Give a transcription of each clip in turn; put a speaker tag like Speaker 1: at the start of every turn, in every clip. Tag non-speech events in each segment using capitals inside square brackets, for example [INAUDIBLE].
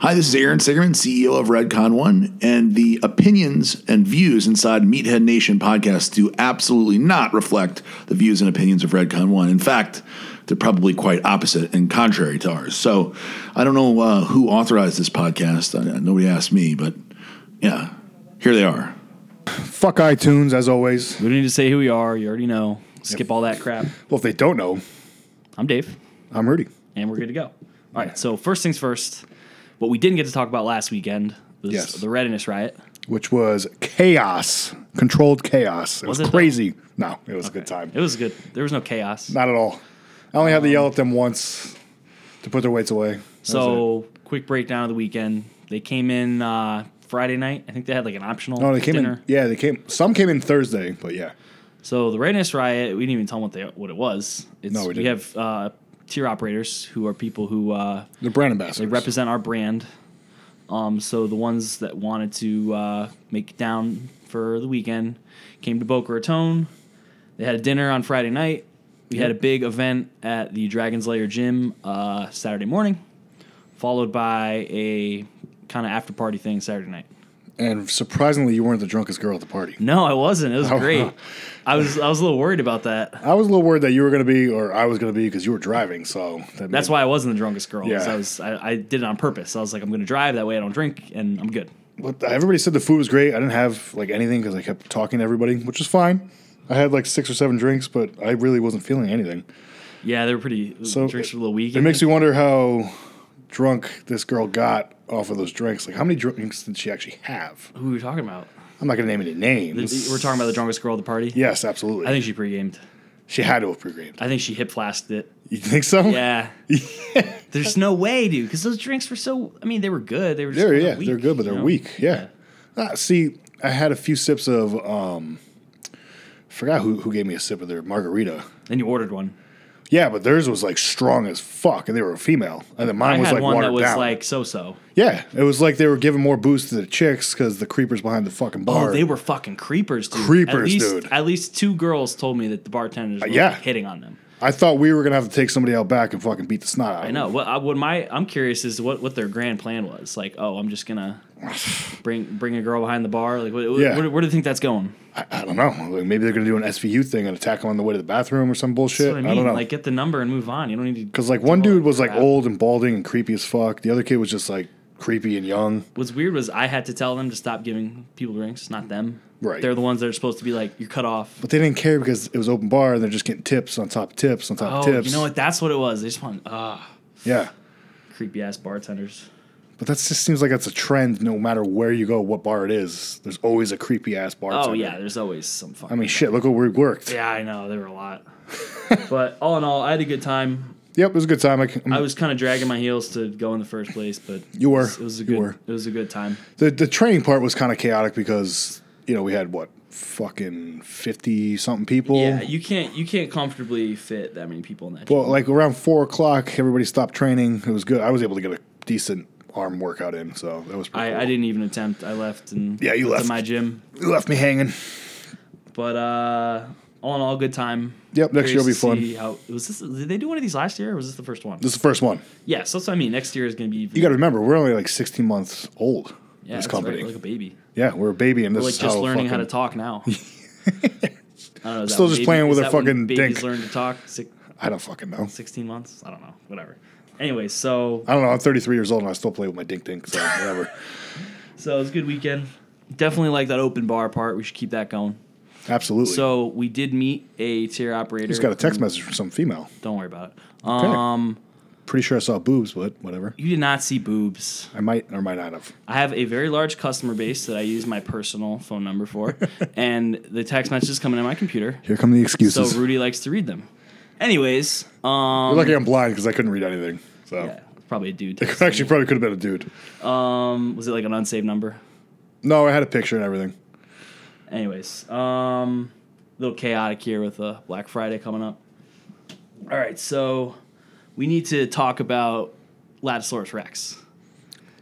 Speaker 1: Hi, this is Aaron Sigerman, CEO of Redcon One, and the opinions and views inside Meathead Nation podcast do absolutely not reflect the views and opinions of Redcon One. In fact, they're probably quite opposite and contrary to ours. So I don't know uh, who authorized this podcast. I, nobody asked me, but yeah, here they are.
Speaker 2: Fuck iTunes, as always.
Speaker 3: We don't need to say who we are. You already know. Skip all that crap.
Speaker 2: Well, if they don't know,
Speaker 3: I'm Dave,
Speaker 2: I'm Rudy.
Speaker 3: and we're good to go. All right. So first things first, what we didn't get to talk about last weekend was
Speaker 2: Yes.
Speaker 3: the readiness riot.
Speaker 2: Which was chaos, controlled chaos. It was,
Speaker 3: Was it, though?
Speaker 2: crazy. No, it was a good time.
Speaker 3: It was good. There was no chaos.
Speaker 2: Not at all. I only had to yell at them once to put their weights away. That was it.
Speaker 3: so quick breakdown of the weekend. They came in uh, Friday night. I think they had like an optional
Speaker 2: no, Oh, they came
Speaker 3: dinner.
Speaker 2: in. Yeah, they came. Some came in Thursday, but yeah,
Speaker 3: So the readiness riot, we didn't even tell them what they what it was. It's,
Speaker 2: No, we didn't.
Speaker 3: have uh, tier operators who are people who uh,
Speaker 2: the brand
Speaker 3: they
Speaker 2: ambassadors.
Speaker 3: represent our brand. Um, so the ones that wanted to uh, make it down for the weekend came to Boca Raton. They had a dinner on Friday night. We had a big event at the Dragon's Lair gym uh, Saturday morning, followed by a kind of after party thing Saturday night.
Speaker 2: and surprisingly, you weren't the drunkest girl at the party.
Speaker 3: No, I wasn't. It was
Speaker 2: Oh.
Speaker 3: great. I was I was a little worried about that.
Speaker 2: I was a little worried that you were going to be, or I was going to be, because you were driving. So that
Speaker 3: That's
Speaker 2: made-
Speaker 3: why I wasn't the drunkest girl. 'cause
Speaker 2: Yeah.
Speaker 3: I was I, I did it on purpose. I was like I'm going to drive that way. I don't drink and I'm good.
Speaker 2: But everybody said the food was great. I didn't have like anything because I kept talking to everybody, which is fine. I had like six or seven drinks, but I really wasn't feeling anything.
Speaker 3: Yeah, they were pretty
Speaker 2: So
Speaker 3: drinks
Speaker 2: it-
Speaker 3: were a little weak.
Speaker 2: It makes me wonder how drunk this girl got off of those drinks. Like, how many drinks did she actually have?
Speaker 3: Who are we talking about?
Speaker 2: I'm not going to name any names.
Speaker 3: We're talking about the drunkest girl at the party.
Speaker 2: Yes, absolutely.
Speaker 3: I think she pre-gamed.
Speaker 2: she had to have pre-gamed.
Speaker 3: I think she hip flasked it.
Speaker 2: You think so?
Speaker 3: Yeah. [LAUGHS] There's no way, dude, because those drinks were so. I mean, they were good. They were just
Speaker 2: They're,
Speaker 3: kinda
Speaker 2: yeah,
Speaker 3: weak,
Speaker 2: they're good, but
Speaker 3: you
Speaker 2: they're
Speaker 3: know?
Speaker 2: weak. Yeah. Ah, see, I had a few sips of, um, forgot who, who gave me a sip of their margarita.
Speaker 3: And you ordered one.
Speaker 2: Yeah, but theirs was like strong as fuck, and they were a female, and then mine
Speaker 3: I
Speaker 2: was
Speaker 3: had
Speaker 2: like
Speaker 3: one
Speaker 2: watered
Speaker 3: that was
Speaker 2: down.
Speaker 3: like so-so.
Speaker 2: yeah, it was like they were giving more boost to the chicks because the creepers behind the fucking bar.
Speaker 3: Oh, they were fucking creepers, dude. at
Speaker 2: Creepers,
Speaker 3: least,
Speaker 2: dude. Uh,
Speaker 3: At least two girls told me that the bartenders were
Speaker 2: yeah.
Speaker 3: like, hitting on them.
Speaker 2: I thought we were gonna have to take somebody out back and fucking beat the snot out.
Speaker 3: I know. What, I, what my I'm curious is what, what their grand plan was. Like, oh, I'm just
Speaker 2: [SIGHS]
Speaker 3: gonna bring bring a girl behind the bar. Like, what,
Speaker 2: Yeah.
Speaker 3: where, where do you think that's going?
Speaker 2: I, I don't know. Like, maybe they're gonna do an SVU thing and attack them on the way to the bathroom or some bullshit.
Speaker 3: That's what I
Speaker 2: I,
Speaker 3: mean.
Speaker 2: don't know.
Speaker 3: Like, get the number and move on. You don't need to.
Speaker 2: Because like one
Speaker 3: do all
Speaker 2: dude
Speaker 3: that
Speaker 2: was like
Speaker 3: crap.
Speaker 2: old and balding and creepy as fuck. The other kid was just like creepy and young.
Speaker 3: What's weird was I had to tell them to stop giving people drinks, not them.
Speaker 2: Right.
Speaker 3: They're the ones that are supposed to be like, you're cut off.
Speaker 2: But they didn't care because it was open bar and they're just getting tips on top of tips on top
Speaker 3: Oh,
Speaker 2: of tips.
Speaker 3: you know what? That's what it was. They just want, ah,
Speaker 2: Yeah.
Speaker 3: creepy ass bartenders.
Speaker 2: But that just seems like that's a trend. No matter where you go, what bar it is, there's always a creepy ass bartender.
Speaker 3: Oh, yeah. There's always some fun.
Speaker 2: I mean, shit. Look what we worked.
Speaker 3: yeah, I know. There were
Speaker 2: [LAUGHS]
Speaker 3: a lot. but all in all, I had a good time.
Speaker 2: Yep, it was a good time. I, can,
Speaker 3: I was kind of dragging my heels to go in the first place, but
Speaker 2: You were.
Speaker 3: It was, it was a
Speaker 2: You
Speaker 3: good.
Speaker 2: were.
Speaker 3: It was a good time.
Speaker 2: the the training part was kind of chaotic because you know we had what fucking fifty something people.
Speaker 3: Yeah, you can't you can't comfortably fit that many people in that.
Speaker 2: well,
Speaker 3: gym.
Speaker 2: like around four o'clock, everybody stopped training. It was good. I was able to get a decent arm workout in, so that was. Pretty
Speaker 3: I,
Speaker 2: cool.
Speaker 3: I didn't even attempt. I left and
Speaker 2: Yeah, you
Speaker 3: went to
Speaker 2: left.
Speaker 3: my gym.
Speaker 2: You left me hanging.
Speaker 3: But uh, all in all, good time.
Speaker 2: Yep, next year will be
Speaker 3: Curious to
Speaker 2: fun.
Speaker 3: see How, was this? Did they do one of these last year, or was this the first one?
Speaker 2: This is the first one.
Speaker 3: yeah, so that's what I mean. Next year is going to be. Even,
Speaker 2: You got to remember, we're only like sixteen months old.
Speaker 3: yeah,
Speaker 2: this
Speaker 3: that's
Speaker 2: company.
Speaker 3: right, like a baby.
Speaker 2: yeah, we're a baby, and this
Speaker 3: We're like
Speaker 2: is
Speaker 3: just
Speaker 2: how
Speaker 3: learning how to
Speaker 2: fucking- [LAUGHS]
Speaker 3: talk now. I don't know, is that
Speaker 2: Still
Speaker 3: when
Speaker 2: just playing
Speaker 3: is
Speaker 2: with a
Speaker 3: that when
Speaker 2: fucking
Speaker 3: babies
Speaker 2: dink.
Speaker 3: learn to talk six,
Speaker 2: I don't fucking know.
Speaker 3: 16 months. I don't know. Whatever. Anyway, so
Speaker 2: I don't know. I'm 33 years old and I still play with my dink dink. So
Speaker 3: [LAUGHS]
Speaker 2: whatever.
Speaker 3: so it was a good weekend. Definitely like that open bar part. We should keep that going.
Speaker 2: Absolutely. So
Speaker 3: So we did meet a tier operator.
Speaker 2: just got a text message from some female.
Speaker 3: Don't worry about it. Um,
Speaker 2: Pretty sure I saw boobs, but whatever.
Speaker 3: you did not see boobs.
Speaker 2: I might or might not have.
Speaker 3: I have a very large customer base that I use my personal phone number for,
Speaker 2: [LAUGHS]
Speaker 3: and the text messages come into my computer.
Speaker 2: Here come the
Speaker 3: So
Speaker 2: excuses.
Speaker 3: Rudy likes to read them. Anyways, um,
Speaker 2: You're lucky I'm blind because I couldn't read anything. So
Speaker 3: yeah, it's probably a dude.
Speaker 2: [LAUGHS] it actually probably could have been a dude.
Speaker 3: Um, was it like an unsaved number?
Speaker 2: No, I had a picture and everything.
Speaker 3: Anyways, um, a little chaotic here with uh, Black Friday coming up. All right, so we need to talk about Latosaurus Rex.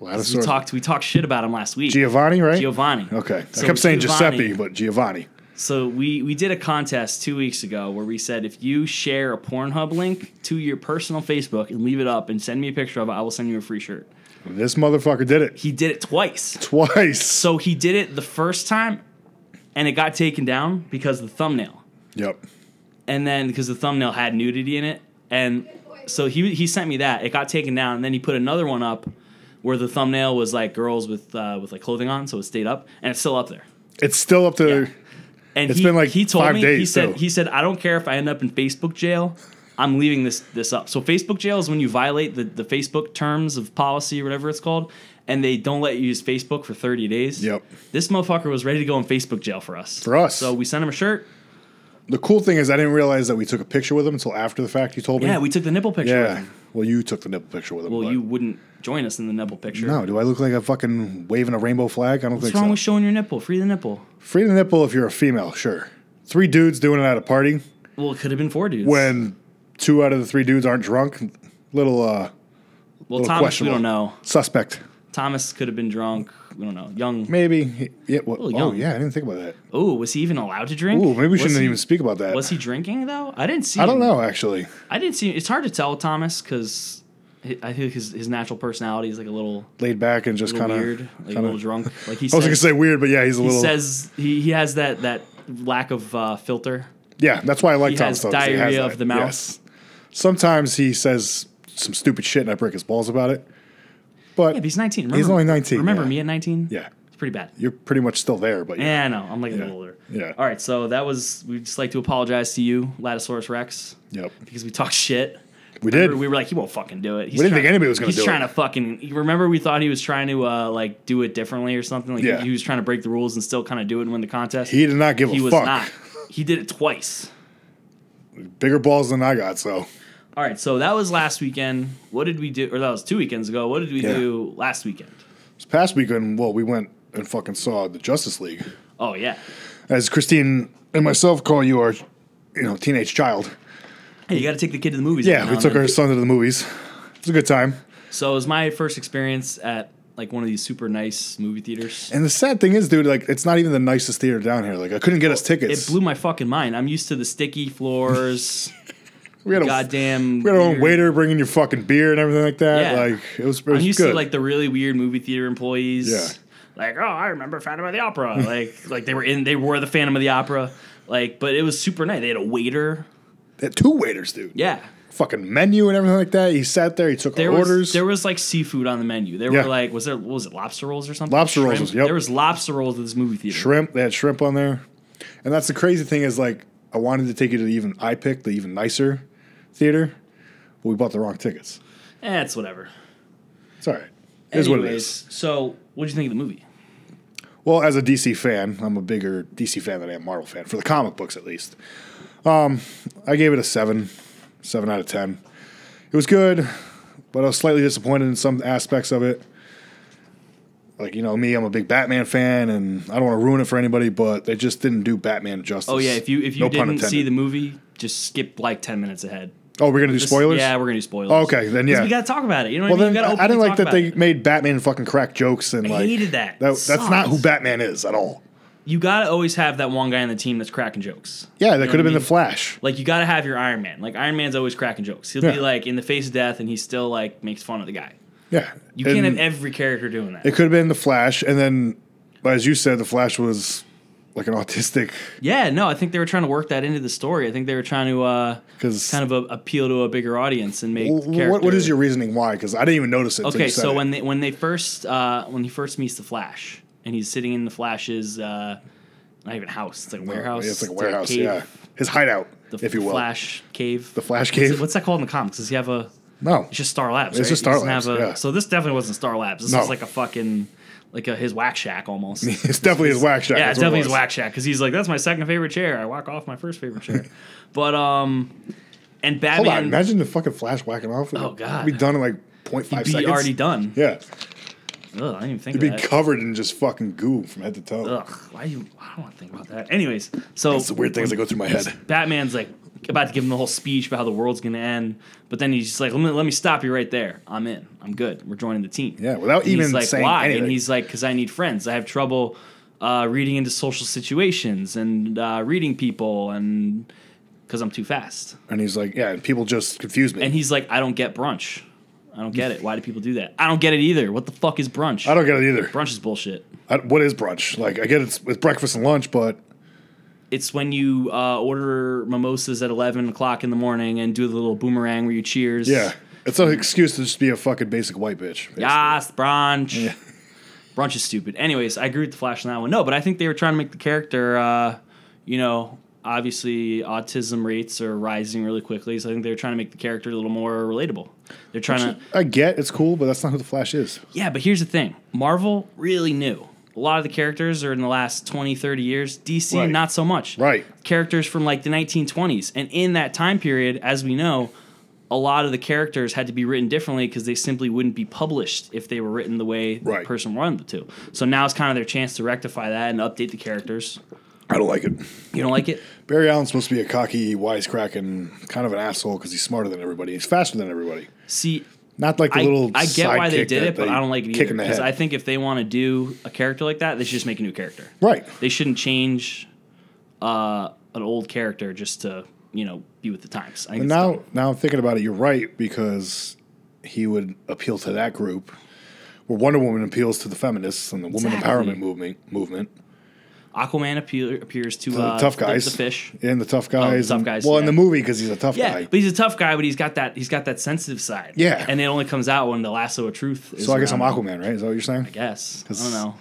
Speaker 3: We
Speaker 2: Lattisaur.
Speaker 3: talked we talked shit about him last week.
Speaker 2: Giovanni, right?
Speaker 3: Giovanni.
Speaker 2: Okay.
Speaker 3: So
Speaker 2: I kept saying
Speaker 3: Giovanni-
Speaker 2: Giuseppe, but Giovanni.
Speaker 3: So we we did a contest two weeks ago where we said if you share a Pornhub link to your personal Facebook and leave it up and send me a picture of it, I will send you a free shirt.
Speaker 2: This motherfucker did it
Speaker 3: He did it twice.
Speaker 2: twice.
Speaker 3: So he did it the first time, and it got taken down because of the thumbnail.
Speaker 2: Yep.
Speaker 3: and then because the thumbnail had nudity in it, and so he he sent me that. It got taken down, and then he put another one up where the thumbnail was like girls with uh, with like clothing on, so it stayed up, and it's still up there.
Speaker 2: It's still up to.
Speaker 3: And
Speaker 2: It's
Speaker 3: he,
Speaker 2: been, like,
Speaker 3: he told
Speaker 2: five
Speaker 3: me he
Speaker 2: days,
Speaker 3: said
Speaker 2: so-
Speaker 3: he said I don't care if I end up in Facebook jail. I'm leaving this this up. So Facebook jail is when you violate the, the Facebook terms of policy or whatever it's called, and they don't let you use Facebook for 30 days.
Speaker 2: Yep.
Speaker 3: This motherfucker was ready to go in Facebook jail for us.
Speaker 2: For us.
Speaker 3: So we sent him a shirt.
Speaker 2: The cool thing is, I didn't realize that we took a picture with him until after the fact. You told me.
Speaker 3: Yeah, we took the nipple picture. with
Speaker 2: Yeah.
Speaker 3: him.
Speaker 2: Well, you took the nipple picture with him.
Speaker 3: Well,
Speaker 2: but-
Speaker 3: you wouldn't join us in the nipple picture.
Speaker 2: No, do I look like a fucking waving a rainbow flag? I don't
Speaker 3: What's
Speaker 2: think
Speaker 3: wrong
Speaker 2: so.
Speaker 3: with showing your nipple? Free the nipple.
Speaker 2: Free the nipple if you're a female, sure. Three dudes doing it at a party
Speaker 3: Well, it could have been four dudes.
Speaker 2: when two out of the three dudes aren't drunk. Little uh,
Speaker 3: well,
Speaker 2: little
Speaker 3: Thomas, we
Speaker 2: questionable.
Speaker 3: don't know.
Speaker 2: suspect.
Speaker 3: Thomas could have been drunk. We don't know. Young.
Speaker 2: Maybe. Yeah. Well,
Speaker 3: little
Speaker 2: oh,
Speaker 3: young.
Speaker 2: yeah. I didn't think about that.
Speaker 3: Oh, was he even allowed to drink?
Speaker 2: Ooh, maybe we
Speaker 3: Was
Speaker 2: shouldn't
Speaker 3: he-
Speaker 2: even speak about that.
Speaker 3: Was he drinking though? I didn't see.
Speaker 2: I don't
Speaker 3: him.
Speaker 2: know, actually.
Speaker 3: I didn't see. It's hard to tell Thomas because I think his his natural personality is like a little,
Speaker 2: Laid back and just
Speaker 3: little
Speaker 2: kind of.
Speaker 3: weird, like a little drunk. Like he
Speaker 2: [LAUGHS] I was going to
Speaker 3: says,
Speaker 2: say weird, but yeah, he's a
Speaker 3: he
Speaker 2: little.
Speaker 3: says he, he has that that lack of uh, filter.
Speaker 2: yeah, that's why I like
Speaker 3: he
Speaker 2: Tom
Speaker 3: has
Speaker 2: Stokes. He
Speaker 3: diarrhea
Speaker 2: that,
Speaker 3: of the mouth.
Speaker 2: Sometimes he says some stupid shit and I break his balls about it. But
Speaker 3: Yeah, but he's nineteen. Remember,
Speaker 2: He's only 19,
Speaker 3: Remember
Speaker 2: yeah.
Speaker 3: me at nineteen?
Speaker 2: yeah,
Speaker 3: it's pretty bad.
Speaker 2: you're pretty much still there, but yeah.
Speaker 3: Yeah, I know. I'm like a little older.
Speaker 2: Yeah.
Speaker 3: All right, so that was. We'd just like to apologize to you, Latosaurus Rex,
Speaker 2: Yep.
Speaker 3: because we talked shit.
Speaker 2: We
Speaker 3: Remember,
Speaker 2: did.
Speaker 3: We were like, he won't fucking do it. He's
Speaker 2: We didn't think anybody was gonna
Speaker 3: He's
Speaker 2: do
Speaker 3: trying
Speaker 2: it.
Speaker 3: to fucking. you Remember, we thought he was trying to uh, like do it differently or something. Like
Speaker 2: Yeah.
Speaker 3: he, was trying to break the rules and still kind of do it and win the contest.
Speaker 2: he did not give
Speaker 3: He
Speaker 2: a
Speaker 3: was
Speaker 2: fuck.
Speaker 3: not. He did it twice.
Speaker 2: Bigger balls than I got, so
Speaker 3: All right, so that was last weekend. What did we do? Or that was two weekends ago. What did we
Speaker 2: Yeah.
Speaker 3: do last weekend?
Speaker 2: this past weekend, well, we went and fucking saw the Justice League.
Speaker 3: Oh yeah.
Speaker 2: As Christine and myself call you our you know, teenage child.
Speaker 3: Hey, you got to take the kid to the movies. every
Speaker 2: Yeah,
Speaker 3: now
Speaker 2: we
Speaker 3: and
Speaker 2: took
Speaker 3: then.
Speaker 2: our son to the movies. It was a good time.
Speaker 3: So it was my first experience at like one of these super nice movie theaters.
Speaker 2: And the sad thing is, dude, like it's not even the nicest theater down here. Like I couldn't get us
Speaker 3: It
Speaker 2: tickets.
Speaker 3: blew my fucking mind. I'm used to the sticky
Speaker 2: [LAUGHS]
Speaker 3: floors,
Speaker 2: we had a
Speaker 3: goddamn.
Speaker 2: we had our own
Speaker 3: weird-
Speaker 2: waiter bringing your fucking beer and everything like that.
Speaker 3: Yeah.
Speaker 2: Like it was, it was
Speaker 3: I'm used
Speaker 2: good.
Speaker 3: to like the really weird movie theater employees.
Speaker 2: Yeah.
Speaker 3: Like, oh, I remember Phantom of the Opera. [LAUGHS] like, like they were in, they were the Phantom of the Opera. Like, but it was super nice. They had a waiter.
Speaker 2: They had two waiters, dude.
Speaker 3: Yeah.
Speaker 2: Fucking menu and everything like that. He sat there. He took
Speaker 3: There
Speaker 2: our
Speaker 3: was
Speaker 2: orders.
Speaker 3: there was like seafood on the menu. There
Speaker 2: Yeah.
Speaker 3: were like was there what was it lobster rolls or something?
Speaker 2: Lobster rolls,
Speaker 3: Shrimp?
Speaker 2: yep.
Speaker 3: There was lobster rolls at this movie theater.
Speaker 2: shrimp. They had shrimp on there. And that's the crazy thing is like I wanted to take you to the even I picked the even nicer theater, but we bought the wrong tickets.
Speaker 3: Eh, it's whatever.
Speaker 2: It's all right. It is what it is.
Speaker 3: Anyways, So, what did you think of the movie?
Speaker 2: Well, as a DC fan, I'm a bigger DC fan than I am Marvel fan for the comic books, at least. Um, I gave it a seven, seven out of ten. It was good, but I was slightly disappointed in some aspects of it. Like you know me, I'm a big Batman fan, and I don't want to ruin it for anybody, but they just didn't do Batman justice.
Speaker 3: Oh yeah, if you if you
Speaker 2: No pun
Speaker 3: didn't see
Speaker 2: intended.
Speaker 3: the movie, just skip like ten minutes ahead.
Speaker 2: oh, we're gonna do
Speaker 3: Just-
Speaker 2: spoilers.
Speaker 3: Yeah, we're gonna do spoilers.
Speaker 2: Oh, okay, then
Speaker 3: 'Cause
Speaker 2: yeah.
Speaker 3: we gotta talk about it. You know
Speaker 2: well,
Speaker 3: what I mean?
Speaker 2: then
Speaker 3: You
Speaker 2: I
Speaker 3: gotta
Speaker 2: I didn't
Speaker 3: openly
Speaker 2: like
Speaker 3: talk
Speaker 2: that they
Speaker 3: about it.
Speaker 2: made Batman fucking crack jokes and
Speaker 3: I
Speaker 2: like
Speaker 3: hated that. It
Speaker 2: that's not who
Speaker 3: sucked.
Speaker 2: Batman is at all.
Speaker 3: You gotta always have that one guy on the team that's cracking jokes.
Speaker 2: Yeah, that
Speaker 3: know
Speaker 2: could have
Speaker 3: what I
Speaker 2: been the
Speaker 3: mean?
Speaker 2: Flash.
Speaker 3: Like you gotta have your Iron Man. Like Iron Man's always cracking jokes. He'll be
Speaker 2: Yeah.
Speaker 3: like in the face of death, and he still like makes fun of the guy.
Speaker 2: Yeah,
Speaker 3: You
Speaker 2: And-
Speaker 3: can't have every character doing that.
Speaker 2: It could have been the Flash, and then, as you said, the Flash was like an autistic
Speaker 3: yeah, no, I think they were trying to work that into the story. I think they were trying to uh,
Speaker 2: because
Speaker 3: kind of a, appeal to a bigger audience and make character.
Speaker 2: what, what is your reasoning why? Because I didn't even notice it. till
Speaker 3: Okay,
Speaker 2: you said
Speaker 3: so
Speaker 2: it.
Speaker 3: when they when they first uh, when he first meets the Flash and he's sitting in the Flash's uh, not even house, it's like a
Speaker 2: Uh,
Speaker 3: warehouse.
Speaker 2: it's like a
Speaker 3: like
Speaker 2: warehouse,
Speaker 3: cave,
Speaker 2: yeah, his hideout,
Speaker 3: The,
Speaker 2: if you will,
Speaker 3: Flash cave.
Speaker 2: the Flash
Speaker 3: What's,
Speaker 2: cave.
Speaker 3: it- what's that called in the comics? Does he have a?
Speaker 2: no,
Speaker 3: It's just Star Labs.
Speaker 2: It's
Speaker 3: right?
Speaker 2: just
Speaker 3: He
Speaker 2: Star
Speaker 3: doesn't
Speaker 2: Labs,
Speaker 3: have a-
Speaker 2: yeah.
Speaker 3: So this definitely wasn't Star Labs. This
Speaker 2: No.
Speaker 3: was like a fucking like a his whack shack
Speaker 2: [LAUGHS] [LAUGHS]
Speaker 3: almost.
Speaker 2: it's definitely his whack shack.
Speaker 3: Yeah,
Speaker 2: that's
Speaker 3: it's
Speaker 2: what
Speaker 3: definitely
Speaker 2: it
Speaker 3: his
Speaker 2: was.
Speaker 3: whack shack because he's like, that's my second favorite chair. I walk off my first
Speaker 2: [LAUGHS]
Speaker 3: favorite chair, but um, and
Speaker 2: Hold
Speaker 3: Batman.
Speaker 2: on, imagine the fucking Flash whacking off.
Speaker 3: Oh, God.
Speaker 2: be done in like 0.5
Speaker 3: He'd be
Speaker 2: seconds.
Speaker 3: already done. [LAUGHS]
Speaker 2: yeah,
Speaker 3: Ugh, I didn't even
Speaker 2: he'd
Speaker 3: think of
Speaker 2: be
Speaker 3: that.
Speaker 2: covered in just fucking goo from head to toe.
Speaker 3: Ugh, why you? I don't want to think about that. Anyways, so
Speaker 2: It's the weird things that go through my head.
Speaker 3: Batman's like about to give him the whole speech about how the world's gonna end, but then he's just like, let me, let me stop you right there. I'm in. I'm good. We're joining the team.
Speaker 2: Yeah, without
Speaker 3: And he's
Speaker 2: even
Speaker 3: like,
Speaker 2: saying
Speaker 3: why?
Speaker 2: anything.
Speaker 3: And he's like, because I need friends. I have trouble uh, reading into social situations and uh, reading people, and because I'm too fast.
Speaker 2: And he's like, yeah, and people just confuse me.
Speaker 3: And he's like, I don't get brunch. I don't get it. Why do people do that? I don't get it either. What the fuck is brunch?
Speaker 2: I don't get it either.
Speaker 3: brunch is bullshit.
Speaker 2: I, what is brunch? Like, I get it's, it's breakfast and lunch, but
Speaker 3: It's when you uh, order mimosas at eleven o'clock in the morning and do the little boomerang where you cheers.
Speaker 2: yeah, it's an excuse to just be a fucking basic white bitch.
Speaker 3: Yes,
Speaker 2: [LAUGHS]
Speaker 3: brunch. Brunch is stupid. Anyways, I agree with the Flash on that one. No, but I think they were trying to make the character, uh, you know, obviously autism rates are rising really quickly, so I think they were trying to make the character a little more relatable. They're trying to,
Speaker 2: I get it's cool, but that's not who the Flash is.
Speaker 3: yeah, but here's the thing Marvel really new. A lot of the characters are in the last 20, 30 years. DC,
Speaker 2: Right.
Speaker 3: not so much.
Speaker 2: Right.
Speaker 3: Characters from like the 1920s. And in that time period, as we know, a lot of the characters had to be written differently because they simply wouldn't be published if they were written the way
Speaker 2: Right.
Speaker 3: the person wanted them to. So now it's kind of their chance to rectify that and update the characters.
Speaker 2: I don't like it.
Speaker 3: You don't like it?
Speaker 2: Barry Allen's supposed to be a cocky, wisecracking, kind of an asshole because he's smarter than everybody. He's faster than everybody.
Speaker 3: See,
Speaker 2: Not like the
Speaker 3: I,
Speaker 2: little.
Speaker 3: I get why they
Speaker 2: sidekick
Speaker 3: did
Speaker 2: that
Speaker 3: it, but
Speaker 2: they
Speaker 3: I don't like it
Speaker 2: kick
Speaker 3: either.
Speaker 2: in the
Speaker 3: Because
Speaker 2: head.
Speaker 3: I think if they want to do a character like that, they should just make a new character.
Speaker 2: right.
Speaker 3: They shouldn't change uh, an old character just to you know be with the times. I
Speaker 2: And
Speaker 3: think it's
Speaker 2: now,
Speaker 3: dumb.
Speaker 2: now I'm thinking about it. You're right because he would appeal to that group. Where Wonder Woman appeals to the feminists and the woman
Speaker 3: Exactly.
Speaker 2: empowerment movement, movement,
Speaker 3: Aquaman appear, appears to
Speaker 2: the
Speaker 3: uh,
Speaker 2: tough
Speaker 3: the-
Speaker 2: guys,
Speaker 3: the fish. Oh,
Speaker 2: and the tough
Speaker 3: the
Speaker 2: guys,
Speaker 3: tough
Speaker 2: and-
Speaker 3: guys,
Speaker 2: Well, in
Speaker 3: yeah.
Speaker 2: the movie because he's a tough
Speaker 3: Yeah,
Speaker 2: guy.
Speaker 3: but he's a tough guy, but he's got that he's got that sensitive side.
Speaker 2: Yeah.
Speaker 3: and it only comes out when the lasso of truth. Is
Speaker 2: so I guess I'm
Speaker 3: around.
Speaker 2: Aquaman, right? Is that what you're saying?
Speaker 3: I guess I
Speaker 2: 'Cause
Speaker 3: don't know.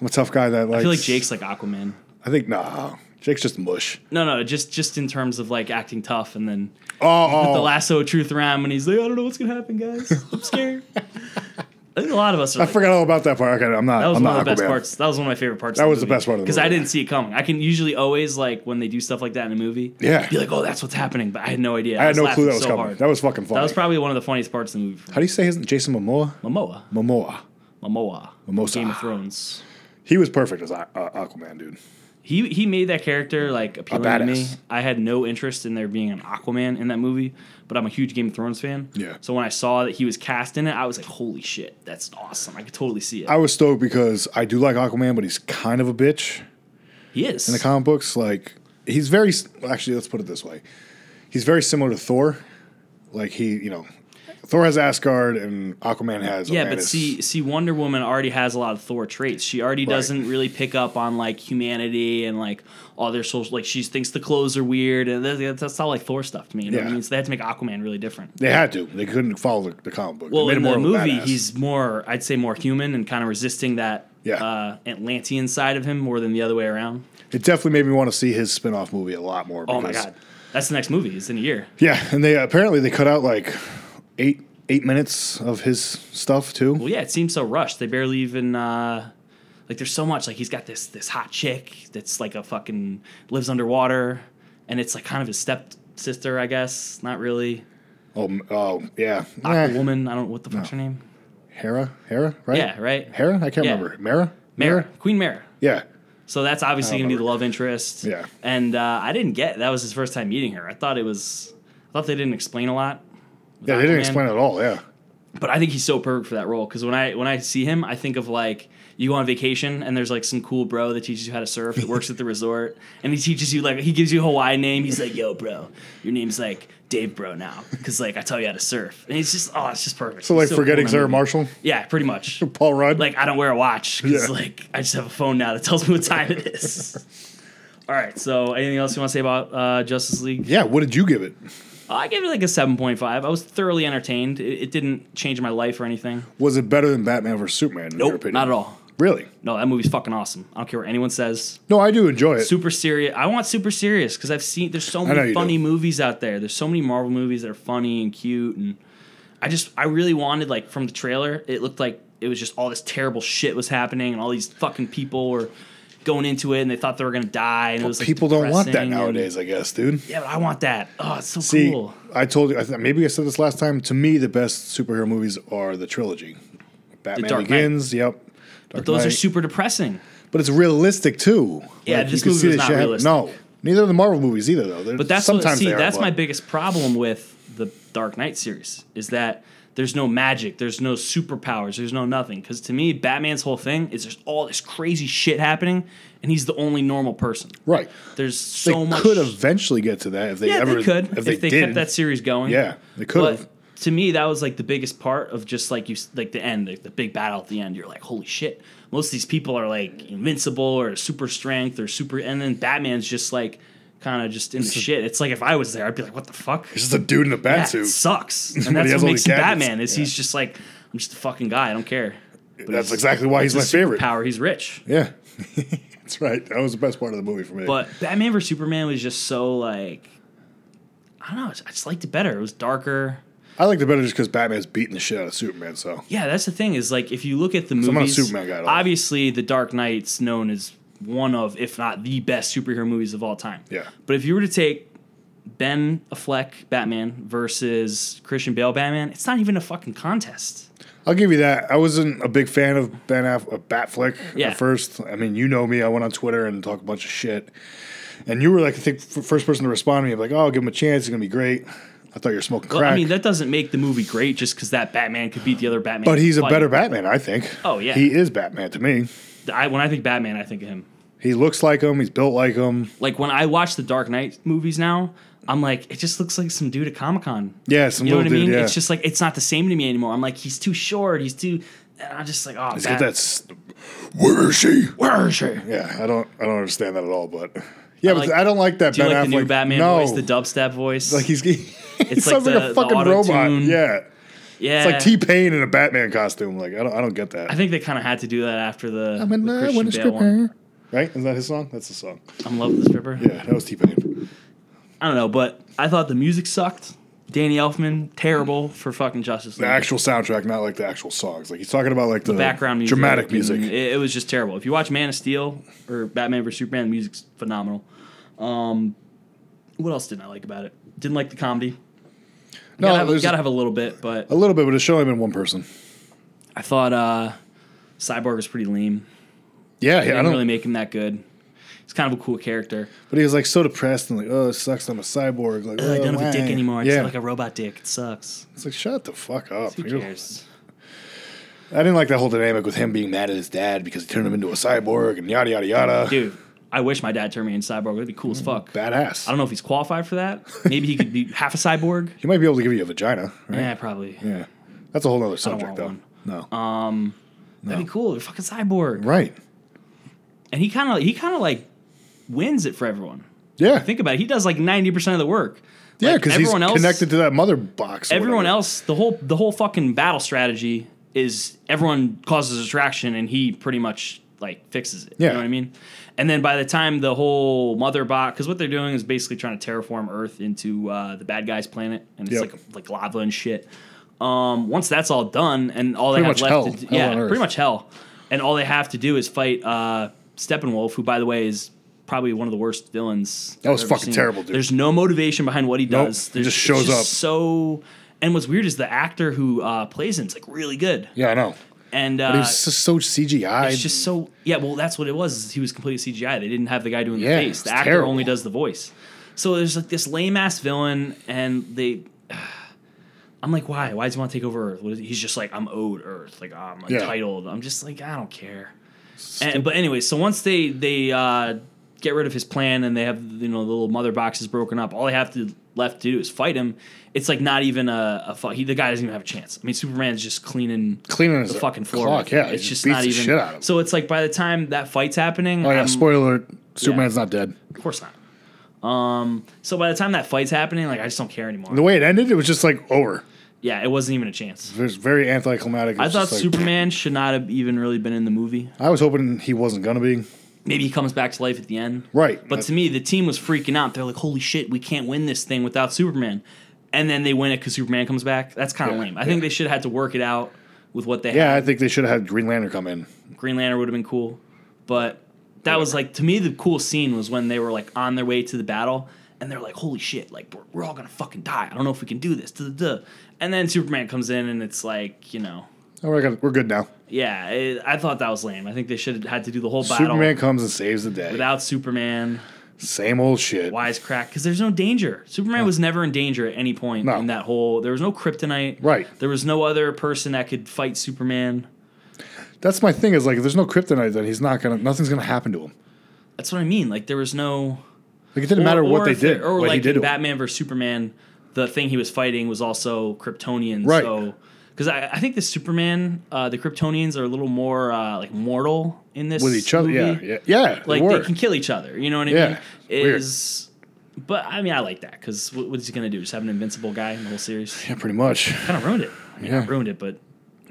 Speaker 2: I'm a tough guy that likes.
Speaker 3: I feel like Jake's like Aquaman.
Speaker 2: I think nah, Jake's just mush.
Speaker 3: No, no, just just in terms of like acting tough, and then
Speaker 2: Oh, [LAUGHS] oh.
Speaker 3: the lasso of truth around when he's like, I don't know what's gonna happen, guys. I'm
Speaker 2: [LAUGHS]
Speaker 3: scared. I think a lot of us are.
Speaker 2: I
Speaker 3: like,
Speaker 2: forgot all about that part. Okay, I'm not.
Speaker 3: That was
Speaker 2: I'm
Speaker 3: one
Speaker 2: not
Speaker 3: of the best
Speaker 2: Aquaman.
Speaker 3: parts. That was one of my favorite parts.
Speaker 2: That
Speaker 3: of
Speaker 2: was the best part of the
Speaker 3: because I
Speaker 2: movie.
Speaker 3: didn't see it coming. I can usually always like when they do stuff like that in a movie.
Speaker 2: Yeah.
Speaker 3: be like, oh, that's what's happening, but I had no idea.
Speaker 2: I had no
Speaker 3: laughing
Speaker 2: clue that was
Speaker 3: so
Speaker 2: coming.
Speaker 3: hard.
Speaker 2: That was fucking funny.
Speaker 3: That was probably one of the funniest parts of the movie. For
Speaker 2: How do you say his Jason Momoa?
Speaker 3: me. Momoa,
Speaker 2: Momoa.
Speaker 3: Momoa,
Speaker 2: Mimosa.
Speaker 3: Game of Thrones.
Speaker 2: He was perfect as Aqu- uh, Aquaman, dude.
Speaker 3: He he made that character like appealing to me.
Speaker 2: badass.
Speaker 3: I had no interest in there being an Aquaman in that movie, but I'm a huge Game of Thrones fan.
Speaker 2: Yeah.
Speaker 3: So when I saw that he was cast in it, I was like, holy shit, that's awesome. I could totally see it.
Speaker 2: I was stoked because I do like Aquaman, but he's kind of a bitch
Speaker 3: he is.
Speaker 2: in the comic books. Like he's very s- well, actually. Let's put it this way: he's very similar to Thor. Like he, you know, Thor has Asgard and Aquaman has
Speaker 3: Yeah, but
Speaker 2: Atlantis.
Speaker 3: see, see, Wonder Woman already has a lot of Thor traits. She already
Speaker 2: Right.
Speaker 3: doesn't really pick up on like humanity and like all their social. Like she thinks the clothes are weird, and that's, that's all like Thor stuff to me. You know what I
Speaker 2: Yeah.
Speaker 3: mean? So they had to make Aquaman really different.
Speaker 2: they had to. They couldn't follow the, the comic book. They
Speaker 3: Well,
Speaker 2: made
Speaker 3: in
Speaker 2: him more
Speaker 3: the
Speaker 2: of a
Speaker 3: movie,
Speaker 2: badass.
Speaker 3: he's more, I'd say, more human and kind of resisting that
Speaker 2: Yeah.
Speaker 3: uh, Atlantean side of him more than the other way around.
Speaker 2: It definitely made me want to see his spin-off movie a lot more.
Speaker 3: Oh my
Speaker 2: because-
Speaker 3: god, that's the next movie. It's in a year.
Speaker 2: Yeah, and they apparently they cut out like eight eight minutes of his stuff too.
Speaker 3: Well, yeah, it seems so rushed. They barely even uh, like there's so much. Like he's got this this hot chick that's like a fucking lives underwater, and it's like kind of his stepsister, I guess. Not really
Speaker 2: Oh, m- oh yeah,
Speaker 3: a
Speaker 2: Eh,
Speaker 3: woman. I don't know what the fuck's her name.
Speaker 2: Hera, Hera, right?
Speaker 3: Yeah, right.
Speaker 2: Hera, I can't
Speaker 3: Yeah.
Speaker 2: remember. Mera,
Speaker 3: Mara, Queen Mara.
Speaker 2: yeah.
Speaker 3: So that's obviously
Speaker 2: I
Speaker 3: gonna
Speaker 2: don't
Speaker 3: be the love interest.
Speaker 2: Yeah.
Speaker 3: And uh, I didn't get that was his first time meeting her. I thought it was. I thought they didn't explain a lot. with
Speaker 2: Yeah, they didn't
Speaker 3: Aquaman.
Speaker 2: explain it at all. Yeah,
Speaker 3: but I think he's so perfect for that role because when I when I see him, I think of like you go on vacation and there's like some cool bro that teaches you how to surf that works at the resort and he teaches you like he gives you a Hawaii name. He's like, "Yo, bro, your name's like Dave, bro, now because like I tell you how to surf." And it's just oh, it's just perfect.
Speaker 2: so like
Speaker 3: He's
Speaker 2: forgetting
Speaker 3: cool in that
Speaker 2: Sarah
Speaker 3: movie.
Speaker 2: Marshall,
Speaker 3: Yeah,
Speaker 2: [LAUGHS]
Speaker 3: pretty much.
Speaker 2: Paul Rudd.
Speaker 3: Like I don't wear a watch because
Speaker 2: Yeah.
Speaker 3: like I just have a phone now that tells me what time it is. [LAUGHS] All right, so anything else you want to say about uh, Justice League?
Speaker 2: yeah, what did you give it?
Speaker 3: I gave it like a 7.5. I was thoroughly entertained. It, it didn't change my life or anything.
Speaker 2: Was it better than Batman vs Superman? In your
Speaker 3: Nope,
Speaker 2: opinion?
Speaker 3: not at all.
Speaker 2: Really?
Speaker 3: No, that movie's fucking awesome. I don't care what anyone says.
Speaker 2: No, I do enjoy it.
Speaker 3: Super serious. I want super serious because I've seen there's so
Speaker 2: know
Speaker 3: many
Speaker 2: you
Speaker 3: funny
Speaker 2: do.
Speaker 3: movies out there. There's so many Marvel movies that are funny and cute, and I just I really wanted like from the trailer, it looked like it was just all this terrible shit was happening, and all these fucking people were going into it, and they thought they were gonna die, and it was like,
Speaker 2: People don't want that
Speaker 3: depressing, and-
Speaker 2: nowadays, I guess, dude.
Speaker 3: yeah, but I want that. Oh, it's so
Speaker 2: See,
Speaker 3: cool.
Speaker 2: I told you. I th- maybe I said this last time. To me, the best superhero movies are the trilogy: Batman
Speaker 3: Dark Knight.
Speaker 2: Begins. Yep. Dark
Speaker 3: Those are
Speaker 2: Knight.
Speaker 3: super depressing.
Speaker 2: but it's realistic too.
Speaker 3: Yeah,
Speaker 2: you
Speaker 3: this
Speaker 2: can
Speaker 3: movie
Speaker 2: see this
Speaker 3: was not
Speaker 2: shit happen.
Speaker 3: realistic.
Speaker 2: No, neither of the Marvel movies either, though. They're-
Speaker 3: But that's
Speaker 2: sometimes
Speaker 3: what, see,
Speaker 2: they are,
Speaker 3: that's my
Speaker 2: but-
Speaker 3: biggest problem with the Dark Knight series is that there's no magic, there's no superpowers, there's no nothing. Because to me, Batman's whole thing is just all this crazy shit happening, and he's the only normal person.
Speaker 2: right.
Speaker 3: There's
Speaker 2: They
Speaker 3: so much.
Speaker 2: could eventually get to that if they
Speaker 3: yeah,
Speaker 2: ever
Speaker 3: they could
Speaker 2: if they,
Speaker 3: kept
Speaker 2: did.
Speaker 3: that series going.
Speaker 2: yeah, they could have.
Speaker 3: But to me that was like the biggest part of just like you s- like the end like the big battle at the end you're like holy shit most of these people are like invincible or super strength or super and then batman's just like kind of just in the shit it's like if i was there i'd be like what the fuck
Speaker 2: It's just a dude in a bat
Speaker 3: that
Speaker 2: suit. [LAUGHS]
Speaker 3: sucks
Speaker 2: But
Speaker 3: and that's
Speaker 2: he has
Speaker 3: what
Speaker 2: all
Speaker 3: makes
Speaker 2: these
Speaker 3: him
Speaker 2: gadgets.
Speaker 3: batman is he's just like i'm just a fucking guy i don't care But
Speaker 2: That's
Speaker 3: it's-
Speaker 2: exactly why he's my
Speaker 3: it's a
Speaker 2: favorite.
Speaker 3: power he's rich
Speaker 2: Yeah, [LAUGHS] that's right. That was the best part of the movie for me.
Speaker 3: But Batman vs Superman was just so like, I don't know. I just liked it better. It was darker.
Speaker 2: I liked it better just because Batman's beating the shit out of Superman. So
Speaker 3: Yeah, that's the thing. Is like if you look at the
Speaker 2: I'm not a
Speaker 3: movies,
Speaker 2: Superman guy at all.
Speaker 3: obviously the Dark Knight's known as one of, if not the best superhero movies of all time.
Speaker 2: Yeah.
Speaker 3: But if you were to take Ben Affleck Batman versus Christian Bale Batman, it's not even a fucking contest.
Speaker 2: I'll give you that. I wasn't a big fan of Ben Aff- of Batflick
Speaker 3: Yeah.
Speaker 2: at first. I mean, you know me. I went on Twitter and talked a bunch of shit, and you were like, I think f- first person to respond to me, like, oh, I'll give him a chance. It's gonna be great. I thought you were smoking
Speaker 3: Well,
Speaker 2: crack.
Speaker 3: I mean, that doesn't make the movie great just because that Batman could beat the other Batman.
Speaker 2: but
Speaker 3: in
Speaker 2: he's a
Speaker 3: fight.
Speaker 2: better Batman, I think.
Speaker 3: Oh, yeah.
Speaker 2: he is Batman to me.
Speaker 3: I, when I think Batman, I think of him.
Speaker 2: He looks like him. He's built like him.
Speaker 3: Like when I watch the Dark Knight movies now, I'm like, it just looks like some dude at Comic Con.
Speaker 2: Yeah, some
Speaker 3: You know what I
Speaker 2: little
Speaker 3: mean?
Speaker 2: dude. Yeah,
Speaker 3: It's just like it's not the same to me anymore. I'm like, he's too short. He's too. And I'm just like, oh,
Speaker 2: he's
Speaker 3: Bat-
Speaker 2: got that. s- Where is she?
Speaker 3: Where is she?
Speaker 2: Yeah, I don't I don't understand that at all. But yeah,
Speaker 3: like-
Speaker 2: but I don't like that.
Speaker 3: Do you
Speaker 2: ben
Speaker 3: like
Speaker 2: Affleck.
Speaker 3: the new Batman
Speaker 2: no.
Speaker 3: voice, the dubstep voice?
Speaker 2: like he's [LAUGHS] he
Speaker 3: It's
Speaker 2: sounds
Speaker 3: like
Speaker 2: like
Speaker 3: the-
Speaker 2: a
Speaker 3: the
Speaker 2: fucking robot.
Speaker 3: auto-tune.
Speaker 2: Yeah,
Speaker 3: yeah,
Speaker 2: it's like T Pain in a Batman costume. Like I don't I don't get that.
Speaker 3: I think they kind of had to do that after the,
Speaker 2: I'm in
Speaker 3: the
Speaker 2: love
Speaker 3: Christian
Speaker 2: with a
Speaker 3: Bale one.
Speaker 2: stripper. Right? Is that his song? That's the song.
Speaker 3: I'm in love with the stripper.
Speaker 2: Yeah, that was T Pain.
Speaker 3: I don't know, but I thought the music sucked. Danny Elfman, terrible for fucking Justice
Speaker 2: The
Speaker 3: League.
Speaker 2: actual soundtrack, not like the actual songs. Like he's talking about like the,
Speaker 3: Background music,
Speaker 2: dramatic
Speaker 3: and
Speaker 2: music.
Speaker 3: It, it was just terrible. If you watch Man of Steel or Batman vs Superman, the music's phenomenal. Um, what else didn't I like about it? Didn't like the comedy.
Speaker 2: no,
Speaker 3: gotta, have,
Speaker 2: there's
Speaker 3: gotta have a little bit, but
Speaker 2: a little bit, but it's showing him in one person.
Speaker 3: I thought uh, Cyborg was pretty lame.
Speaker 2: Yeah, yeah, I
Speaker 3: Didn't
Speaker 2: don't.
Speaker 3: really make him that good. He's kind of a cool character.
Speaker 2: but he was like so depressed and like, oh, it sucks. I'm a cyborg. Like,
Speaker 3: I
Speaker 2: oh,
Speaker 3: don't have a dick
Speaker 2: why?
Speaker 3: anymore. It's
Speaker 2: Yeah,
Speaker 3: like a robot dick. It sucks.
Speaker 2: it's like shut the fuck up.
Speaker 3: Who
Speaker 2: You're-
Speaker 3: cares?
Speaker 2: I didn't like that whole dynamic with him being mad at his dad because he turned him into a cyborg and yada yada yada.
Speaker 3: Dude, I wish my dad turned me into Cyborg. That'd be
Speaker 2: Mm.
Speaker 3: cool as fuck. I
Speaker 2: Badass.
Speaker 3: don't know if he's qualified for that. Maybe he
Speaker 2: [LAUGHS]
Speaker 3: could be half a cyborg.
Speaker 2: He might be able to give you a vagina, right?
Speaker 3: Yeah, probably.
Speaker 2: Yeah. That's a whole other
Speaker 3: don't
Speaker 2: subject,
Speaker 3: want
Speaker 2: though.
Speaker 3: one. Um,
Speaker 2: No.
Speaker 3: That'd be cool. You're fucking cyborg.
Speaker 2: right.
Speaker 3: and he kind of he kind of like wins it for everyone.
Speaker 2: Yeah.
Speaker 3: Think about it. He does like ninety percent of the work.
Speaker 2: yeah,
Speaker 3: Like,
Speaker 2: because he's
Speaker 3: everyone else-
Speaker 2: connected to that mother box. or
Speaker 3: Everyone
Speaker 2: whatever.
Speaker 3: else, the whole the whole fucking battle strategy is everyone causes distraction, and he pretty much like fixes it.
Speaker 2: Yeah.
Speaker 3: You know what I mean? And then by the time the whole mother bot, because what they're doing is basically trying to terraform Earth into uh, the bad guys' planet, and it's
Speaker 2: Yep.
Speaker 3: like like lava and shit. Um, once that's all done, and all they
Speaker 2: Pretty much
Speaker 3: have left,
Speaker 2: hell.
Speaker 3: to do,
Speaker 2: Hell
Speaker 3: yeah,
Speaker 2: on Earth.
Speaker 3: pretty much hell, and all they have to do is fight uh, Steppenwolf, who by the way is probably one of the worst villains.
Speaker 2: That was
Speaker 3: I've ever
Speaker 2: fucking terrible, dude.
Speaker 3: There's no motivation behind what he
Speaker 2: Nope.
Speaker 3: does.
Speaker 2: He
Speaker 3: There's-
Speaker 2: just
Speaker 3: it's
Speaker 2: shows up.
Speaker 3: So, and what's weird is the actor who uh, plays him is like really good,
Speaker 2: Yeah, I know.
Speaker 3: and
Speaker 2: But
Speaker 3: uh,
Speaker 2: he's just so CGI.
Speaker 3: it's just so yeah. Well, that's what it was. is He was completely CGI. They didn't have the guy doing
Speaker 2: Yeah,
Speaker 3: the face. The
Speaker 2: it's
Speaker 3: actor
Speaker 2: terrible.
Speaker 3: only does the voice. So there's like this lame ass villain, and they. [SIGHS] I'm like, why? Why does he want to take over Earth? What is, he's just like, I'm owed Earth. Like I'm
Speaker 2: Yeah.
Speaker 3: entitled. I'm just like, I don't care. And, but anyway, so once they they uh, get rid of his plan and they have you know the little mother boxes broken up, all they have to left to do is fight him. It's like not even a, a fight. He, the guy doesn't even have a chance. I mean, Superman's just cleaning
Speaker 2: cleaning his
Speaker 3: the fucking floor.
Speaker 2: Clock,
Speaker 3: with.
Speaker 2: yeah.
Speaker 3: it's
Speaker 2: he
Speaker 3: just
Speaker 2: beats
Speaker 3: not
Speaker 2: the
Speaker 3: even.
Speaker 2: Shit out of him.
Speaker 3: So um, it's like by the time that fight's happening,
Speaker 2: oh, yeah.
Speaker 3: I'm-
Speaker 2: spoiler alert. Superman's not dead.
Speaker 3: of course not. Um, so by the time that fight's happening, like I just don't care anymore.
Speaker 2: The way it ended, it was just like over.
Speaker 3: Yeah, it wasn't even a chance.
Speaker 2: It was very anticlimactic. It
Speaker 3: I
Speaker 2: was
Speaker 3: thought
Speaker 2: just like-
Speaker 3: Superman should not have even really been in the movie.
Speaker 2: I was hoping he wasn't going to be.
Speaker 3: Maybe he comes back to life at the end.
Speaker 2: Right.
Speaker 3: But to me, the team was freaking out. They're like, "Holy shit, we can't win this thing without Superman." And then they win it because Superman comes back. That's kind of
Speaker 2: Yeah,
Speaker 3: lame. I think they should have had to work it out with what they had.
Speaker 2: yeah, I think they should have had Green Lantern come in.
Speaker 3: Green Lantern would have been cool, but that was like to me the cool scene was when they were like on their way to the battle and they're like, "Holy shit! Like we're, we're all gonna fucking die. I don't know if we can do this." Duh, duh, duh. And then Superman comes in and it's like you know,
Speaker 2: Oh, we're, good- we're good now.
Speaker 3: yeah, it, I thought that was lame. I think they should have had to do the whole battle
Speaker 2: Superman comes and saves the day.
Speaker 3: without Superman.
Speaker 2: Same old shit.
Speaker 3: Wisecrack because there's no danger. Superman was never in danger at any point
Speaker 2: No.
Speaker 3: in that whole. There was no kryptonite.
Speaker 2: Right.
Speaker 3: There was no other person that could fight Superman.
Speaker 2: That's my thing. Is like, if there's no kryptonite, then he's not gonna. Nothing's gonna happen to him.
Speaker 3: That's what I mean. Like there was no.
Speaker 2: Like it didn't
Speaker 3: Or-
Speaker 2: matter
Speaker 3: or
Speaker 2: what they
Speaker 3: if it-
Speaker 2: did,
Speaker 3: or
Speaker 2: what
Speaker 3: like
Speaker 2: he did
Speaker 3: in
Speaker 2: to him.
Speaker 3: Batman versus Superman, the thing he was fighting was also Kryptonian.
Speaker 2: Right.
Speaker 3: So, because I, I think the Superman, uh, the Kryptonians are a little more uh, like mortal in this
Speaker 2: with each other. Yeah,
Speaker 3: movie.
Speaker 2: yeah, yeah. they
Speaker 3: Like
Speaker 2: were.
Speaker 3: they can kill each other. You know what I
Speaker 2: Yeah,
Speaker 3: mean?
Speaker 2: it's weird.
Speaker 3: Is but I mean I like that because what, what is he gonna do? Just have an invincible guy in the whole series?
Speaker 2: yeah, pretty much.
Speaker 3: Kind of ruined it. I mean,
Speaker 2: Yeah.
Speaker 3: not ruined it, but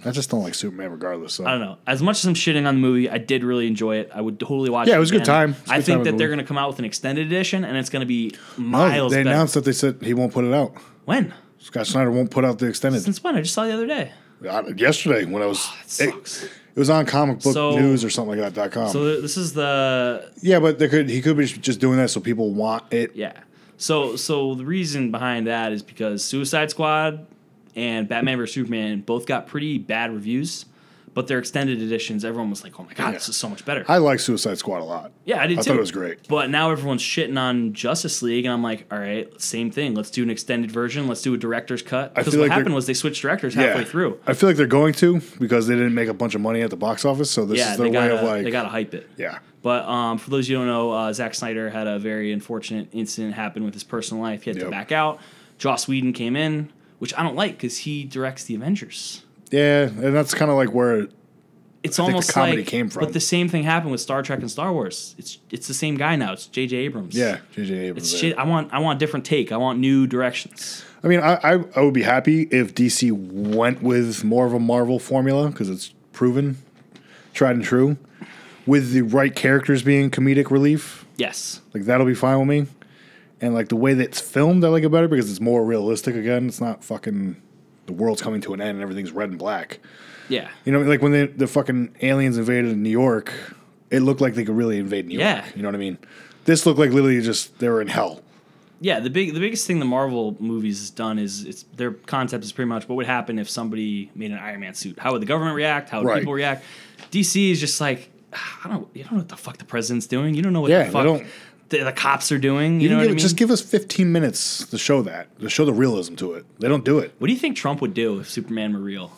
Speaker 2: I just don't like Superman, regardless. So.
Speaker 3: I don't know. As much as I'm shitting on the movie, I did really enjoy it. I would totally watch.
Speaker 2: Yeah, it
Speaker 3: it
Speaker 2: was a good
Speaker 3: again.
Speaker 2: time. It's a
Speaker 3: I
Speaker 2: good
Speaker 3: think
Speaker 2: time
Speaker 3: that
Speaker 2: of
Speaker 3: they're
Speaker 2: movie.
Speaker 3: going to come out with an extended edition, and it's going to be
Speaker 2: Oh,
Speaker 3: miles.
Speaker 2: they
Speaker 3: better.
Speaker 2: announced that they said he won't put it out.
Speaker 3: when?
Speaker 2: Scott Snyder won't put out the extended.
Speaker 3: Since when? I just saw the other day.
Speaker 2: I- yesterday, when I was,
Speaker 3: That
Speaker 2: it,
Speaker 3: Ah, sucks.
Speaker 2: it was on comic book
Speaker 3: So-
Speaker 2: news or something like that. Dot com.
Speaker 3: so th- this is the
Speaker 2: yeah, but they could he could be just doing that so people want it.
Speaker 3: yeah. So so the reason behind that is because Suicide Squad and Batman vs Superman both got pretty bad reviews, but their extended editions, everyone was like, "Oh my god, this is so much better."
Speaker 2: I like Suicide Squad a lot.
Speaker 3: Yeah, I did
Speaker 2: I
Speaker 3: too.
Speaker 2: thought it was great.
Speaker 3: But now everyone's shitting on Justice League, and I'm like, all right, same thing. Let's do an extended version. Let's do a director's cut.
Speaker 2: I
Speaker 3: Because
Speaker 2: feel
Speaker 3: what
Speaker 2: like they're-
Speaker 3: happened was they switched directors
Speaker 2: Yeah.
Speaker 3: halfway through.
Speaker 2: I feel like they're going to because they didn't make a bunch of money at the box office, so this
Speaker 3: Yeah,
Speaker 2: is their
Speaker 3: they
Speaker 2: way
Speaker 3: gotta,
Speaker 2: of like
Speaker 3: they gotta hype it.
Speaker 2: yeah.
Speaker 3: But um, for those of you who don't know, uh, Zack Snyder had a very unfortunate incident happen with his personal life. He had to
Speaker 2: Yep.
Speaker 3: back out. Joss Whedon came in, which I don't like because he directs the Avengers.
Speaker 2: Yeah, and that's kind of like where
Speaker 3: It's
Speaker 2: think the
Speaker 3: almost
Speaker 2: comedy
Speaker 3: like,
Speaker 2: came from.
Speaker 3: but the same thing happened with Star Trek and Star Wars. It's it's the same guy now. It's J.J. Abrams.
Speaker 2: yeah, JJ Abrams.
Speaker 3: It's
Speaker 2: there.
Speaker 3: shit. I want I want a different take. I want new directions.
Speaker 2: I mean, I, I I would be happy if DC went with more of a Marvel formula because it's proven, tried and true, with the right characters being comedic relief.
Speaker 3: Yes.
Speaker 2: Like that'll be fine with me, and like the way that it's filmed, I like it better because it's more realistic. Again, it's not fucking the world's coming to an end and everything's red and black.
Speaker 3: Yeah.
Speaker 2: You know, like when the the fucking aliens invaded New York, it looked like they could really invade New
Speaker 3: Yeah.
Speaker 2: York. You know what I mean? This looked like literally just they were in hell.
Speaker 3: Yeah, the big the biggest thing the Marvel movies has done is it's their concept is pretty much what would happen if somebody made an Iron Man suit. How would the government react? How would
Speaker 2: Right.
Speaker 3: people react? DC is just like "Ah, I don't you don't know what the fuck the president's doing. You don't know what
Speaker 2: Yeah,
Speaker 3: the
Speaker 2: they
Speaker 3: fuck
Speaker 2: don't-
Speaker 3: the, the cops are doing.
Speaker 2: You
Speaker 3: You, know
Speaker 2: can
Speaker 3: what
Speaker 2: give,
Speaker 3: I mean?
Speaker 2: Just give us 15 minutes to show that, to show the realism to it. They don't do it.
Speaker 3: what do you think Trump would do if Superman were real?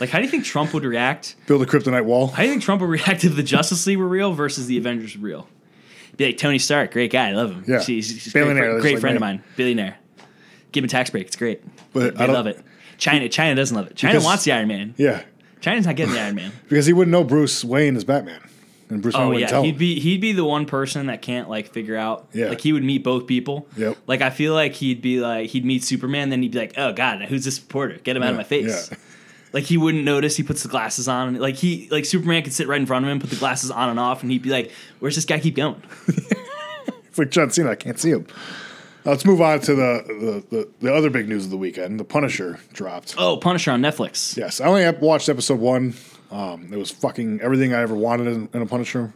Speaker 3: Like, how do you think Trump would react?
Speaker 2: Build a kryptonite wall.
Speaker 3: How do you think Trump would react if the Justice League were real versus the Avengers were real? Be like Tony Stark, great guy, I love him.
Speaker 2: Yeah.
Speaker 3: He's- he's, he's a
Speaker 2: Billionaire,
Speaker 3: great,
Speaker 2: that's
Speaker 3: great
Speaker 2: like
Speaker 3: friend of
Speaker 2: me.
Speaker 3: mine, billionaire. Give him a tax break, it's great.
Speaker 2: But
Speaker 3: They
Speaker 2: I don't-
Speaker 3: love it. China, China doesn't love it. China
Speaker 2: Because-
Speaker 3: wants the Iron Man.
Speaker 2: Yeah,
Speaker 3: China's not getting the Iron Man.
Speaker 2: because he wouldn't know Bruce Wayne is Batman, and Bruce Wayne
Speaker 3: Oh
Speaker 2: wouldn't
Speaker 3: yeah,
Speaker 2: tell
Speaker 3: he'd
Speaker 2: him.
Speaker 3: be he'd be the one person that can't like figure out.
Speaker 2: Yeah.
Speaker 3: like he would meet both people.
Speaker 2: Yep.
Speaker 3: Like I feel like he'd be like he'd meet Superman, then he'd be like, oh god, who's this reporter? Get him out of
Speaker 2: Yeah,
Speaker 3: my face.
Speaker 2: yeah.
Speaker 3: Like he wouldn't notice. He puts the glasses on, and like he like Superman could sit right in front of him, put the glasses on and off, and he'd be like, where's this guy keep going?
Speaker 2: It's like John Cena. I can't see him. Uh, let's move on to the, the, the, the other big news of the weekend. The Punisher dropped.
Speaker 3: Oh, Punisher on Netflix.
Speaker 2: Yes, I only ep- watched episode one. Um, it was fucking everything I ever wanted in, in a Punisher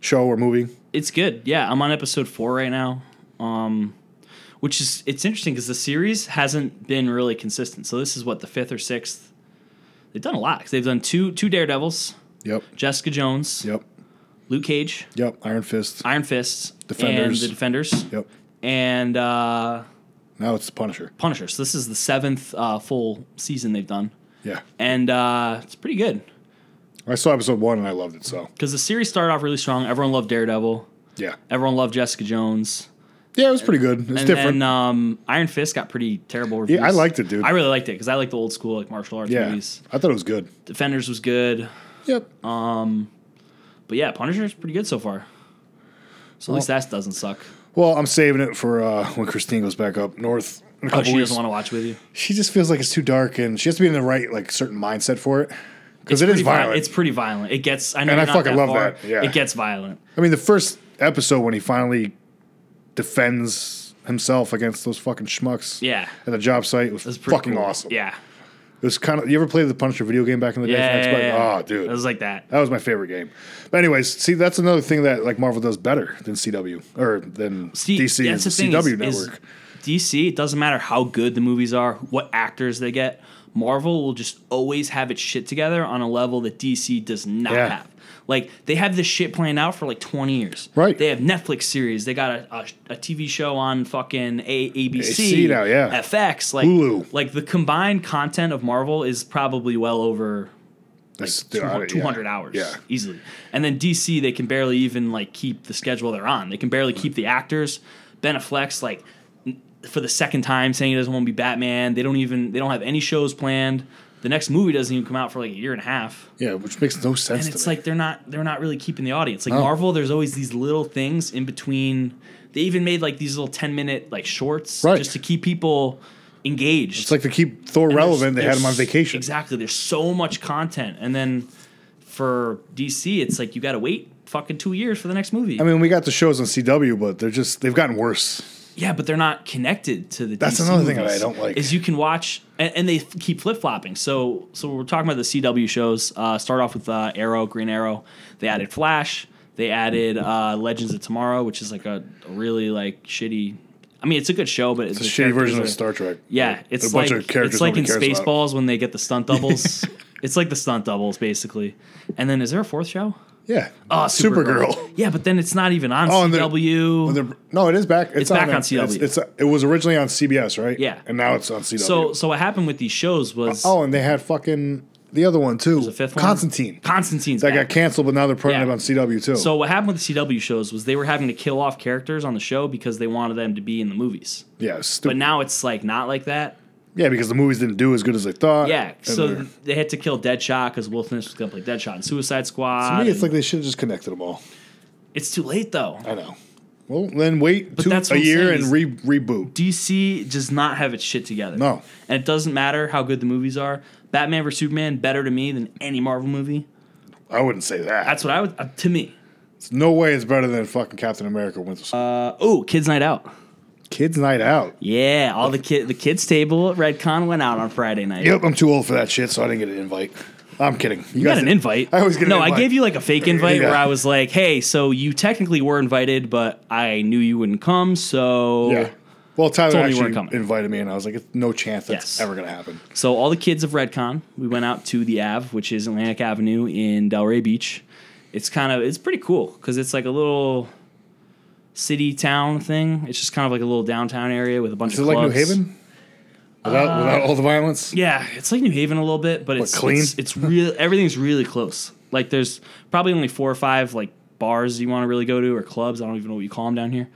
Speaker 2: show or movie.
Speaker 3: It's good. Yeah, I'm on episode four right now. Um, which is it's interesting because the series hasn't been really consistent. So this is what the fifth or sixth. They've done a lot. 'cause They've done two two Daredevils,
Speaker 2: Yep.
Speaker 3: Jessica Jones,
Speaker 2: Yep.
Speaker 3: Luke Cage,
Speaker 2: Yep. Iron Fist.
Speaker 3: Iron Fist, and
Speaker 2: Defenders.
Speaker 3: the Defenders,
Speaker 2: Yep.
Speaker 3: and uh,
Speaker 2: Now it's the Punisher.
Speaker 3: Punisher. So this is the seventh uh, full season they've done,
Speaker 2: Yeah.
Speaker 3: and uh, it's pretty good
Speaker 2: I saw episode one and I loved it. So
Speaker 3: because the series started off really strong. Everyone loved Daredevil.
Speaker 2: yeah.
Speaker 3: Everyone loved Jessica Jones.
Speaker 2: Yeah, it was pretty good. It was
Speaker 3: and
Speaker 2: different.
Speaker 3: then um, Iron Fist got pretty terrible reviews.
Speaker 2: I liked it, dude.
Speaker 3: I really liked it because I like the old school like martial arts
Speaker 2: yeah.
Speaker 3: movies. um,
Speaker 2: I thought it was good.
Speaker 3: Defenders was good,
Speaker 2: Yep.
Speaker 3: but yeah, Punisher's pretty good so far. So at least that doesn't suck.
Speaker 2: Well, I'm saving it for uh, when Christine goes back up north in a
Speaker 3: Oh,
Speaker 2: couple
Speaker 3: she
Speaker 2: weeks.
Speaker 3: doesn't want to watch with you.
Speaker 2: she just feels like it's too dark, and she has to be in the right like certain mindset for it because it is
Speaker 3: Pretty vi-
Speaker 2: violent.
Speaker 3: It's pretty violent. It gets. I know.
Speaker 2: And
Speaker 3: you're
Speaker 2: I
Speaker 3: not
Speaker 2: fucking
Speaker 3: that
Speaker 2: love
Speaker 3: far.
Speaker 2: that, yeah.
Speaker 3: It gets violent.
Speaker 2: I mean, the first episode when he finally defends himself against those fucking schmucks.
Speaker 3: Yeah.
Speaker 2: At the job site was
Speaker 3: It's pretty
Speaker 2: fucking
Speaker 3: cool.
Speaker 2: awesome.
Speaker 3: Yeah.
Speaker 2: It was kind of. You ever played the Punisher video game back in the day?
Speaker 3: Yeah.
Speaker 2: for Xbox?
Speaker 3: yeah, yeah.
Speaker 2: Oh, dude.
Speaker 3: It was like that.
Speaker 2: That was my favorite game. But anyways, see that's another thing that like Marvel does better than CW or than
Speaker 3: See,
Speaker 2: DC
Speaker 3: that's
Speaker 2: and
Speaker 3: the thing
Speaker 2: CW
Speaker 3: is- is
Speaker 2: network.
Speaker 3: DC, it doesn't matter how good the movies are, what actors they get. Marvel will just always have its shit together on a level that DC does not
Speaker 2: Yeah.
Speaker 3: have. Like they have this shit planned out for like twenty years.
Speaker 2: Right.
Speaker 3: They have Netflix series. They got a, a, a TV show on fucking a- ABC
Speaker 2: AC now, yeah.
Speaker 3: FX. Like
Speaker 2: Hulu.
Speaker 3: Like the combined content of Marvel is probably well over
Speaker 2: That's- yeah.
Speaker 3: 200, 200 hours
Speaker 2: Yeah.
Speaker 3: easily and then dc they can barely even like keep the schedule they're on they can barely keep the actors ben affleck's like n- for the second time saying he doesn't want to be Batman. They don't even they don't have any shows planned. The next movie doesn't even come out for like a year and a half.
Speaker 2: Yeah, which makes no sense.
Speaker 3: And
Speaker 2: to
Speaker 3: it's
Speaker 2: me.
Speaker 3: like they're not they're not really keeping the audience. Like Marvel, there's always these little things in between. They even made like these little 10 minute like shorts
Speaker 2: Right.
Speaker 3: just to keep people engaged.
Speaker 2: it's like to keep Thor
Speaker 3: And there's-
Speaker 2: relevant. They had
Speaker 3: there's-
Speaker 2: him on vacation.
Speaker 3: Exactly. There's so much content, and then for DC, it's like you got to wait fucking two years for the next movie.
Speaker 2: I mean, we got the shows on CW, but they're just they've gotten worse.
Speaker 3: yeah, but they're not connected to the.
Speaker 2: That's
Speaker 3: DC
Speaker 2: another thing that
Speaker 3: movies,
Speaker 2: I don't like.
Speaker 3: is you can watch and, and they f- keep flip flopping. So so we're talking about the CW shows. Uh, start off with uh, Arrow, Green Arrow. They added Flash. They added uh, Legends of Tomorrow, which is like a, a really like shitty. I mean, it's a good show, but it's
Speaker 2: The shitty version of Star Trek.
Speaker 3: Yeah, it's
Speaker 2: bunch
Speaker 3: like
Speaker 2: of characters
Speaker 3: it's like in
Speaker 2: nobody cares about.
Speaker 3: Spaceballs when they get the
Speaker 2: [LAUGHS]
Speaker 3: stunt doubles. it's like the stunt doubles basically. And then is there a fourth show?
Speaker 2: Yeah.
Speaker 3: Oh,
Speaker 2: Ah, Supergirl.
Speaker 3: Yeah, but then it's not even on
Speaker 2: Oh, and they're-
Speaker 3: CW.
Speaker 2: Well, they're- no, it is back. It's,
Speaker 3: back
Speaker 2: there.
Speaker 3: on CW.
Speaker 2: It's, it's- it was originally on CBS, right?
Speaker 3: Yeah.
Speaker 2: And now it's on CW.
Speaker 3: so so what happened with these shows was
Speaker 2: oh, and they had fucking the other one too.
Speaker 3: the fifth one?
Speaker 2: Constantine.
Speaker 3: Constantine's
Speaker 2: that
Speaker 3: back.
Speaker 2: got canceled, but now they're putting
Speaker 3: Yeah.
Speaker 2: it on CW too.
Speaker 3: So what happened with the CW shows was they were having to kill off characters on the show because they wanted them to be in the movies.
Speaker 2: yeah, it's
Speaker 3: But
Speaker 2: stupid.
Speaker 3: now it's like not like that.
Speaker 2: yeah, because the movies didn't do as good as they thought.
Speaker 3: Yeah,
Speaker 2: and
Speaker 3: so
Speaker 2: they're-
Speaker 3: they had to kill Deadshot because Will Smith was gonna play Deadshot in Suicide Squad.
Speaker 2: to me, it's
Speaker 3: and-
Speaker 2: like they should have just connected them all.
Speaker 3: it's too late though.
Speaker 2: I know. Well, then wait two,
Speaker 3: that's
Speaker 2: a
Speaker 3: what I'm
Speaker 2: year and
Speaker 3: saying is-
Speaker 2: re- reboot.
Speaker 3: DC does not have its shit together.
Speaker 2: No.
Speaker 3: And it doesn't matter how good the movies are. Batman vs Superman better to me than any Marvel movie.
Speaker 2: I wouldn't say that.
Speaker 3: That's what I would uh, to me.
Speaker 2: There's no way it's better than fucking Captain America Winter Soldier.
Speaker 3: Uh, oh, Kids Night Out.
Speaker 2: Kids Night Out.
Speaker 3: Yeah, all the kid the kids table at Redcon went out on Friday night.
Speaker 2: Yep, I'm too old for that shit, so I didn't get an invite. I'm kidding.
Speaker 3: You got an invite.
Speaker 2: I always get an
Speaker 3: no. I
Speaker 2: invite.
Speaker 3: gave you like a fake invite
Speaker 2: Yeah.
Speaker 3: where I was like, "Hey, so you technically were invited, but I knew you wouldn't come, so
Speaker 2: Yeah. Well, Tyler
Speaker 3: Told me you weren't
Speaker 2: actually
Speaker 3: coming.
Speaker 2: invited me, and I was like, "It's no chance that's
Speaker 3: Yes.
Speaker 2: ever going to happen."
Speaker 3: So all the kids of Redcon, we went out to the Ave, which is Atlantic Avenue in Delray Beach. It's kind of it's pretty cool because it's like a little city town thing. It's just kind of like a little downtown area with a bunch
Speaker 2: Is it
Speaker 3: of
Speaker 2: like New
Speaker 3: clubs. Uh,
Speaker 2: Haven? Without, without all the violence?
Speaker 3: Yeah, it's like New Haven a little bit, but it's
Speaker 2: clean?
Speaker 3: It's, it's real. Everything's really close. Like there's probably only four or five like bars you want to really go to or clubs. I don't even know what you call them down here.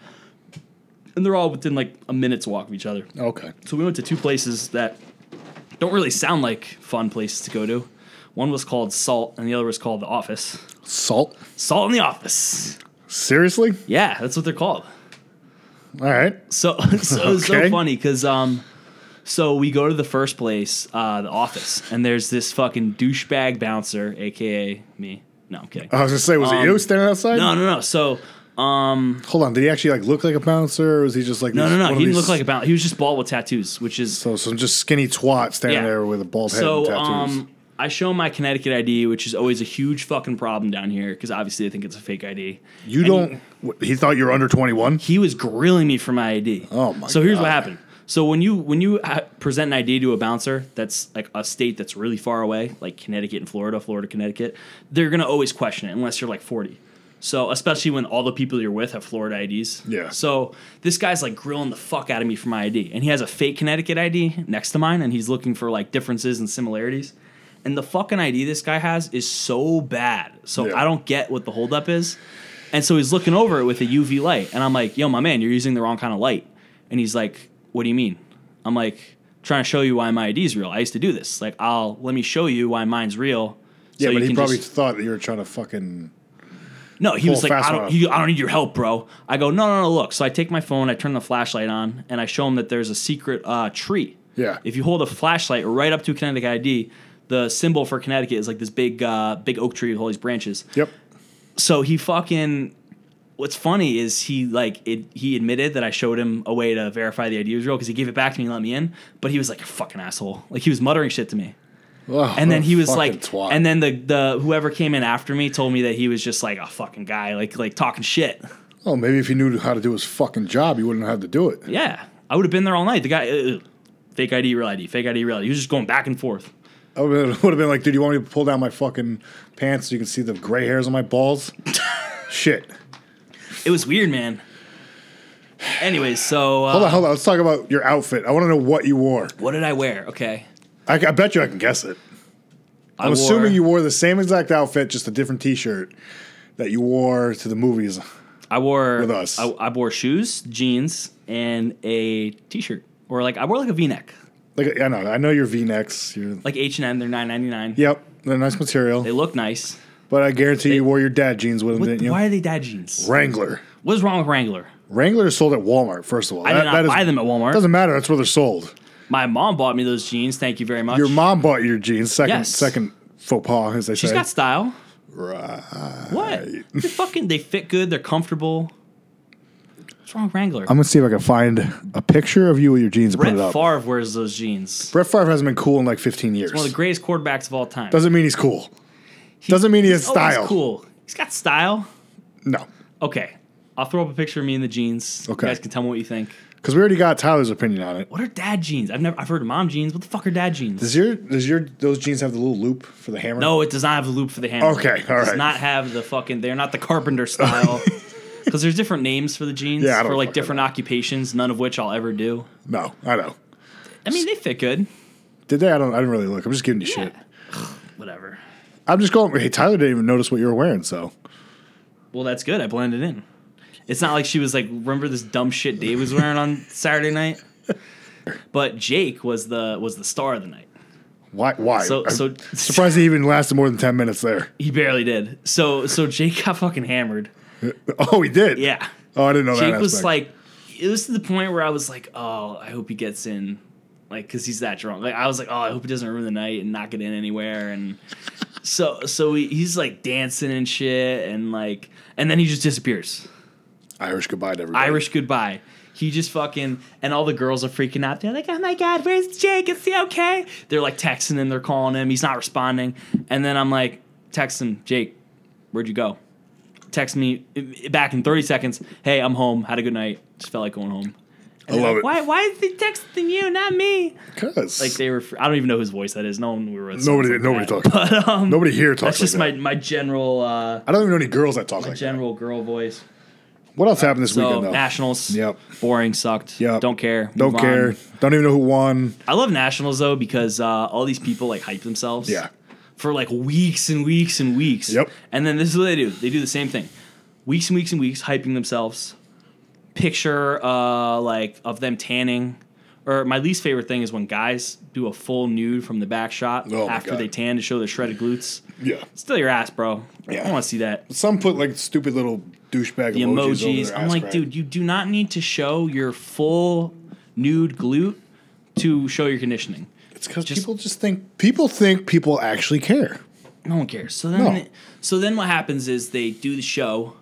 Speaker 3: And they're all within like a minute's walk of each other.
Speaker 2: Okay.
Speaker 3: So we went to two places that don't really sound like fun places to go to. One was called Salt, and the other was called The Office.
Speaker 2: Salt?
Speaker 3: Salt in the Office.
Speaker 2: Seriously?
Speaker 3: Yeah, that's what they're called.
Speaker 2: All right.
Speaker 3: So [LAUGHS] so it was
Speaker 2: Okay.
Speaker 3: so funny because um, so we go to the first place, uh, The Office, and there's this fucking douchebag bouncer, aka me. No, I'm kidding.
Speaker 2: I was going to say, was it
Speaker 3: Um,
Speaker 2: you standing outside?
Speaker 3: No, no, no. So
Speaker 2: Hold on. Did he actually like look like a bouncer, or was he just like
Speaker 3: no,
Speaker 2: these-
Speaker 3: no,
Speaker 2: one
Speaker 3: no.
Speaker 2: of
Speaker 3: He didn't
Speaker 2: these-
Speaker 3: look like a bouncer. He was just bald with tattoos, which is
Speaker 2: so some just skinny twat standing
Speaker 3: Yeah.
Speaker 2: there with a bald head and
Speaker 3: So,
Speaker 2: tattoos.
Speaker 3: um, I show my Connecticut ID, which is always a huge fucking problem down here because obviously I think it's a fake ID.
Speaker 2: you
Speaker 3: and
Speaker 2: don't. He, he thought you were under twenty one.
Speaker 3: He was grilling me for my ID.
Speaker 2: Oh, my
Speaker 3: So here's what
Speaker 2: God.
Speaker 3: happened. So when you when you uh, present an ID to a bouncer that's like a state that's really far away, like Connecticut and Florida, Florida, Connecticut, they're gonna always question it unless you're like 40. So especially when all the people you're with have Florida IDs.
Speaker 2: Yeah.
Speaker 3: So this guy's like grilling the fuck out of me for my ID, and he has a fake Connecticut ID next to mine, and he's looking for like differences and similarities. And the fucking ID this guy has is so bad, so
Speaker 2: Yeah.
Speaker 3: I don't get what the holdup is. And so he's looking over it with a UV light, and I'm like, "Yo, my man, you're using the wrong kind of light." And he's like, "What do you mean?" I'm like, "Trying to show you why my ID is real. I used to do this. Like, I'll let me show you why mine's real."
Speaker 2: Yeah,
Speaker 3: so
Speaker 2: but
Speaker 3: you
Speaker 2: he
Speaker 3: can
Speaker 2: probably
Speaker 3: just-
Speaker 2: thought that you were trying to fucking.
Speaker 3: no, he
Speaker 2: Pull
Speaker 3: was like,
Speaker 2: a fast
Speaker 3: I
Speaker 2: one
Speaker 3: don't,
Speaker 2: out.
Speaker 3: he, I don't need your help, bro. I go, no, no, no, look. So I take my phone, I turn the flashlight on, and I show him that there's a secret uh, tree.
Speaker 2: Yeah.
Speaker 3: If you hold a flashlight right up to a Connecticut ID, the symbol for Connecticut is like this big, uh, big oak tree with all these branches.
Speaker 2: Yep.
Speaker 3: So he fucking. What's funny is he like it, he admitted that I showed him a way to verify the ID was real because he gave it back to me and let me in, but he was like a fucking asshole. Like he was muttering shit to me
Speaker 2: Oh,
Speaker 3: and then
Speaker 2: what a
Speaker 3: he was
Speaker 2: fucking
Speaker 3: like,
Speaker 2: twat.
Speaker 3: and then the the whoever came in after me told me that he was just like a fucking guy, like like talking shit.
Speaker 2: oh, maybe if he knew how to do his fucking job, he wouldn't have to do it.
Speaker 3: Yeah, I would have been there all night. The guy, uh, fake ID, real ID, fake ID, real ID. He was just going back and forth.
Speaker 2: I would have [LAUGHS] been like, dude, you want me to pull down my fucking pants so you can see the gray hairs on my
Speaker 3: [LAUGHS]
Speaker 2: balls? Shit.
Speaker 3: It was weird, man. Anyways, so uh,
Speaker 2: Hold on, hold on. Let's talk about your outfit. I want to know what you wore.
Speaker 3: what did I wear? Okay,
Speaker 2: I, I bet you I can guess it.
Speaker 3: I
Speaker 2: I'm
Speaker 3: wore-
Speaker 2: assuming you wore the same exact outfit, just a different T-shirt that you wore to the movies.
Speaker 3: I wore
Speaker 2: With us.
Speaker 3: I, I wore shoes, jeans, and a t-shirt, or like I wore like a V-neck,
Speaker 2: Like I know, I know your V necks. Your
Speaker 3: like H and M. They're nine ninety nine.
Speaker 2: yep, they're nice material.
Speaker 3: They look nice.
Speaker 2: but I guarantee you wore your dad jeans with them,
Speaker 3: What,
Speaker 2: didn't you?
Speaker 3: Why are they dad jeans?
Speaker 2: Wrangler.
Speaker 3: What's wrong with Wrangler?
Speaker 2: Wranglers sold at Walmart. First of all,
Speaker 3: I did not buy them at Walmart.
Speaker 2: Doesn't matter. That's where they're sold.
Speaker 3: My mom bought me those jeans. Thank you very much.
Speaker 2: Your mom bought your jeans. Second,
Speaker 3: Yes.
Speaker 2: second faux pas, as they
Speaker 3: She's
Speaker 2: say.
Speaker 3: got style.
Speaker 2: Right.
Speaker 3: What? They fucking they fit good. They're comfortable. What's wrong with Wrangler?
Speaker 2: I'm gonna see if I can find a picture of you with your jeans. and
Speaker 3: Brett
Speaker 2: put it up.
Speaker 3: Favre wears those jeans.
Speaker 2: Brett Favre hasn't been cool in like 15 years.
Speaker 3: One of the greatest quarterbacks of all time.
Speaker 2: Doesn't mean he's cool. Doesn't mean he has
Speaker 3: Oh, he's
Speaker 2: style.
Speaker 3: cool. He's got style.
Speaker 2: No,
Speaker 3: Okay. I'll throw up a picture of me in the jeans.
Speaker 2: Okay.
Speaker 3: You guys can tell me what you think.
Speaker 2: because we already got Tyler's opinion on it.
Speaker 3: What are dad jeans? I've never I've heard of mom jeans. What the fuck are dad jeans?
Speaker 2: Does your does your those jeans have the little loop for the hammer?
Speaker 3: No, it does not have the loop for the hammer.
Speaker 2: Okay,
Speaker 3: It
Speaker 2: all
Speaker 3: does
Speaker 2: right.
Speaker 3: not have the fucking they're not the
Speaker 2: [LAUGHS]
Speaker 3: carpenter style. Because there's different names for the jeans
Speaker 2: Yeah, I don't
Speaker 3: for like
Speaker 2: fucking
Speaker 3: different occupations, none of which I'll ever do.
Speaker 2: no, I know.
Speaker 3: I mean they fit good.
Speaker 2: Did they? I don't. I didn't really look. I'm just giving you shit.
Speaker 3: [SIGHS] Whatever.
Speaker 2: I'm just going. Hey, Tyler didn't even notice what you were wearing. So
Speaker 3: Well, that's good. I blended in. It's not like she was like, remember this dumb shit Dave was
Speaker 2: [LAUGHS]
Speaker 3: wearing on Saturday night. But Jake was the was the star of the night.
Speaker 2: why? Why?
Speaker 3: So
Speaker 2: I'm
Speaker 3: so
Speaker 2: surprised he even lasted more than 10 minutes there.
Speaker 3: [LAUGHS]
Speaker 2: [LAUGHS]
Speaker 3: he barely did. So so Jake got fucking hammered.
Speaker 2: Oh, he did.
Speaker 3: Yeah.
Speaker 2: Oh, I didn't know that.
Speaker 3: Jake was
Speaker 2: aspect.
Speaker 3: like, it was to the point where I was like, oh, I hope he gets in, like, because he's that drunk. Like, I was like, oh, I hope he doesn't ruin the night and not get in anywhere. And so, so he, he's like dancing and shit, and like, and then he just disappears.
Speaker 2: Irish goodbye to everybody.
Speaker 3: Irish goodbye. He just fucking and all the girls are freaking out. They're like, "Oh my god, where's Jake? Is he okay?" They're like texting him. They're calling him. He's not responding. And then I'm like, texting Jake, where'd you go? Text me i- back in 30 seconds. Hey, I'm home. Had a good night. Just felt like going home.
Speaker 2: I love Oh, it.
Speaker 3: Why? Why is he texting you, not me?
Speaker 2: Because
Speaker 3: Like they were. I don't even know whose voice that is. No one we were. with sounds
Speaker 2: nobody
Speaker 3: like
Speaker 2: nobody
Speaker 3: that.
Speaker 2: talks.
Speaker 3: But um,
Speaker 2: nobody here talks.
Speaker 3: that's
Speaker 2: like
Speaker 3: just
Speaker 2: that.
Speaker 3: my my general uh,
Speaker 2: I don't even know any girls that talk like
Speaker 3: general girl voice.
Speaker 2: that. What else happened this
Speaker 3: So
Speaker 2: weekend though?
Speaker 3: nationals.
Speaker 2: Yep.
Speaker 3: Boring. Sucked.
Speaker 2: Yep.
Speaker 3: Don't care.
Speaker 2: Don't
Speaker 3: move on.
Speaker 2: care. Don't even know who won.
Speaker 3: I love nationals though because uh, all these people like hype themselves.
Speaker 2: Yeah.
Speaker 3: For like weeks and weeks and weeks.
Speaker 2: Yep.
Speaker 3: And then this is what they do. They do the same thing. Weeks and weeks and weeks hyping themselves. Picture uh like of them tanning. Or my least favorite thing is when guys do a full nude from the back shot
Speaker 2: Oh my
Speaker 3: after
Speaker 2: God.
Speaker 3: they tan to show their shredded glutes.
Speaker 2: Yeah.
Speaker 3: Still your ass, bro. I
Speaker 2: Yeah.
Speaker 3: don't want to see that.
Speaker 2: Some put like stupid little douchebag
Speaker 3: The
Speaker 2: emojis.
Speaker 3: emojis.
Speaker 2: Over their
Speaker 3: I'm
Speaker 2: ass
Speaker 3: like,
Speaker 2: crack.
Speaker 3: dude, you do not need to show your full nude glute to show your conditioning.
Speaker 2: It's because people just think people think people actually care.
Speaker 3: No one cares. So then,
Speaker 2: No.
Speaker 3: so then what happens is they do the show,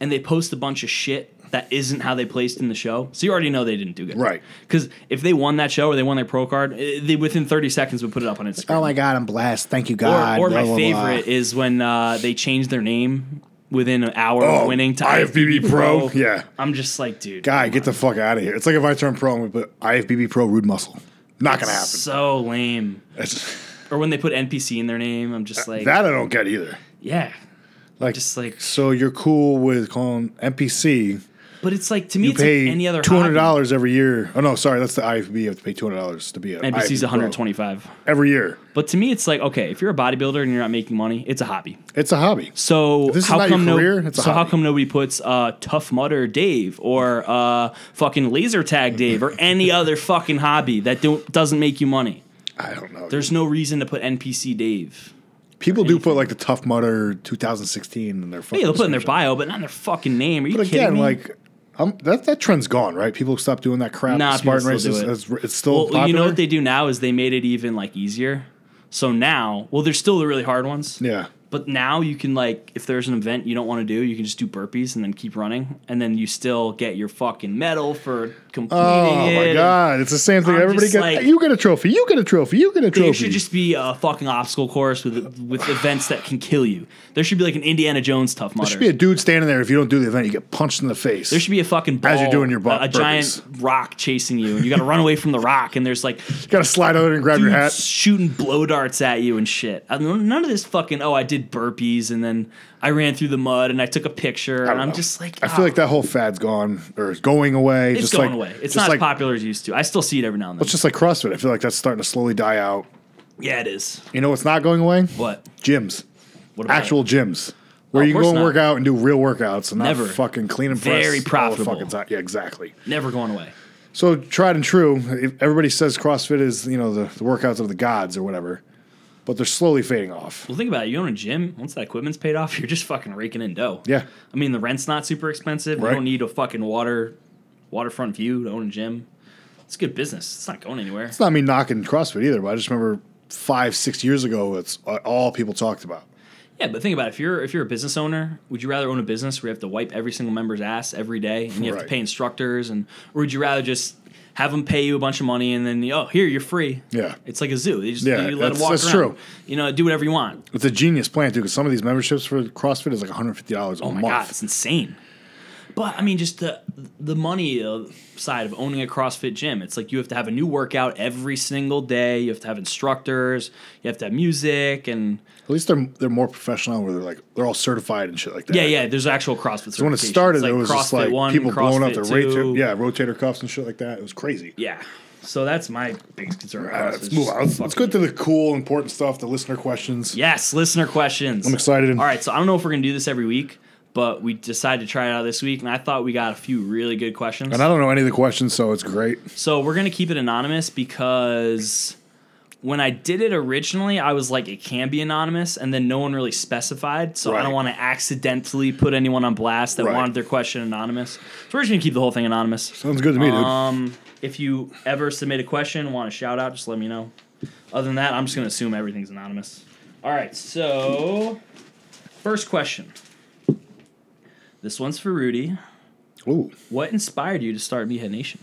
Speaker 3: and they post a bunch of shit that isn't how they placed in the show. So you already know they didn't do good,
Speaker 2: Right.
Speaker 3: Because if they won that show or they won their pro card, eh, they within thirty seconds would put it up on Instagram.
Speaker 2: Oh my god, I'm blessed. Thank you
Speaker 3: or, or my favorite is when uh, they change their name within an hour
Speaker 2: Oh,
Speaker 3: of winning to
Speaker 2: IFBB Pro. Yeah.
Speaker 3: I'm just like, dude,
Speaker 2: Guy, get the fuck out of here. It's like if I turn pro and we put IFBB Pro Rude Muscle. Not gonna happen.
Speaker 3: so lame.
Speaker 2: That's-
Speaker 3: Or when they put NPC in their name, I'm just [LAUGHS] like,
Speaker 2: Uh, that I don't get either.
Speaker 3: yeah,
Speaker 2: Like,
Speaker 3: just like.
Speaker 2: so you're cool with calling NPC?
Speaker 3: But it's like to me,
Speaker 2: You
Speaker 3: it's
Speaker 2: pay
Speaker 3: like any other
Speaker 2: two hundred
Speaker 3: hobby.
Speaker 2: dollars every year. Oh no, sorry, that's the IFBB. You have to pay two hundred dollars to be a IFBB
Speaker 3: NPC's
Speaker 2: Pro
Speaker 3: 125.
Speaker 2: every year.
Speaker 3: But to me, it's like okay, if you're a bodybuilder and you're not making money, it's a hobby.
Speaker 2: It's a hobby.
Speaker 3: So
Speaker 2: this is
Speaker 3: how
Speaker 2: not your
Speaker 3: come
Speaker 2: career,
Speaker 3: no?
Speaker 2: it's a
Speaker 3: So how
Speaker 2: hobby.
Speaker 3: come nobody puts uh, Tough Mudder Dave or uh, fucking Laser Tag Dave or
Speaker 2: [LAUGHS]
Speaker 3: any other fucking hobby that don't doesn't make you money?
Speaker 2: I don't know.
Speaker 3: There's no reason to put NPC Dave.
Speaker 2: People do put like the Tough Mudder 2016 in their phone.
Speaker 3: Yeah, they'll put it in their bio, but not in their fucking name. Are you
Speaker 2: But
Speaker 3: kidding
Speaker 2: again,
Speaker 3: me?
Speaker 2: like um, that that trend's gone, right? People stop doing that crap.
Speaker 3: Nah, people
Speaker 2: Spartan
Speaker 3: still do
Speaker 2: races.
Speaker 3: it.
Speaker 2: It's, it's still
Speaker 3: well,
Speaker 2: popular.
Speaker 3: you know what they do now is they made it even like easier. So now, well, there's still the really hard ones.
Speaker 2: yeah,
Speaker 3: But now you can like, if there's an event you don't want to do, you can just do burpees and then keep running, and then you still get your fucking medal for completing
Speaker 2: Oh
Speaker 3: it.
Speaker 2: my god, it's the same thing.
Speaker 3: I'm
Speaker 2: Everybody
Speaker 3: just
Speaker 2: gets
Speaker 3: like-
Speaker 2: you get a trophy, you get a trophy, you get a
Speaker 3: There
Speaker 2: trophy.
Speaker 3: should just be a fucking obstacle course with with events that can kill you. There should be like an Indiana Jones tough mudder.
Speaker 2: there should be a dude standing there. If you don't do the event, you get punched in the face.
Speaker 3: there should be a fucking ball,
Speaker 2: As you're doing your bu-
Speaker 3: a, a giant rock chasing you, and you got to run away from the rock. And there's like
Speaker 2: you gotta slide over and grab your
Speaker 3: dudes
Speaker 2: hat.
Speaker 3: shooting blow darts at you and shit. I mean, none of this fucking. Oh, I did burpees and then I ran through the mud and I took a picture.
Speaker 2: I
Speaker 3: And
Speaker 2: don't
Speaker 3: I'm
Speaker 2: know.
Speaker 3: just like,
Speaker 2: I feel
Speaker 3: ah.
Speaker 2: like that whole fad's gone or is going away.
Speaker 3: It's
Speaker 2: just
Speaker 3: going
Speaker 2: like,
Speaker 3: away. It's
Speaker 2: just
Speaker 3: not
Speaker 2: like,
Speaker 3: as popular as it used to. I still see it every now and then.
Speaker 2: It's just like CrossFit. I feel like that's starting to slowly die out.
Speaker 3: yeah, it is.
Speaker 2: You know what's not going away?
Speaker 3: What?
Speaker 2: Gyms.
Speaker 3: What about
Speaker 2: Actual
Speaker 3: it?
Speaker 2: gyms. Where
Speaker 3: Oh, of
Speaker 2: you can
Speaker 3: course
Speaker 2: go and
Speaker 3: not.
Speaker 2: work out and do real workouts and not
Speaker 3: Never.
Speaker 2: fucking clean and press.
Speaker 3: Very
Speaker 2: all the
Speaker 3: profitable.
Speaker 2: fucking time. Yeah, exactly.
Speaker 3: Never going away.
Speaker 2: So tried and true. If- Everybody says CrossFit is you know the, the workouts of the gods or whatever, but they're slowly fading off.
Speaker 3: Well, think about it. You own a gym. Once that equipment's paid off, [LAUGHS] you're just fucking raking in dough.
Speaker 2: Yeah.
Speaker 3: I mean, the rent's not super expensive.
Speaker 2: Right.
Speaker 3: You don't need a fucking water, waterfront view to own a gym. It's good business. It's not going anywhere.
Speaker 2: It's not me knocking CrossFit either, but I just remember five six years ago, it's a- all people talked about.
Speaker 3: Yeah, but think about it. if you're if you're a business owner, would you rather own a business where you have to wipe every single member's ass every day and you have
Speaker 2: Right.
Speaker 3: to pay instructors and or would you rather just have them pay you a bunch of money and then oh here you're free.
Speaker 2: Yeah.
Speaker 3: It's like a zoo. They just
Speaker 2: Yeah,
Speaker 3: you let
Speaker 2: that's-
Speaker 3: them walk
Speaker 2: that's
Speaker 3: around.
Speaker 2: true.
Speaker 3: You know, do whatever you want.
Speaker 2: It's a genius plan too, because some of these memberships for CrossFit is like one hundred fifty dollars a
Speaker 3: Oh my
Speaker 2: month.
Speaker 3: god, it's insane. But I mean, just the the money uh, side of owning a CrossFit gym. It's like you have to have a new workout every single day. You have to have instructors. You have to have music and
Speaker 2: At least they're they're more professional, where they're like they're all certified and shit like that.
Speaker 3: yeah, yeah. There's actual CrossFit.
Speaker 2: So when it
Speaker 3: certifications,
Speaker 2: started,
Speaker 3: like
Speaker 2: it was just
Speaker 3: CrossFit
Speaker 2: like people blowing up
Speaker 3: CrossFit
Speaker 2: their
Speaker 3: two.
Speaker 2: rotator, yeah, rotator cuffs and shit like that. It was crazy.
Speaker 3: Yeah. So that's my biggest concern. with
Speaker 2: All right,
Speaker 3: CrossFit
Speaker 2: let's
Speaker 3: is
Speaker 2: move
Speaker 3: just
Speaker 2: on. Let's, let's
Speaker 3: fucking-
Speaker 2: get to the cool, important stuff. The listener questions.
Speaker 3: Yes, listener questions.
Speaker 2: I'm excited.
Speaker 3: All right, so I don't know if we're gonna do this every week, but we decided to try it out this week, and I thought we got a few really good questions.
Speaker 2: And I don't know any of the questions, so it's great.
Speaker 3: So we're gonna keep it anonymous because when I did it originally, I was like, it can be anonymous, and then no one really specified. So I
Speaker 2: Right.
Speaker 3: don't want to accidentally put anyone on blast that
Speaker 2: Right.
Speaker 3: wanted their question anonymous. So we're just gonna keep the whole thing anonymous.
Speaker 2: Sounds good to me, dude.
Speaker 3: Um, if you ever submit a question, want a shout out, just let me know. Other than that, I'm just gonna assume everything's anonymous. All right, so first question. This one's for Rudy.
Speaker 2: Ooh.
Speaker 3: What inspired you to start Meathead Nation?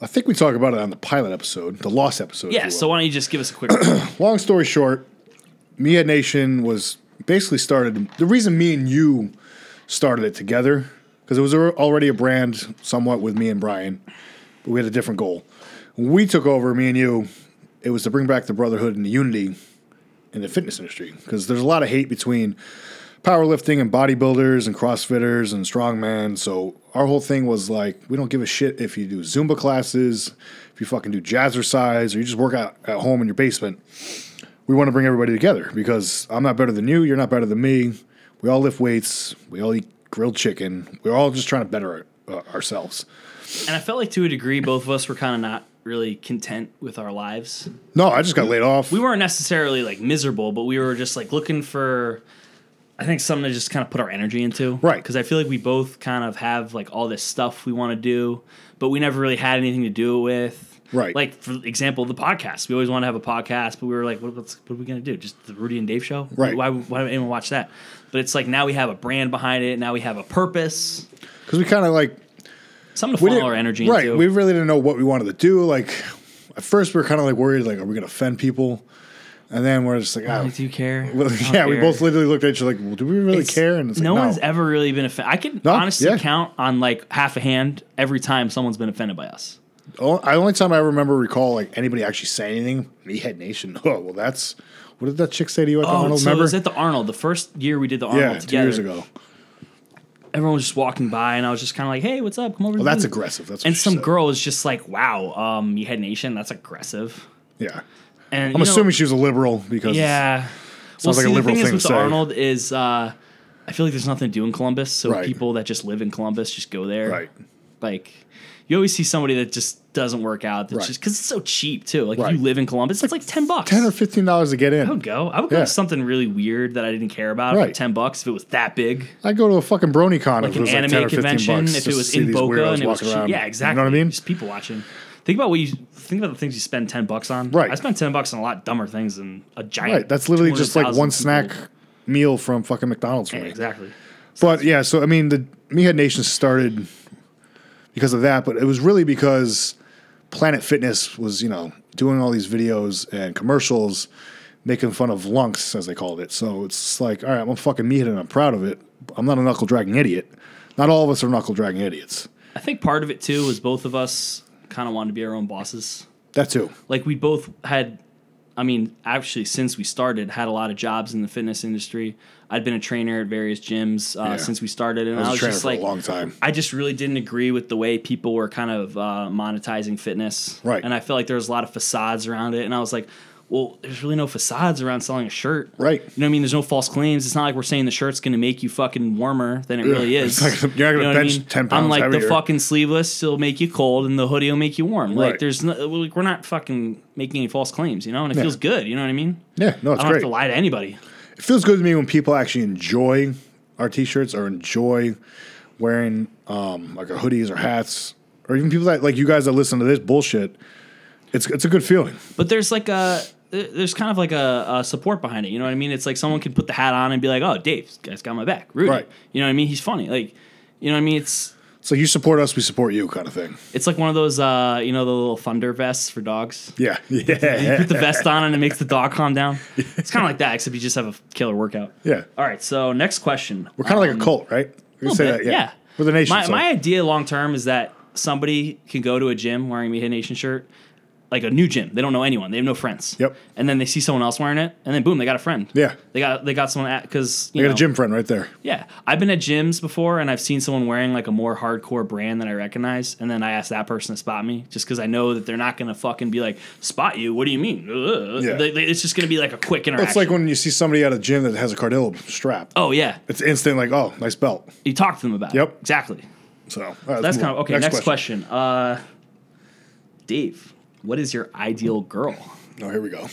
Speaker 2: I think we talk about it on the pilot episode, the loss episode. if
Speaker 3: Yeah,
Speaker 2: you
Speaker 3: so
Speaker 2: will.
Speaker 3: why don't you just give us a quick? [COUGHS]
Speaker 2: long story short, Mia Nation was basically started. The reason me and you started it together because it was al- already a brand, somewhat with me and Brian, but we had a different goal. When we took over, me and you, it was to bring back the brotherhood and the unity in the fitness industry because there's a lot of hate between powerlifting and bodybuilders and crossfitters and strongmen so our whole thing was like we don't give a shit if you do zumba classes if you fucking do jazzercise or you just work out at home in your basement we want to bring everybody together because i'm not better than you you're not better than me we all lift weights we all eat grilled chicken we're all just trying to better uh, ourselves
Speaker 3: And I felt like to a degree, both of us were kind of not really content with our lives.
Speaker 2: no i just got laid off
Speaker 3: We weren't necessarily like miserable, but we were just like looking for, I think, something to just kind of put our energy into.
Speaker 2: Right.
Speaker 3: Because I feel like we both kind of have like all this stuff we want to do, but we never really had anything to do it with.
Speaker 2: Right.
Speaker 3: Like, for example, the podcast. We always want to have a podcast, but we were like, what, what's, what are we going to do? Just the Rudy and Dave show?
Speaker 2: Right.
Speaker 3: Why, why would anyone watch that? But it's like now we have a brand behind it. Now we have a purpose,
Speaker 2: because we kind of like
Speaker 3: something to
Speaker 2: we
Speaker 3: funnel
Speaker 2: didn't-
Speaker 3: our energy
Speaker 2: right,
Speaker 3: into.
Speaker 2: we really didn't know what we wanted to do. Like at first, we were kind of like worried, like, are we going to offend people? And then we're just like, ah,
Speaker 3: Like, do Oh, you care?
Speaker 2: [LAUGHS] well,
Speaker 3: I
Speaker 2: yeah.
Speaker 3: don't
Speaker 2: We
Speaker 3: care.
Speaker 2: both literally looked at each other like, well, do we really
Speaker 3: It's-
Speaker 2: care? And it's like,
Speaker 3: no,
Speaker 2: no,
Speaker 3: one's ever really been offended. I could
Speaker 2: No,
Speaker 3: honestly
Speaker 2: yeah.
Speaker 3: count on like half a hand every time someone's been offended by us.
Speaker 2: O- The only time I remember recall like anybody actually saying anything, me head nation. [LAUGHS] Oh well, that's what did that chick say to you at the
Speaker 3: Oh,
Speaker 2: Arnold?
Speaker 3: so it
Speaker 2: remember?
Speaker 3: was at the Arnold the first year we did the Arnold
Speaker 2: yeah, two
Speaker 3: together.
Speaker 2: years ago.
Speaker 3: Everyone was just walking by, and I was just kind of like, "Hey, what's up? Come over."
Speaker 2: Well, Oh, that's aggressive. That's what
Speaker 3: And
Speaker 2: she
Speaker 3: some
Speaker 2: said.
Speaker 3: girl was just like, "Wow, um, you had nation. That's aggressive."
Speaker 2: Yeah,
Speaker 3: And
Speaker 2: I'm assuming she was a liberal because
Speaker 3: yeah.
Speaker 2: Sounds like a liberal
Speaker 3: the thing
Speaker 2: thing
Speaker 3: is
Speaker 2: to
Speaker 3: with the
Speaker 2: say.
Speaker 3: Arnold is, uh, I feel like there's nothing to do in Columbus, so
Speaker 2: Right.
Speaker 3: people that just live in Columbus just go there.
Speaker 2: right.
Speaker 3: Like, you always see somebody that just doesn't work out. That's
Speaker 2: Right.
Speaker 3: just because it's so cheap too. Like, if
Speaker 2: Right.
Speaker 3: you live in Columbus, it's like ten bucks.
Speaker 2: Ten or fifteen dollars to get in.
Speaker 3: I would go. I would go
Speaker 2: Yeah.
Speaker 3: to something really weird that I didn't care about for
Speaker 2: Right.
Speaker 3: ten bucks if it was that big.
Speaker 2: I'd go to a fucking brony con if it
Speaker 3: Like an
Speaker 2: was like
Speaker 3: anime
Speaker 2: 10 or 15
Speaker 3: convention,
Speaker 2: bucks
Speaker 3: if
Speaker 2: just
Speaker 3: it
Speaker 2: to
Speaker 3: was
Speaker 2: see
Speaker 3: in
Speaker 2: these
Speaker 3: Boca
Speaker 2: weirdos
Speaker 3: and it was
Speaker 2: walking
Speaker 3: cheap.
Speaker 2: around.
Speaker 3: Yeah, exactly.
Speaker 2: You know what I mean?
Speaker 3: Just people watching. Think about what you think about the things you spend ten bucks on.
Speaker 2: Right.
Speaker 3: I spent ten bucks on a lot dumber things than a giant.
Speaker 2: Right. That's literally just like
Speaker 3: 200,000
Speaker 2: one
Speaker 3: people.
Speaker 2: snack meal from fucking McDonald's for
Speaker 3: Yeah,
Speaker 2: me.
Speaker 3: exactly.
Speaker 2: But yeah, so I mean, the Meathead Nation started because of that, but it was really because Planet Fitness was, you know, doing all these videos and commercials making fun of lunks, as they called it. So it's like, all right, I'm a fucking Meathead and I'm proud of it. I'm not a knuckle dragging idiot. Not all of us are knuckle dragging idiots.
Speaker 3: I think part of it too was both of us kind of wanted to be our own bosses.
Speaker 2: That too.
Speaker 3: like we both had i mean actually since we started had a lot of jobs in the fitness industry i'd been a trainer at various gyms uh,
Speaker 2: Yeah.
Speaker 3: since we started and
Speaker 2: I was,
Speaker 3: i
Speaker 2: a
Speaker 3: was
Speaker 2: trainer
Speaker 3: just
Speaker 2: for
Speaker 3: like
Speaker 2: a long time.
Speaker 3: i just really didn't agree with the way people were kind of uh, monetizing fitness
Speaker 2: Right.
Speaker 3: and i felt like there was a lot of facades around it and i was like well, there's really no facades around selling a shirt.
Speaker 2: Right.
Speaker 3: You know what I mean? There's no false claims. It's not like we're saying the shirt's going to make you fucking warmer than it really is.
Speaker 2: It's not gonna- you're not gonna
Speaker 3: what
Speaker 2: bench 10 pounds
Speaker 3: Unlike the
Speaker 2: heavier.
Speaker 3: fucking sleeveless, will make you cold, and the hoodie will make you warm. Like
Speaker 2: Right.
Speaker 3: there's no, like we're not fucking making any false claims, you know, and it
Speaker 2: Yeah.
Speaker 3: feels good. You know what I mean?
Speaker 2: Yeah, no,
Speaker 3: I
Speaker 2: it's
Speaker 3: don't
Speaker 2: great.
Speaker 3: have to lie to anybody.
Speaker 2: It feels good to me when people actually enjoy our t-shirts or enjoy wearing um, like our hoodies or hats or even people that like you guys that listen to this bullshit. It's it's a good feeling.
Speaker 3: But there's like a there's kind of like a, a support behind it. You know what I mean? It's like someone can put the hat on and be like, "Oh, Dave, this guy's got my back." Rudy,
Speaker 2: Right.
Speaker 3: you know what I mean? He's funny. Like, you know what I mean? It's
Speaker 2: So you support us, we support you, kind of thing.
Speaker 3: it's like one of those uh, you know the little thunder vests for dogs. [LAUGHS]
Speaker 2: Yeah, yeah,
Speaker 3: Put the vest on and it makes the dog calm down. It's kind of like that, except you just have a killer workout. [LAUGHS]
Speaker 2: yeah.
Speaker 3: All right, so next question.
Speaker 2: We're kind of like a cult, right? We can
Speaker 3: Um, little
Speaker 2: say that,
Speaker 3: bit,
Speaker 2: yeah.
Speaker 3: yeah.
Speaker 2: We're the nation.
Speaker 3: My,
Speaker 2: so-
Speaker 3: my idea long term is that somebody can go to a gym wearing a Meathead Nation shirt, like a new gym. They don't know anyone. They have no friends.
Speaker 2: Yep.
Speaker 3: And then they see someone else wearing it, and then boom, they got a friend.
Speaker 2: yeah,
Speaker 3: They got they got someone at because
Speaker 2: I got a gym friend right there.
Speaker 3: Yeah, I've been at gyms before, and I've seen someone wearing like a more hardcore brand that I recognize, and then I ask that person to spot me just because I know that they're not gonna fucking be like spot you. What do you mean? Ugh."
Speaker 2: Yeah.
Speaker 3: They- they- it's just gonna be like a quick interaction.
Speaker 2: It's like when you see somebody at a gym that has a Cardillo strap.
Speaker 3: oh yeah,
Speaker 2: It's instant, like, oh, nice belt.
Speaker 3: you talk to them about. it.
Speaker 2: Yep.
Speaker 3: exactly.
Speaker 2: So all right,
Speaker 3: That's
Speaker 2: let's move
Speaker 3: kind of
Speaker 2: on.
Speaker 3: okay. Next, question. Uh, Dave, what is your ideal girl? Hmm,
Speaker 2: Oh, here we go.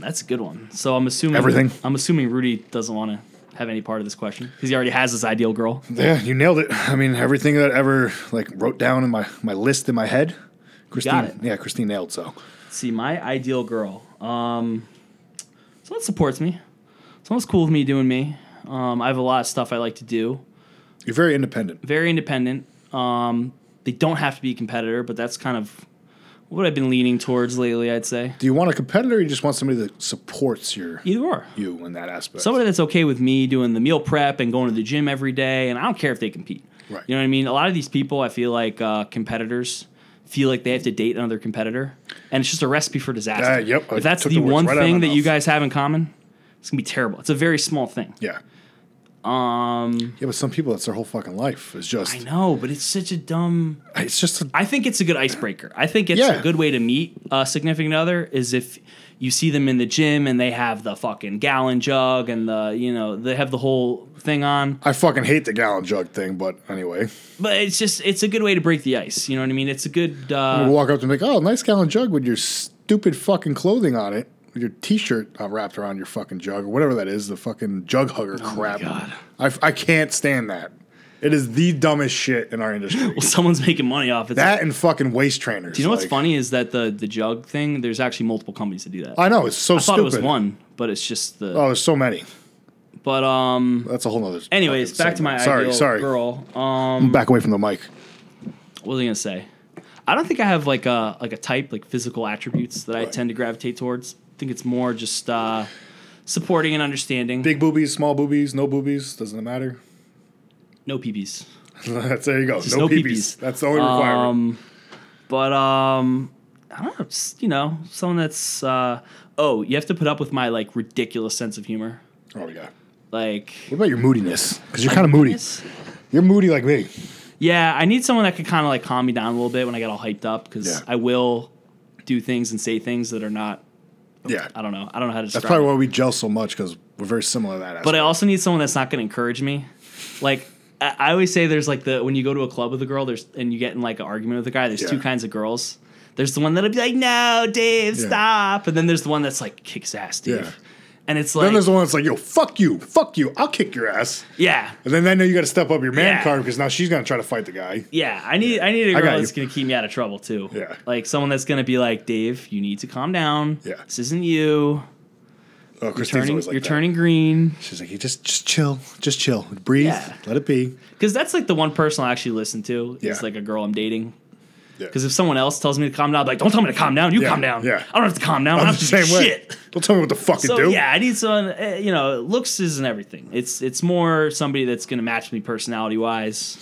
Speaker 3: That's a good one. So I'm assuming
Speaker 2: Everything.
Speaker 3: I'm assuming Rudy doesn't want to have any part of this question because he already has his ideal girl.
Speaker 2: Yeah, you nailed it. I mean, everything that I ever like wrote down in my my list in my head. Christine,
Speaker 3: it.
Speaker 2: yeah, Christine nailed. So
Speaker 3: Let's see, my ideal girl. Um, someone that supports me. Someone's cool with me doing me. Um, I have a lot of stuff I like to do.
Speaker 2: you're very independent.
Speaker 3: Very independent. Um, they don't have to be a competitor, but that's kind of what I've been leaning towards lately. I'd say
Speaker 2: Do you want a competitor? or You just want somebody that supports your
Speaker 3: either or.
Speaker 2: you in that aspect.
Speaker 3: somebody that's okay with me doing the meal prep and going to the gym every day, and I don't care if they compete.
Speaker 2: Right.
Speaker 3: You know what I mean? A lot of these people, I feel like uh, competitors feel like they have to date another competitor, and it's just a recipe for disaster.
Speaker 2: Uh, yep, I
Speaker 3: If that's
Speaker 2: took
Speaker 3: the
Speaker 2: the words
Speaker 3: one
Speaker 2: right out of
Speaker 3: thing
Speaker 2: my
Speaker 3: that you
Speaker 2: mouth.
Speaker 3: guys have in common, it's gonna be terrible. It's a very small thing.
Speaker 2: yeah,
Speaker 3: Um,
Speaker 2: yeah, but some people that's their whole fucking life is
Speaker 3: I
Speaker 2: just
Speaker 3: know, but it's such a dumb.
Speaker 2: it's just a,
Speaker 3: I think it's a good icebreaker. I think it's
Speaker 2: Yeah.
Speaker 3: a good way to meet a significant other is if you see them in the gym and they have the fucking gallon jug and the you know they have the whole thing on.
Speaker 2: I fucking hate the gallon jug thing, but anyway,
Speaker 3: but it's just it's a good way to break the ice. You know what I mean? It's a good.
Speaker 2: I
Speaker 3: Uh,
Speaker 2: walk up to me like, oh, nice gallon jug with your stupid fucking clothing on it, with your t-shirt uh, wrapped around your fucking jug or whatever that is, the fucking jug hugger crap.
Speaker 3: Oh God.
Speaker 2: I I can't stand that. It is the dumbest shit in our industry.
Speaker 3: [LAUGHS] well, someone's making money off it.
Speaker 2: that and fucking waist trainers.
Speaker 3: Do you know what's
Speaker 2: like-
Speaker 3: funny is that the the jug thing. There's actually multiple companies that do that. I,
Speaker 2: I know it's so
Speaker 3: thought
Speaker 2: stupid.
Speaker 3: it was one, but it's just the.
Speaker 2: Oh, there's so many.
Speaker 3: But um.
Speaker 2: That's a whole nother.
Speaker 3: Anyways,
Speaker 2: fucking
Speaker 3: back to my
Speaker 2: segment. sorry,
Speaker 3: ideal
Speaker 2: sorry.
Speaker 3: girl. Um,
Speaker 2: I'm back away from the mic.
Speaker 3: what was I gonna say? I don't think I have like a like a type like physical attributes that I tend to gravitate towards. I think it's more just uh, supporting and understanding.
Speaker 2: Big boobies, small boobies, no boobies, doesn't it matter?
Speaker 3: no PBs.
Speaker 2: [LAUGHS] That's there you go.
Speaker 3: no
Speaker 2: No, peepees.
Speaker 3: peepees.
Speaker 2: That's the only requirement.
Speaker 3: Um, but um, I don't know. Just, you know, someone that's uh, oh, you have to put up with my like ridiculous sense of humor.
Speaker 2: oh yeah.
Speaker 3: Like,
Speaker 2: What about your moodiness? Because you're kind of moody. You're moody like me.
Speaker 3: yeah, I need someone that could kind of like calm me down a little bit when I get all hyped up because
Speaker 2: Yeah.
Speaker 3: I will do things and say things that are not.
Speaker 2: Yeah.
Speaker 3: I don't know. I don't know how to describe.
Speaker 2: That's probably
Speaker 3: it.
Speaker 2: why we gel so much because we're very similar in that.
Speaker 3: But I
Speaker 2: aspect.
Speaker 3: also need someone that's not going to encourage me. Like I, I always say, there's like the when you go to a club with a girl, there's and you get in like an argument with a guy. There's two
Speaker 2: Yeah.
Speaker 3: kinds of girls. There's the one that'll be like, "No, Dave,
Speaker 2: Yeah.
Speaker 3: stop," and then there's the one that's like, "Kicks ass, Dave."
Speaker 2: Yeah.
Speaker 3: And it's
Speaker 2: then
Speaker 3: like,
Speaker 2: there's the one that's like, "Yo, fuck you, fuck you, I'll kick your ass,"
Speaker 3: yeah,
Speaker 2: and then I know you got to step up your man
Speaker 3: Yeah.
Speaker 2: card because now she's gonna try to fight the guy.
Speaker 3: yeah. I need, I need a
Speaker 2: I
Speaker 3: girl
Speaker 2: got
Speaker 3: that's
Speaker 2: you.
Speaker 3: going to keep me out of trouble too.
Speaker 2: Yeah.
Speaker 3: like someone that's going to be like, "Dave, you need to calm down.
Speaker 2: Yeah.
Speaker 3: this isn't you.
Speaker 2: Oh, Christine's
Speaker 3: Turning,
Speaker 2: always like
Speaker 3: you're
Speaker 2: that.
Speaker 3: turning green."
Speaker 2: She's like, "You just, just chill, just chill, breathe,
Speaker 3: Yeah.
Speaker 2: let it be."
Speaker 3: Because that's like the one person I will actually listen to.
Speaker 2: Yeah.
Speaker 3: It's like a girl I'm dating.
Speaker 2: Yeah.
Speaker 3: Because if someone else tells me to calm down, I'm like, don't tell me to calm down. You
Speaker 2: Yeah,
Speaker 3: calm down.
Speaker 2: yeah.
Speaker 3: I don't have to calm down. I'm,
Speaker 2: I'm
Speaker 3: not
Speaker 2: the same way.
Speaker 3: shit.
Speaker 2: Don't tell me what the fuck
Speaker 3: So
Speaker 2: to do.
Speaker 3: yeah, I need someone. eh, You know, looks isn't everything. It's it's more somebody that's going to match me personality wise.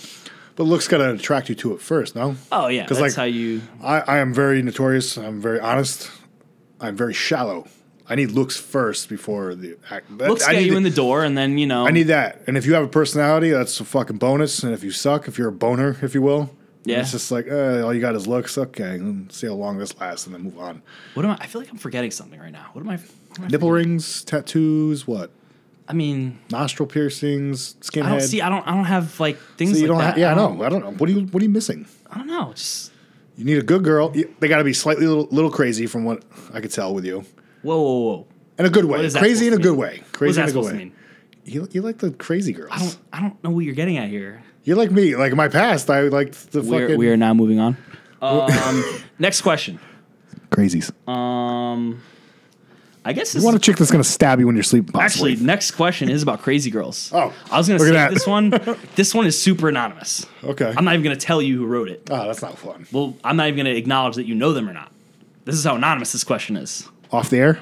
Speaker 2: But looks gotta attract you to it first, no?
Speaker 3: Oh yeah,
Speaker 2: 'Cause,
Speaker 3: that's
Speaker 2: like,
Speaker 3: how you.
Speaker 2: I, I am very notorious. I'm very honest. I'm very shallow. I need looks first before the act.
Speaker 3: Looks
Speaker 2: I
Speaker 3: get
Speaker 2: need
Speaker 3: you
Speaker 2: the-
Speaker 3: in the door, and then you know.
Speaker 2: I need that. And if you have a personality, that's a fucking bonus. And if you suck, if you're a boner, if you will,
Speaker 3: Yeah.
Speaker 2: It's just like, uh, all you got is looks. Okay, let's see how long this lasts and then move on.
Speaker 3: What am I? I feel like I'm forgetting something right now. What am I? What am I,
Speaker 2: Nipple rings, tattoos, what?
Speaker 3: I mean,
Speaker 2: Nostril piercings, skinhead.
Speaker 3: I don't see. I don't. I don't have like things
Speaker 2: So you
Speaker 3: like
Speaker 2: don't
Speaker 3: that.
Speaker 2: have, yeah, I
Speaker 3: don't-
Speaker 2: know. I don't know. What are you what are you missing?
Speaker 3: I don't know. Just
Speaker 2: You need a good girl. You- They got to be slightly little, little crazy from what I could tell with you.
Speaker 3: whoa, whoa, whoa.
Speaker 2: In a good way.
Speaker 3: is that
Speaker 2: Crazy in a
Speaker 3: supposed to
Speaker 2: good
Speaker 3: mean?
Speaker 2: way.
Speaker 3: What is
Speaker 2: Crazy
Speaker 3: that
Speaker 2: in a good
Speaker 3: supposed to
Speaker 2: way.
Speaker 3: mean?
Speaker 2: You, you like the crazy girls.
Speaker 3: I don't. I don't know what you're getting at here.
Speaker 2: You're like me. Like in my past, I liked the
Speaker 3: We're,
Speaker 2: fucking
Speaker 3: we are now
Speaker 2: [LAUGHS]
Speaker 3: moving on. Um, next question.
Speaker 2: crazies.
Speaker 3: Um, I guess this
Speaker 2: you want a
Speaker 3: is,
Speaker 2: chick that's gonna stab you when you're sleeping. Possibly.
Speaker 3: actually next question is about crazy girls.
Speaker 2: [LAUGHS] Oh,
Speaker 3: I was gonna
Speaker 2: look at
Speaker 3: say
Speaker 2: that.
Speaker 3: this one. This one is super anonymous.
Speaker 2: okay.
Speaker 3: I'm not even gonna tell you who wrote it.
Speaker 2: oh, that's not fun.
Speaker 3: Well, I'm not even gonna acknowledge that you know them or not. This is how anonymous this question is.
Speaker 2: Off the air.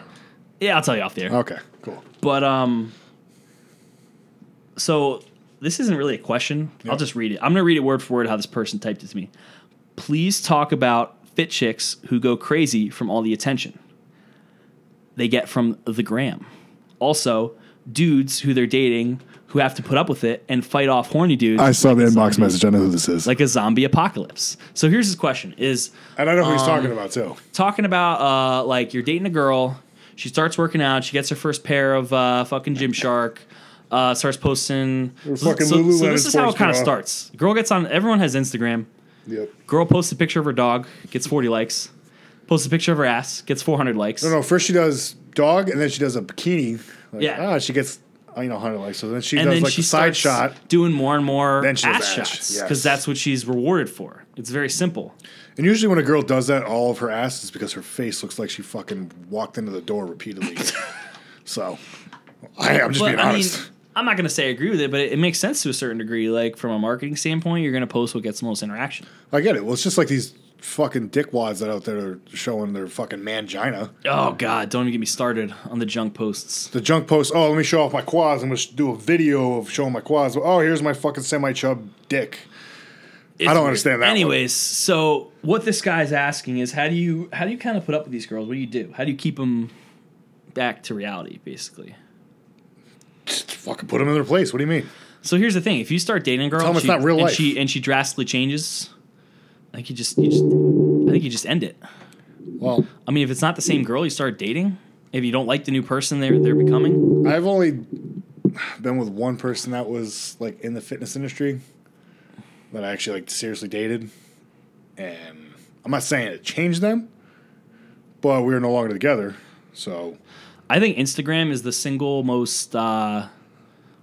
Speaker 3: Yeah, I'll tell you off the air.
Speaker 2: Okay. Cool.
Speaker 3: But um, so this isn't really a question. I'll just read it. I'm gonna read it word for word how this person typed it to me. Please talk about fit chicks who go crazy from all the attention they get from the gram. Also, dudes who they're dating who have to put up with it and fight off horny dudes.
Speaker 2: I saw the inbox message. I know who this is.
Speaker 3: like a zombie apocalypse. So here's his question: Is
Speaker 2: and I know who
Speaker 3: um,
Speaker 2: he's talking about too.
Speaker 3: talking about uh, like you're dating a girl. She starts working out. She gets her first pair of uh, fucking Gymshark. Uh, starts posting. So,
Speaker 2: fucking
Speaker 3: so- so
Speaker 2: Lululemon
Speaker 3: this is how
Speaker 2: sports
Speaker 3: it kind of
Speaker 2: bra.
Speaker 3: starts. Girl gets on. Everyone has Instagram.
Speaker 2: Yep.
Speaker 3: Girl posts a picture of her dog. Gets 40 likes. Posts a picture of her ass. Gets 400 likes.
Speaker 2: No, no. First she does dog, and then she does a bikini. Like,
Speaker 3: Yeah.
Speaker 2: Ah, she gets you know hundred likes. So then she
Speaker 3: And
Speaker 2: does
Speaker 3: then
Speaker 2: like
Speaker 3: she
Speaker 2: the side
Speaker 3: starts
Speaker 2: shot,
Speaker 3: doing more and more
Speaker 2: Then she does
Speaker 3: ass
Speaker 2: ass,
Speaker 3: shots
Speaker 2: yes.
Speaker 3: because that's what she's rewarded for. It's very simple.
Speaker 2: and usually when a girl does that, all of her ass is because her face looks like she fucking walked into the door
Speaker 3: [LAUGHS]
Speaker 2: repeatedly. so I, I'm just
Speaker 3: But
Speaker 2: being
Speaker 3: I
Speaker 2: honest.
Speaker 3: mean, I'm not going to say I agree with it, but it, it makes sense to a certain degree. Like from a marketing standpoint, you're going to post what gets the most interaction.
Speaker 2: I get it. Well, it's just like these fucking dickwads that out there are showing their fucking mangina.
Speaker 3: Oh God! Don't even get me started on the junk posts.
Speaker 2: The junk post. Oh, let me show off my quads. I'm gonna sh- do a video of showing my quads. Oh, here's my fucking semi chub dick.
Speaker 3: It's
Speaker 2: don't understand that one.
Speaker 3: Anyways, so what this guy's asking is, how do you how do you kind of put up with these girls? What do you do? How do you keep them back to reality, basically?
Speaker 2: Just fucking put them in their place. What do you mean?
Speaker 3: So here's the thing: if you start dating a girl,
Speaker 2: Tell 'em
Speaker 3: and
Speaker 2: it's not real
Speaker 3: and
Speaker 2: life.
Speaker 3: she and she drastically changes, I think you just you just I think you just end it.
Speaker 2: Well,
Speaker 3: I mean, if it's not the same girl you start dating, if you don't like the new person they're they're becoming,
Speaker 2: I've only been with one person that was like in the fitness industry that I actually like seriously dated, and I'm not saying it changed them, but we were no longer together. So
Speaker 3: I think Instagram is the single most. uh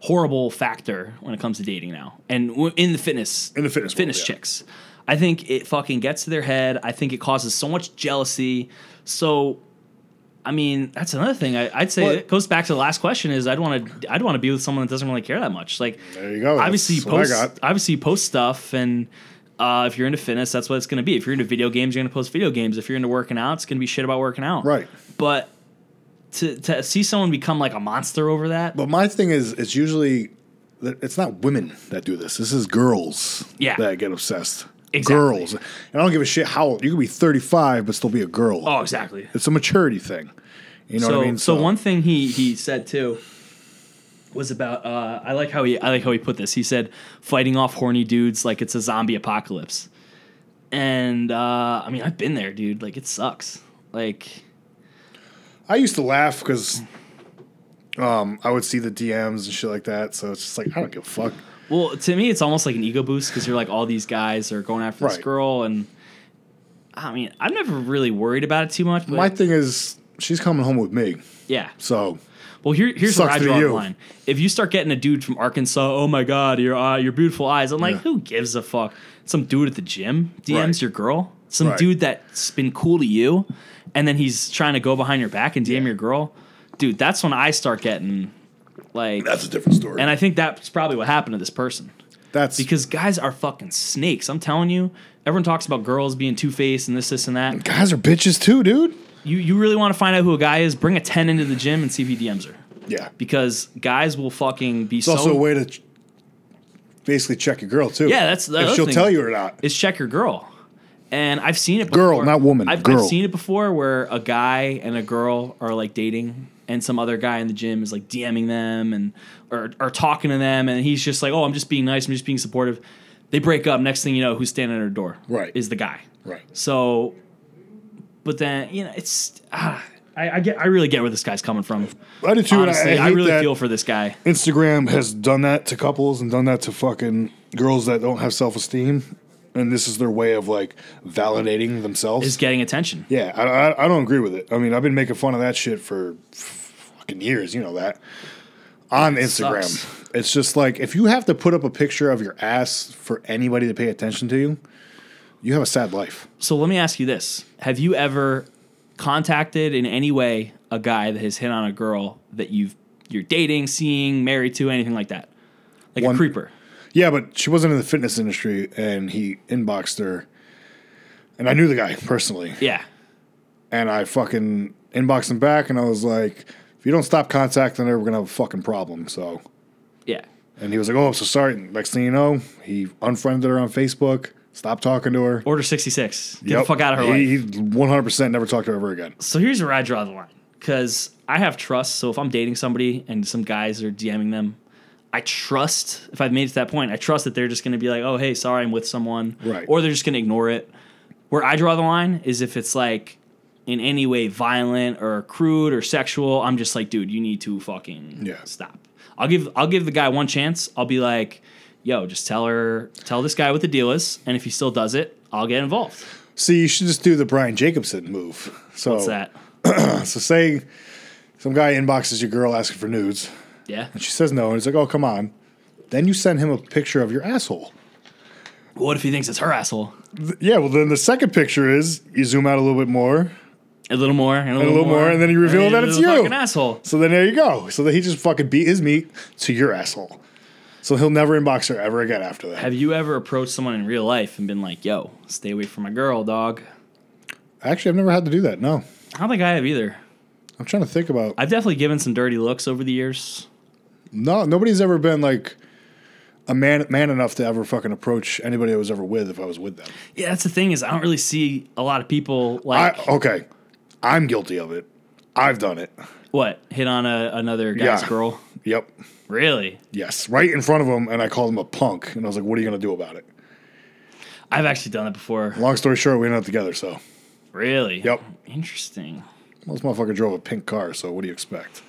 Speaker 3: Horrible factor when it comes to dating now, and w- in the fitness
Speaker 2: in the fitness world,
Speaker 3: fitness
Speaker 2: yeah.
Speaker 3: chicks. I think it fucking gets to their head. I think it causes so much jealousy. So, I mean, that's another thing. I, I'd say
Speaker 2: Well-
Speaker 3: it goes back to the last question: is I'd want to I'd want to be with someone that doesn't really care that much. Like,
Speaker 2: There you go. That's
Speaker 3: obviously, you
Speaker 2: what I
Speaker 3: post
Speaker 2: got.
Speaker 3: obviously you post stuff, and uh, if you're into fitness, that's what it's going to be. If you're into video games, you're going to post video games. If you're into working out, it's going to be shit about working out.
Speaker 2: Right.
Speaker 3: But to to see someone become like a monster over that,
Speaker 2: But my thing is, it's usually that it's not women that do this. This is girls
Speaker 3: Yeah.
Speaker 2: that get obsessed.
Speaker 3: Exactly.
Speaker 2: Girls, and I don't give a shit how old you can be. Thirty-five, but still be a girl.
Speaker 3: oh, exactly.
Speaker 2: it's a maturity thing. You know
Speaker 3: so,
Speaker 2: what I mean?
Speaker 3: so one thing he he said too was about uh, I like how he I like how he put this. He said fighting off horny dudes like it's a zombie apocalypse. And uh, I mean, I've been there, dude. Like it sucks. Like
Speaker 2: I used to laugh because um, I would see the DMs and shit like that. So it's just like I don't give a fuck.
Speaker 3: well, to me it's almost like an ego boost cuz you're like all these guys are going after this
Speaker 2: Right.
Speaker 3: girl and I mean, I'm never really worried about it too much, but
Speaker 2: My thing is, she's coming home with me.
Speaker 3: yeah.
Speaker 2: So
Speaker 3: Well, here, here's where
Speaker 2: Sucks
Speaker 3: I
Speaker 2: to
Speaker 3: draw
Speaker 2: you.
Speaker 3: the line. If you start getting a dude from Arkansas, oh my god, your uh, your beautiful eyes. I'm like,
Speaker 2: Yeah.
Speaker 3: who gives a fuck? Some dude at the gym DMs
Speaker 2: Right.
Speaker 3: your girl. Some
Speaker 2: Right.
Speaker 3: dude that's been cool to you, and then he's trying to go behind your back and DM
Speaker 2: Yeah.
Speaker 3: your girl. Dude, that's when I start getting like,
Speaker 2: that's a different story.
Speaker 3: and I think that's probably what happened to this person
Speaker 2: that's
Speaker 3: because guys are fucking snakes. I'm telling you. Everyone talks about girls being two faced and this, this, and that.
Speaker 2: guys are bitches too, dude.
Speaker 3: You you really want to find out who a guy is? Bring a ten into the gym and see if he DMs her
Speaker 2: Yeah,
Speaker 3: because guys will fucking be
Speaker 2: It's
Speaker 3: so.
Speaker 2: also a way to ch- basically check your girl too.
Speaker 3: Yeah, that's the
Speaker 2: if
Speaker 3: other
Speaker 2: she'll
Speaker 3: thing.
Speaker 2: tell you or not.
Speaker 3: it's check your girl, and I've seen it.
Speaker 2: Girl,
Speaker 3: before.
Speaker 2: not woman,
Speaker 3: I've,
Speaker 2: girl.
Speaker 3: I've seen it before where a guy and a girl are like dating, and some other guy in the gym is like DMing them and or or talking to them, and he's just like, "Oh, I'm just being nice. I'm just being supportive." They break up. Next thing you know, who's standing at her door?
Speaker 2: Right.
Speaker 3: Is the guy.
Speaker 2: Right.
Speaker 3: So, but then you know it's ah, I, I get I really get where this guy's coming from.
Speaker 2: I do too.
Speaker 3: Honestly,
Speaker 2: and I,
Speaker 3: I,
Speaker 2: hate
Speaker 3: really
Speaker 2: that
Speaker 3: feel for this guy.
Speaker 2: Instagram has done that to couples and done that to fucking girls that don't have self esteem, and this is their way of like validating themselves.
Speaker 3: Is getting attention.
Speaker 2: yeah, I, I, I don't agree with it. I mean, I've been making fun of that shit for f- fucking years. You know that on Instagram.
Speaker 3: sucks.
Speaker 2: It's just like if you have to put up a picture of your ass for anybody to pay attention to you, you have a sad life.
Speaker 3: So let me ask you this: Have you ever contacted in any way a guy that has hit on a girl that you've you're dating, seeing, married to, anything like that? Like
Speaker 2: One-
Speaker 3: a creeper.
Speaker 2: Yeah, but she wasn't in the fitness industry, and he inboxed her. And I knew the guy personally,
Speaker 3: Yeah.
Speaker 2: and I fucking inboxed him back, and I was like, "If you don't stop contacting her, we're gonna have a fucking problem." So,
Speaker 3: Yeah.
Speaker 2: and he was like, "Oh, I'm so sorry." And next thing you know, he unfriended her on Facebook, stopped talking to her.
Speaker 3: Order 66. Get
Speaker 2: Yep.
Speaker 3: the fuck out of her life.
Speaker 2: He 100 percent never talked to her ever again.
Speaker 3: so here's where I draw the line because I have trust. So if I'm dating somebody and some guys are DMing them, I trust if I've made it to that point, I trust that they're just going to be like, "Oh, hey, sorry, I'm with someone,"
Speaker 2: Right.
Speaker 3: Or they're just going to ignore it. Where I draw the line is if it's like in any way violent or crude or sexual. I'm just like, dude, you need to fucking
Speaker 2: Yeah.
Speaker 3: stop. I'll give I'll give the guy one chance. I'll be like, yo, just tell her, tell this guy what the deal is, and if he still does it, I'll get involved.
Speaker 2: See, you should just do the Brian Jacobson move. So,
Speaker 3: What's that?
Speaker 2: so say some guy inboxes your girl asking for nudes.
Speaker 3: Yeah.
Speaker 2: She says no, and he's like, "Oh, come on." Then you send him a picture of your asshole.
Speaker 3: What if he thinks it's her asshole?
Speaker 2: Yeah, well, then the second picture is you zoom out a little bit more.
Speaker 3: a little more, and a little,
Speaker 2: little more, and then you reveal that
Speaker 3: he's
Speaker 2: it's
Speaker 3: a
Speaker 2: you.
Speaker 3: Fucking asshole.
Speaker 2: So then there you go. So then he just fucking beat his meat to your asshole. So he'll never inbox her ever again after that.
Speaker 3: Have you ever approached someone in real life and been like, "Yo, stay away from my girl, dog"?
Speaker 2: Actually, I've never had to do that. No,
Speaker 3: I don't think I have either.
Speaker 2: I'm trying to think about.
Speaker 3: I've definitely given some dirty looks over the years.
Speaker 2: No, nobody's ever been like a man man enough to ever fucking approach anybody I was ever with if I was with them.
Speaker 3: Yeah, that's the thing is I don't really see a lot of people
Speaker 2: I
Speaker 3: like
Speaker 2: okay, I'm guilty of it. I've done it.
Speaker 3: what hit on a, another guy's
Speaker 2: Yeah.
Speaker 3: girl.
Speaker 2: Yep.
Speaker 3: Really,
Speaker 2: Yes, right in front of him, and I called him a punk, and I was like, "What are you gonna do about it?"
Speaker 3: I've actually done that before.
Speaker 2: Long story short, we ended up together. So
Speaker 3: Really,
Speaker 2: Yep.
Speaker 3: interesting.
Speaker 2: well, this motherfucker drove a pink car. So what do you expect?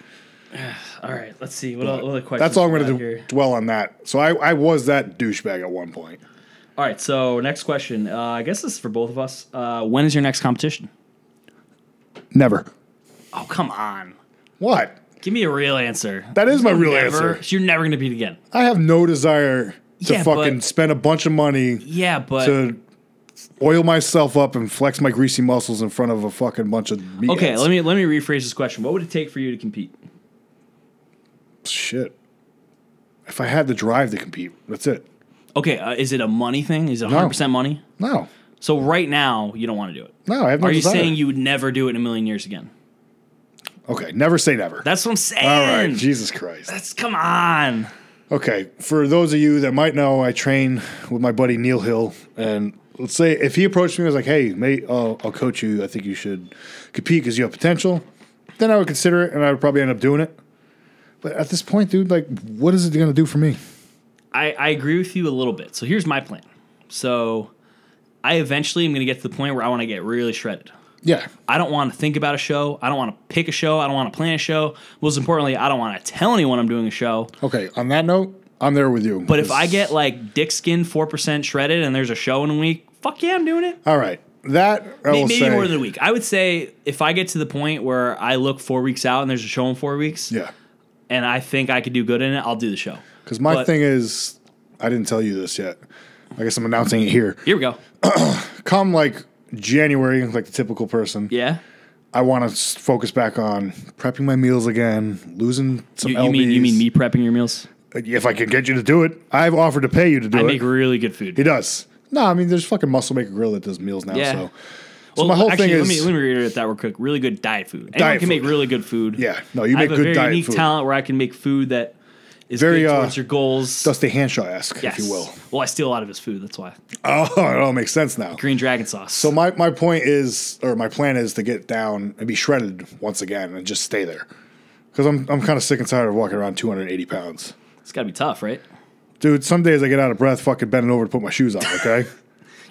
Speaker 3: All right, let's see what, other- what other questions.
Speaker 2: That's all I'm
Speaker 3: we
Speaker 2: gonna
Speaker 3: got
Speaker 2: do,
Speaker 3: here?
Speaker 2: dwell on that. So I, I was that douchebag at one point.
Speaker 3: All right, so next question. Uh, I guess this is for both of us. Uh, when is your next competition?
Speaker 2: Never.
Speaker 3: Oh come on.
Speaker 2: What?
Speaker 3: Give me a real answer.
Speaker 2: That is my real
Speaker 3: Never-
Speaker 2: answer.
Speaker 3: You're never going to beat again.
Speaker 2: I have no desire to
Speaker 3: Yeah,
Speaker 2: fucking
Speaker 3: but-
Speaker 2: spend a bunch of money
Speaker 3: Yeah, but
Speaker 2: to oil myself up and flex my greasy muscles in front of a fucking bunch of meatheads.
Speaker 3: okay. Let me let me rephrase this question. What would it take for you to compete?
Speaker 2: shit. If I had the drive to compete, that's it.
Speaker 3: Okay, uh, is it a money thing? Is it 100 percent money?
Speaker 2: No,
Speaker 3: So right now you don't want to do it.
Speaker 2: no, I have no
Speaker 3: Are you
Speaker 2: desire.
Speaker 3: saying you would never do it in a million years again?
Speaker 2: okay, never say never.
Speaker 3: That's what I'm saying.
Speaker 2: All right, Jesus Christ.
Speaker 3: That's come on.
Speaker 2: Okay, for those of you that might know, I train with my buddy Neil Hill, and let's say if he approached me and was like, "Hey, mate, I'll, I'll coach you. I think you should compete because you have potential," then I would consider it, and I would probably end up doing it. But at this point, dude, like, what is it going to do for me?
Speaker 3: I, I agree with you a little bit. So here's my plan. So I eventually am going to get to the point where I want to get really shredded.
Speaker 2: Yeah,
Speaker 3: I don't want to think about a show. I don't want to pick a show. I don't want to plan a show. Most importantly, I don't want to tell anyone I'm doing a show.
Speaker 2: Okay, on that note, I'm there with you.
Speaker 3: But if I get like dick skin four percent shredded and there's a show in a week, fuck yeah, I'm doing it.
Speaker 2: all right, that I
Speaker 3: May-
Speaker 2: will
Speaker 3: Maybe
Speaker 2: say,
Speaker 3: more than a week. I would say if I get to the point where I look four weeks out and there's a show in four weeks,
Speaker 2: yeah,
Speaker 3: and I think I could do good in it, I'll do the show.
Speaker 2: because my
Speaker 3: But-
Speaker 2: thing is, I didn't tell you this yet. I guess I'm announcing it here.
Speaker 3: Here we go.
Speaker 2: Come like January, like the typical person,
Speaker 3: Yeah.
Speaker 2: I want to s- focus back on prepping my meals again, losing some.
Speaker 3: You, you mean you
Speaker 2: LBs.
Speaker 3: mean me prepping your meals?
Speaker 2: If I can get you to do it, I've offered to pay you to do
Speaker 3: I
Speaker 2: it.
Speaker 3: make really good
Speaker 2: he
Speaker 3: food.
Speaker 2: does. No, I mean there's fucking Muscle Maker Grill that does meals now.
Speaker 3: Yeah.
Speaker 2: So
Speaker 3: Well,
Speaker 2: my whole
Speaker 3: actually,
Speaker 2: thing
Speaker 3: let me
Speaker 2: is-
Speaker 3: let me reiterate that real quick. Really good diet food. Anyone
Speaker 2: Diet
Speaker 3: can make
Speaker 2: food.
Speaker 3: really good food.
Speaker 2: yeah, no, you
Speaker 3: I
Speaker 2: make
Speaker 3: have a
Speaker 2: good
Speaker 3: very
Speaker 2: diet
Speaker 3: unique
Speaker 2: food.
Speaker 3: talent where I can make food that is
Speaker 2: Very,
Speaker 3: good
Speaker 2: uh,
Speaker 3: towards your goals.
Speaker 2: Dusty Hanshaw esque, if you will. [LAUGHS]
Speaker 3: Well, I steal a lot of his food. That's why
Speaker 2: Oh, it all makes sense now.
Speaker 3: green dragon sauce.
Speaker 2: So my, my point is, or my plan is to get down and be shredded once again and just stay there. Because I'm, I'm kind of sick and tired of walking around 280 pounds.
Speaker 3: it's got to be tough, right?
Speaker 2: Dude, some days I get out of breath fucking bending over to put my shoes on,
Speaker 3: [LAUGHS]
Speaker 2: okay?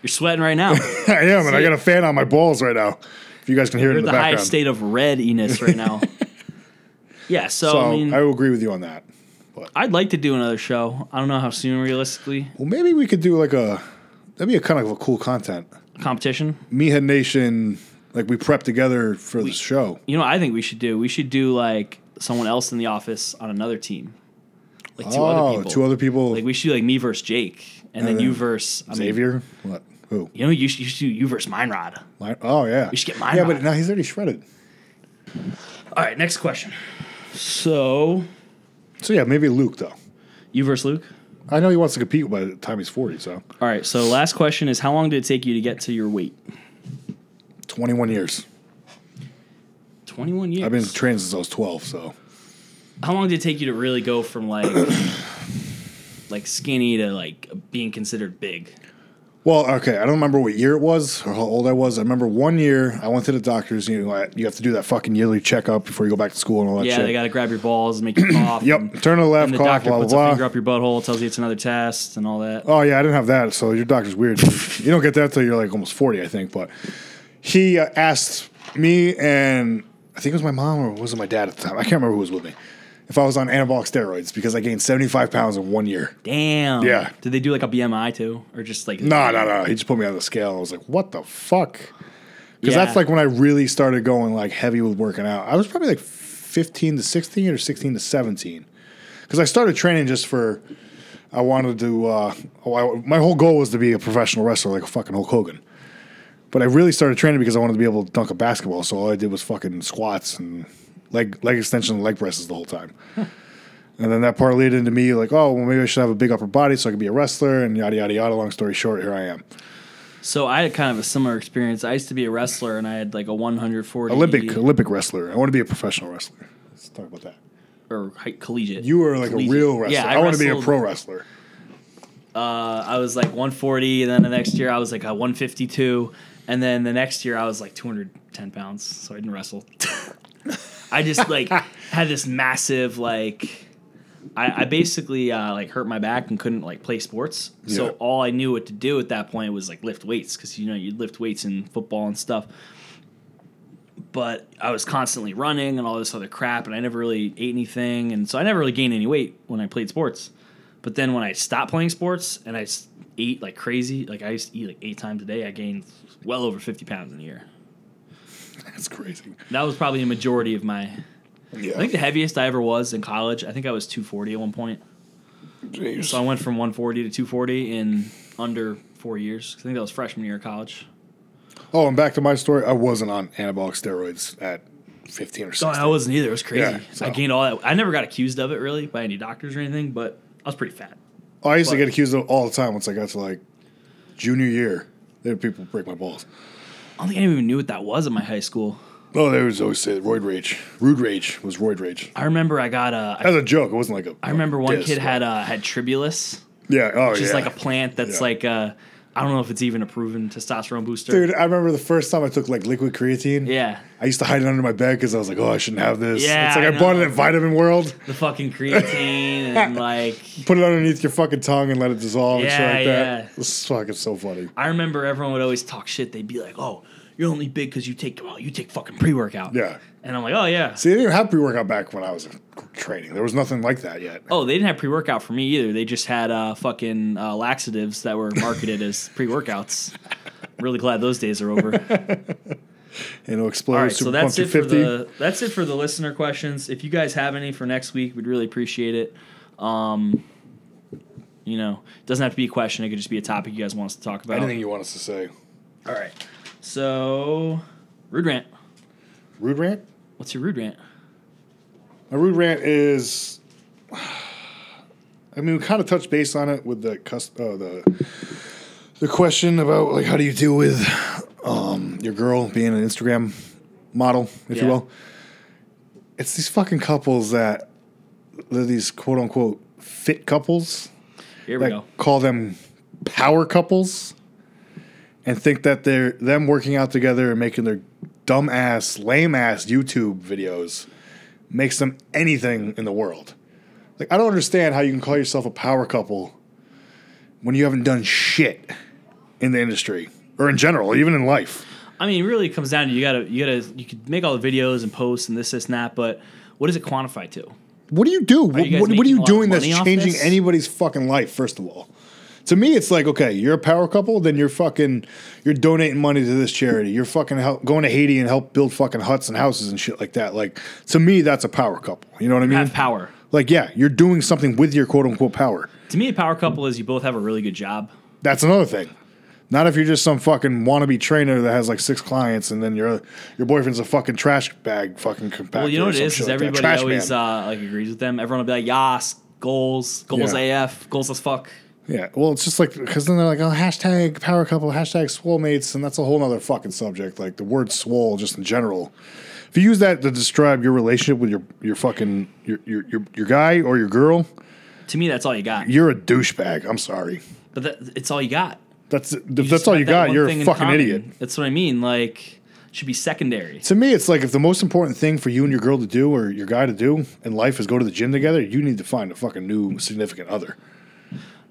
Speaker 3: You're sweating
Speaker 2: [LAUGHS]
Speaker 3: right now.
Speaker 2: I am, and I got a fan on my balls right now. If you guys can hear it
Speaker 3: You're
Speaker 2: in the,
Speaker 3: at the
Speaker 2: background.
Speaker 3: highest state of readiness
Speaker 2: [LAUGHS]
Speaker 3: right now. yeah, so,
Speaker 2: so
Speaker 3: I mean,
Speaker 2: I will agree with you on that.
Speaker 3: I'd like to do another show. I don't know how soon, realistically.
Speaker 2: Well, maybe we could do like a that'd be a kind of a cool content.
Speaker 3: Competition.
Speaker 2: Meathead Nation, like we prep together for the show.
Speaker 3: You know, what I think we should do. We should do like someone else in the office on another team, like two other
Speaker 2: Oh,
Speaker 3: people.
Speaker 2: two other people.
Speaker 3: Like we should do like me versus Jake, and, then,
Speaker 2: then
Speaker 3: you versus I mean,
Speaker 2: Xavier. what? Who?
Speaker 3: You know, you should, you should do you versus Meinrod.
Speaker 2: Li- Oh yeah. We
Speaker 3: should get mine
Speaker 2: Yeah,
Speaker 3: on.
Speaker 2: but now he's already shredded.
Speaker 3: All right, next question. So
Speaker 2: So yeah, maybe Luke though.
Speaker 3: you versus Luke.
Speaker 2: I know he wants to compete by the time he's forty, so
Speaker 3: All right. So last question is, how long did it take you to get to your weight?
Speaker 2: twenty-one years.
Speaker 3: Twenty-one years.
Speaker 2: I've been training since I was twelve, so
Speaker 3: how long did it take you to really go from [CLEARS THROAT] like like skinny to like being considered big?
Speaker 2: Well, okay, I don't remember what year it was or how old I was. I remember one year I went to the doctors. You know, I- you have to do that fucking yearly checkup before you go back to school and all that
Speaker 3: Yeah,
Speaker 2: shit.
Speaker 3: they got to grab your balls and make you cough.
Speaker 2: [CLEARS THROAT]
Speaker 3: and-
Speaker 2: yep, turn to the left,
Speaker 3: And the
Speaker 2: cough,
Speaker 3: doctor
Speaker 2: blah
Speaker 3: puts
Speaker 2: blah
Speaker 3: a
Speaker 2: blah.
Speaker 3: finger up your butthole, tells you it's another test and all that.
Speaker 2: Oh yeah, I didn't have that. So your doctor's weird. [LAUGHS] you don't get that till you're like almost forty, I think. But he uh, asked me and I think it was my mom or was it my dad at the time? I can't remember who was with me. If I was on anabolic steroids because I gained seventy five pounds in one year.
Speaker 3: Damn.
Speaker 2: Yeah.
Speaker 3: Did they do like a BMI too, or just like?
Speaker 2: No, no, no. He just put me on the scale. I was like, what the fuck? Because
Speaker 3: Yeah.
Speaker 2: that's like when I really started going like heavy with working out. I was probably like 15 to 16 or 16 to 17. Because I started training just for, I wanted to, uh, oh, I, my whole goal was to be a professional wrestler like a fucking Hulk Hogan. But I really started training because I wanted to be able to dunk a basketball. So all I did was fucking squats and leg, leg extension and leg presses the whole time. [LAUGHS] And then that parlayed into me like, oh, well, maybe I should have a big upper body so I could be a wrestler and yada, yada, yada. Long story short, here I am.
Speaker 3: So I had kind of a similar experience. I used to be a wrestler, and I had like a 140
Speaker 2: Olympic Olympic wrestler. I want to be a professional wrestler. Let's talk about that.
Speaker 3: or hi- collegiate.
Speaker 2: You are like
Speaker 3: Collegiate.
Speaker 2: a real wrestler.
Speaker 3: Yeah,
Speaker 2: I,
Speaker 3: I,
Speaker 2: want to be a
Speaker 3: wrestled-
Speaker 2: pro wrestler. [LAUGHS]
Speaker 3: Uh, I was like 140, and then the next year I was like a 152, and then the next year I was like 210 pounds. So I didn't wrestle. [LAUGHS] I just like had this massive like. I, I basically uh, like hurt my back and couldn't like play sports.
Speaker 2: Yeah.
Speaker 3: So all I knew what to do at that point was like lift weights because you know you lift weights in football and stuff. But I was constantly running and all this other crap, and I never really ate anything, and so I never really gained any weight when I played sports. But then when I stopped playing sports and I s- ate like crazy, like I used to eat like eight times a day, I gained well over fifty pounds in a year.
Speaker 2: That's crazy.
Speaker 3: That was probably a majority of my.
Speaker 2: Yeah.
Speaker 3: I think the heaviest I ever was in college. I think I was two forty at one point. So I went from 140 to 240 in under four years. I think that was freshman year of college.
Speaker 2: oh, and back to my story. I wasn't on anabolic steroids at 15 or 16.
Speaker 3: I wasn't either. It was crazy.
Speaker 2: Yeah, so-
Speaker 3: I gained all that. I never got accused of it really by any doctors or anything, but I was pretty fat.
Speaker 2: I used to
Speaker 3: but-
Speaker 2: get accused of it all the time once I got to like junior year. There were people break my balls.
Speaker 3: I don't think anyone even knew what that was in my high school.
Speaker 2: Oh, they was always say roid rage. Rude rage was roid rage.
Speaker 3: I remember I got a. I
Speaker 2: As a joke, it wasn't like a.
Speaker 3: I remember one
Speaker 2: diss,
Speaker 3: kid
Speaker 2: but-
Speaker 3: had uh, had tribulus,
Speaker 2: Yeah. Oh,
Speaker 3: which
Speaker 2: yeah.
Speaker 3: is like a plant that's
Speaker 2: Yeah.
Speaker 3: like I I don't know if it's even a proven testosterone booster.
Speaker 2: Dude, I remember the first time I took like liquid creatine.
Speaker 3: Yeah,
Speaker 2: I used to hide it under my bed because I was like, oh, I shouldn't have this.
Speaker 3: Yeah,
Speaker 2: it's like I,
Speaker 3: I
Speaker 2: bought
Speaker 3: know.
Speaker 2: it at Vitamin World.
Speaker 3: the fucking creatine and like
Speaker 2: Put it underneath your fucking tongue and let it dissolve and shit
Speaker 3: Yeah,
Speaker 2: like
Speaker 3: yeah.
Speaker 2: that. This is fucking so funny.
Speaker 3: I remember everyone would always talk shit. They'd be like, "Oh, you're only big because you take well, you take fucking pre workout."
Speaker 2: Yeah.
Speaker 3: and I'm like, "Oh yeah."
Speaker 2: See, they didn't have pre workout back when I was training. There was nothing like that yet.
Speaker 3: Oh, they didn't have pre workout for me either. They just had uh, fucking uh, laxatives that were marketed as pre workouts. Really glad those days are over.
Speaker 2: You know, explode
Speaker 3: All right,
Speaker 2: super
Speaker 3: so that's
Speaker 2: Pump
Speaker 3: it for
Speaker 2: 250.
Speaker 3: the Oh. that's it for the listener questions. If you guys have any for next week, we'd really appreciate it. Um, you know, it doesn't have to be a question. It could just be a topic you guys want us to talk about.
Speaker 2: Anything you want us to say.
Speaker 3: All right. So, rude rant.
Speaker 2: Rude rant?
Speaker 3: What's your rude rant?
Speaker 2: My rude rant is. I mean, we kind of touched base on it with the cus- uh, the the question about like how do you deal with um, your girl being an Instagram model, if you
Speaker 3: Yeah.
Speaker 2: will. It's these fucking couples that they're these quote unquote fit couples
Speaker 3: Here we
Speaker 2: that
Speaker 3: go.
Speaker 2: call them power couples and think that they're them working out together and making their dumb ass, lame ass YouTube videos makes them anything in the world. Like I don't understand how you can call yourself a power couple when you haven't done shit in the industry or in general, even in life.
Speaker 3: I mean, it really comes down to you gotta you gotta you could make all the videos and posts and this this and that, but what does it quantify to?
Speaker 2: What do you do? What,
Speaker 3: you guys
Speaker 2: what, what are
Speaker 3: making a
Speaker 2: you
Speaker 3: lot of
Speaker 2: doing that's
Speaker 3: money off
Speaker 2: changing
Speaker 3: this?
Speaker 2: anybody's fucking life? First of all, to me, it's like okay, you're a power couple, then you're fucking you're donating money to this charity. You're fucking help, going to Haiti and help build fucking huts and houses and shit like that. Like to me, that's a power couple. You know what I mean?
Speaker 3: Have power.
Speaker 2: Like yeah, you're doing something with your quote unquote power.
Speaker 3: To me, a power couple is you both have a really good job.
Speaker 2: That's another thing. Not if you're just some fucking wannabe trainer that has like six clients, and then your your boyfriend's a fucking trash bag, fucking compactor.
Speaker 3: Well, you know
Speaker 2: or
Speaker 3: what it
Speaker 2: some
Speaker 3: is?
Speaker 2: shit like
Speaker 3: Is
Speaker 2: that.
Speaker 3: everybody
Speaker 2: Trash
Speaker 3: always
Speaker 2: man.
Speaker 3: uh, like agrees with them. Everyone will be like, "Yas, goals, goals
Speaker 2: Yeah.
Speaker 3: AF, goals as fuck."
Speaker 2: Yeah, well, it's just like because then they're like, oh, hashtag power couple, hashtag swole mates, and that's a whole nother fucking subject. Like the word swole, just in general. If you use that to describe your relationship with your your fucking your your your, your guy or your girl,
Speaker 3: To me, that's all you got.
Speaker 2: you're a douchebag. I'm sorry.
Speaker 3: But that, it's all you got.
Speaker 2: That's if
Speaker 3: just
Speaker 2: that's all
Speaker 3: got
Speaker 2: you
Speaker 3: that
Speaker 2: got.
Speaker 3: one
Speaker 2: You're
Speaker 3: thing
Speaker 2: a
Speaker 3: in
Speaker 2: fucking
Speaker 3: common.
Speaker 2: idiot.
Speaker 3: That's what I mean. Like, should be secondary.
Speaker 2: To me, it's like if the most important thing for you and your girl to do or your guy to do in life is go to the gym together, you need to find a fucking new significant other.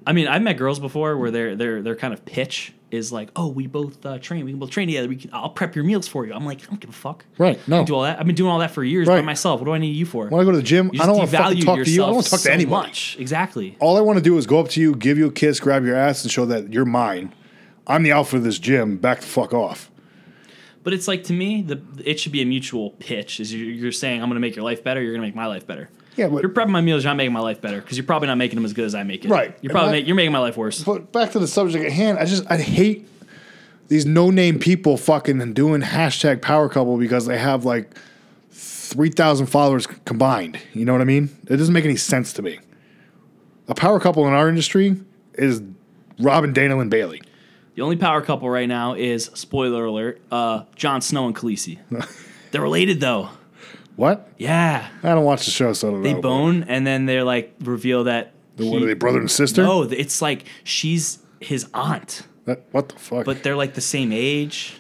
Speaker 3: I mean, I've met girls before where their their their kind of pitch is like, "Oh, we both uh, train. We can both train together. We can. I'll prep your meals for you." I'm like, I don't give a fuck.
Speaker 2: Right, no.
Speaker 3: I can do all that. I've been doing all that for years by
Speaker 2: Right.
Speaker 3: myself. What do I need you for?
Speaker 2: When I go to the gym,
Speaker 3: You
Speaker 2: I
Speaker 3: just
Speaker 2: don't want to fucking
Speaker 3: devalue
Speaker 2: talk to you. I don't want to talk
Speaker 3: yourself
Speaker 2: to anybody.
Speaker 3: Much. Exactly.
Speaker 2: All I want to do is go up to you, give you a kiss, grab your ass, and show that you're mine. I'm the alpha of this gym. Back the fuck off.
Speaker 3: But it's like to me, the it should be a mutual pitch. Is you're, you're saying I'm going to make your life better. You're going to make my life better.
Speaker 2: Yeah, but-
Speaker 3: you're prepping my meals. You're not making my life better because you're probably not making them as good as I make it.
Speaker 2: Right.
Speaker 3: You're
Speaker 2: And
Speaker 3: probably
Speaker 2: I-
Speaker 3: make, you're making my life worse.
Speaker 2: But back to the subject at hand, I just I hate these no name people fucking doing hashtag power couple because they have like three thousand followers c- combined. You know what I mean? It doesn't make any sense to me. A power couple in our industry is Robin Daniel and Bailey.
Speaker 3: The only power couple right now is spoiler alert: uh, Jon Snow
Speaker 2: [LAUGHS]
Speaker 3: and Khaleesi. They're related though.
Speaker 2: What?
Speaker 3: Yeah.
Speaker 2: I don't watch the show, so I don't
Speaker 3: They
Speaker 2: know.
Speaker 3: bone, and then they're like reveal that.
Speaker 2: What
Speaker 3: he-
Speaker 2: are they, brother and sister?
Speaker 3: No, th- it's like she's his aunt,
Speaker 2: That- what the fuck?
Speaker 3: but they're like the same age.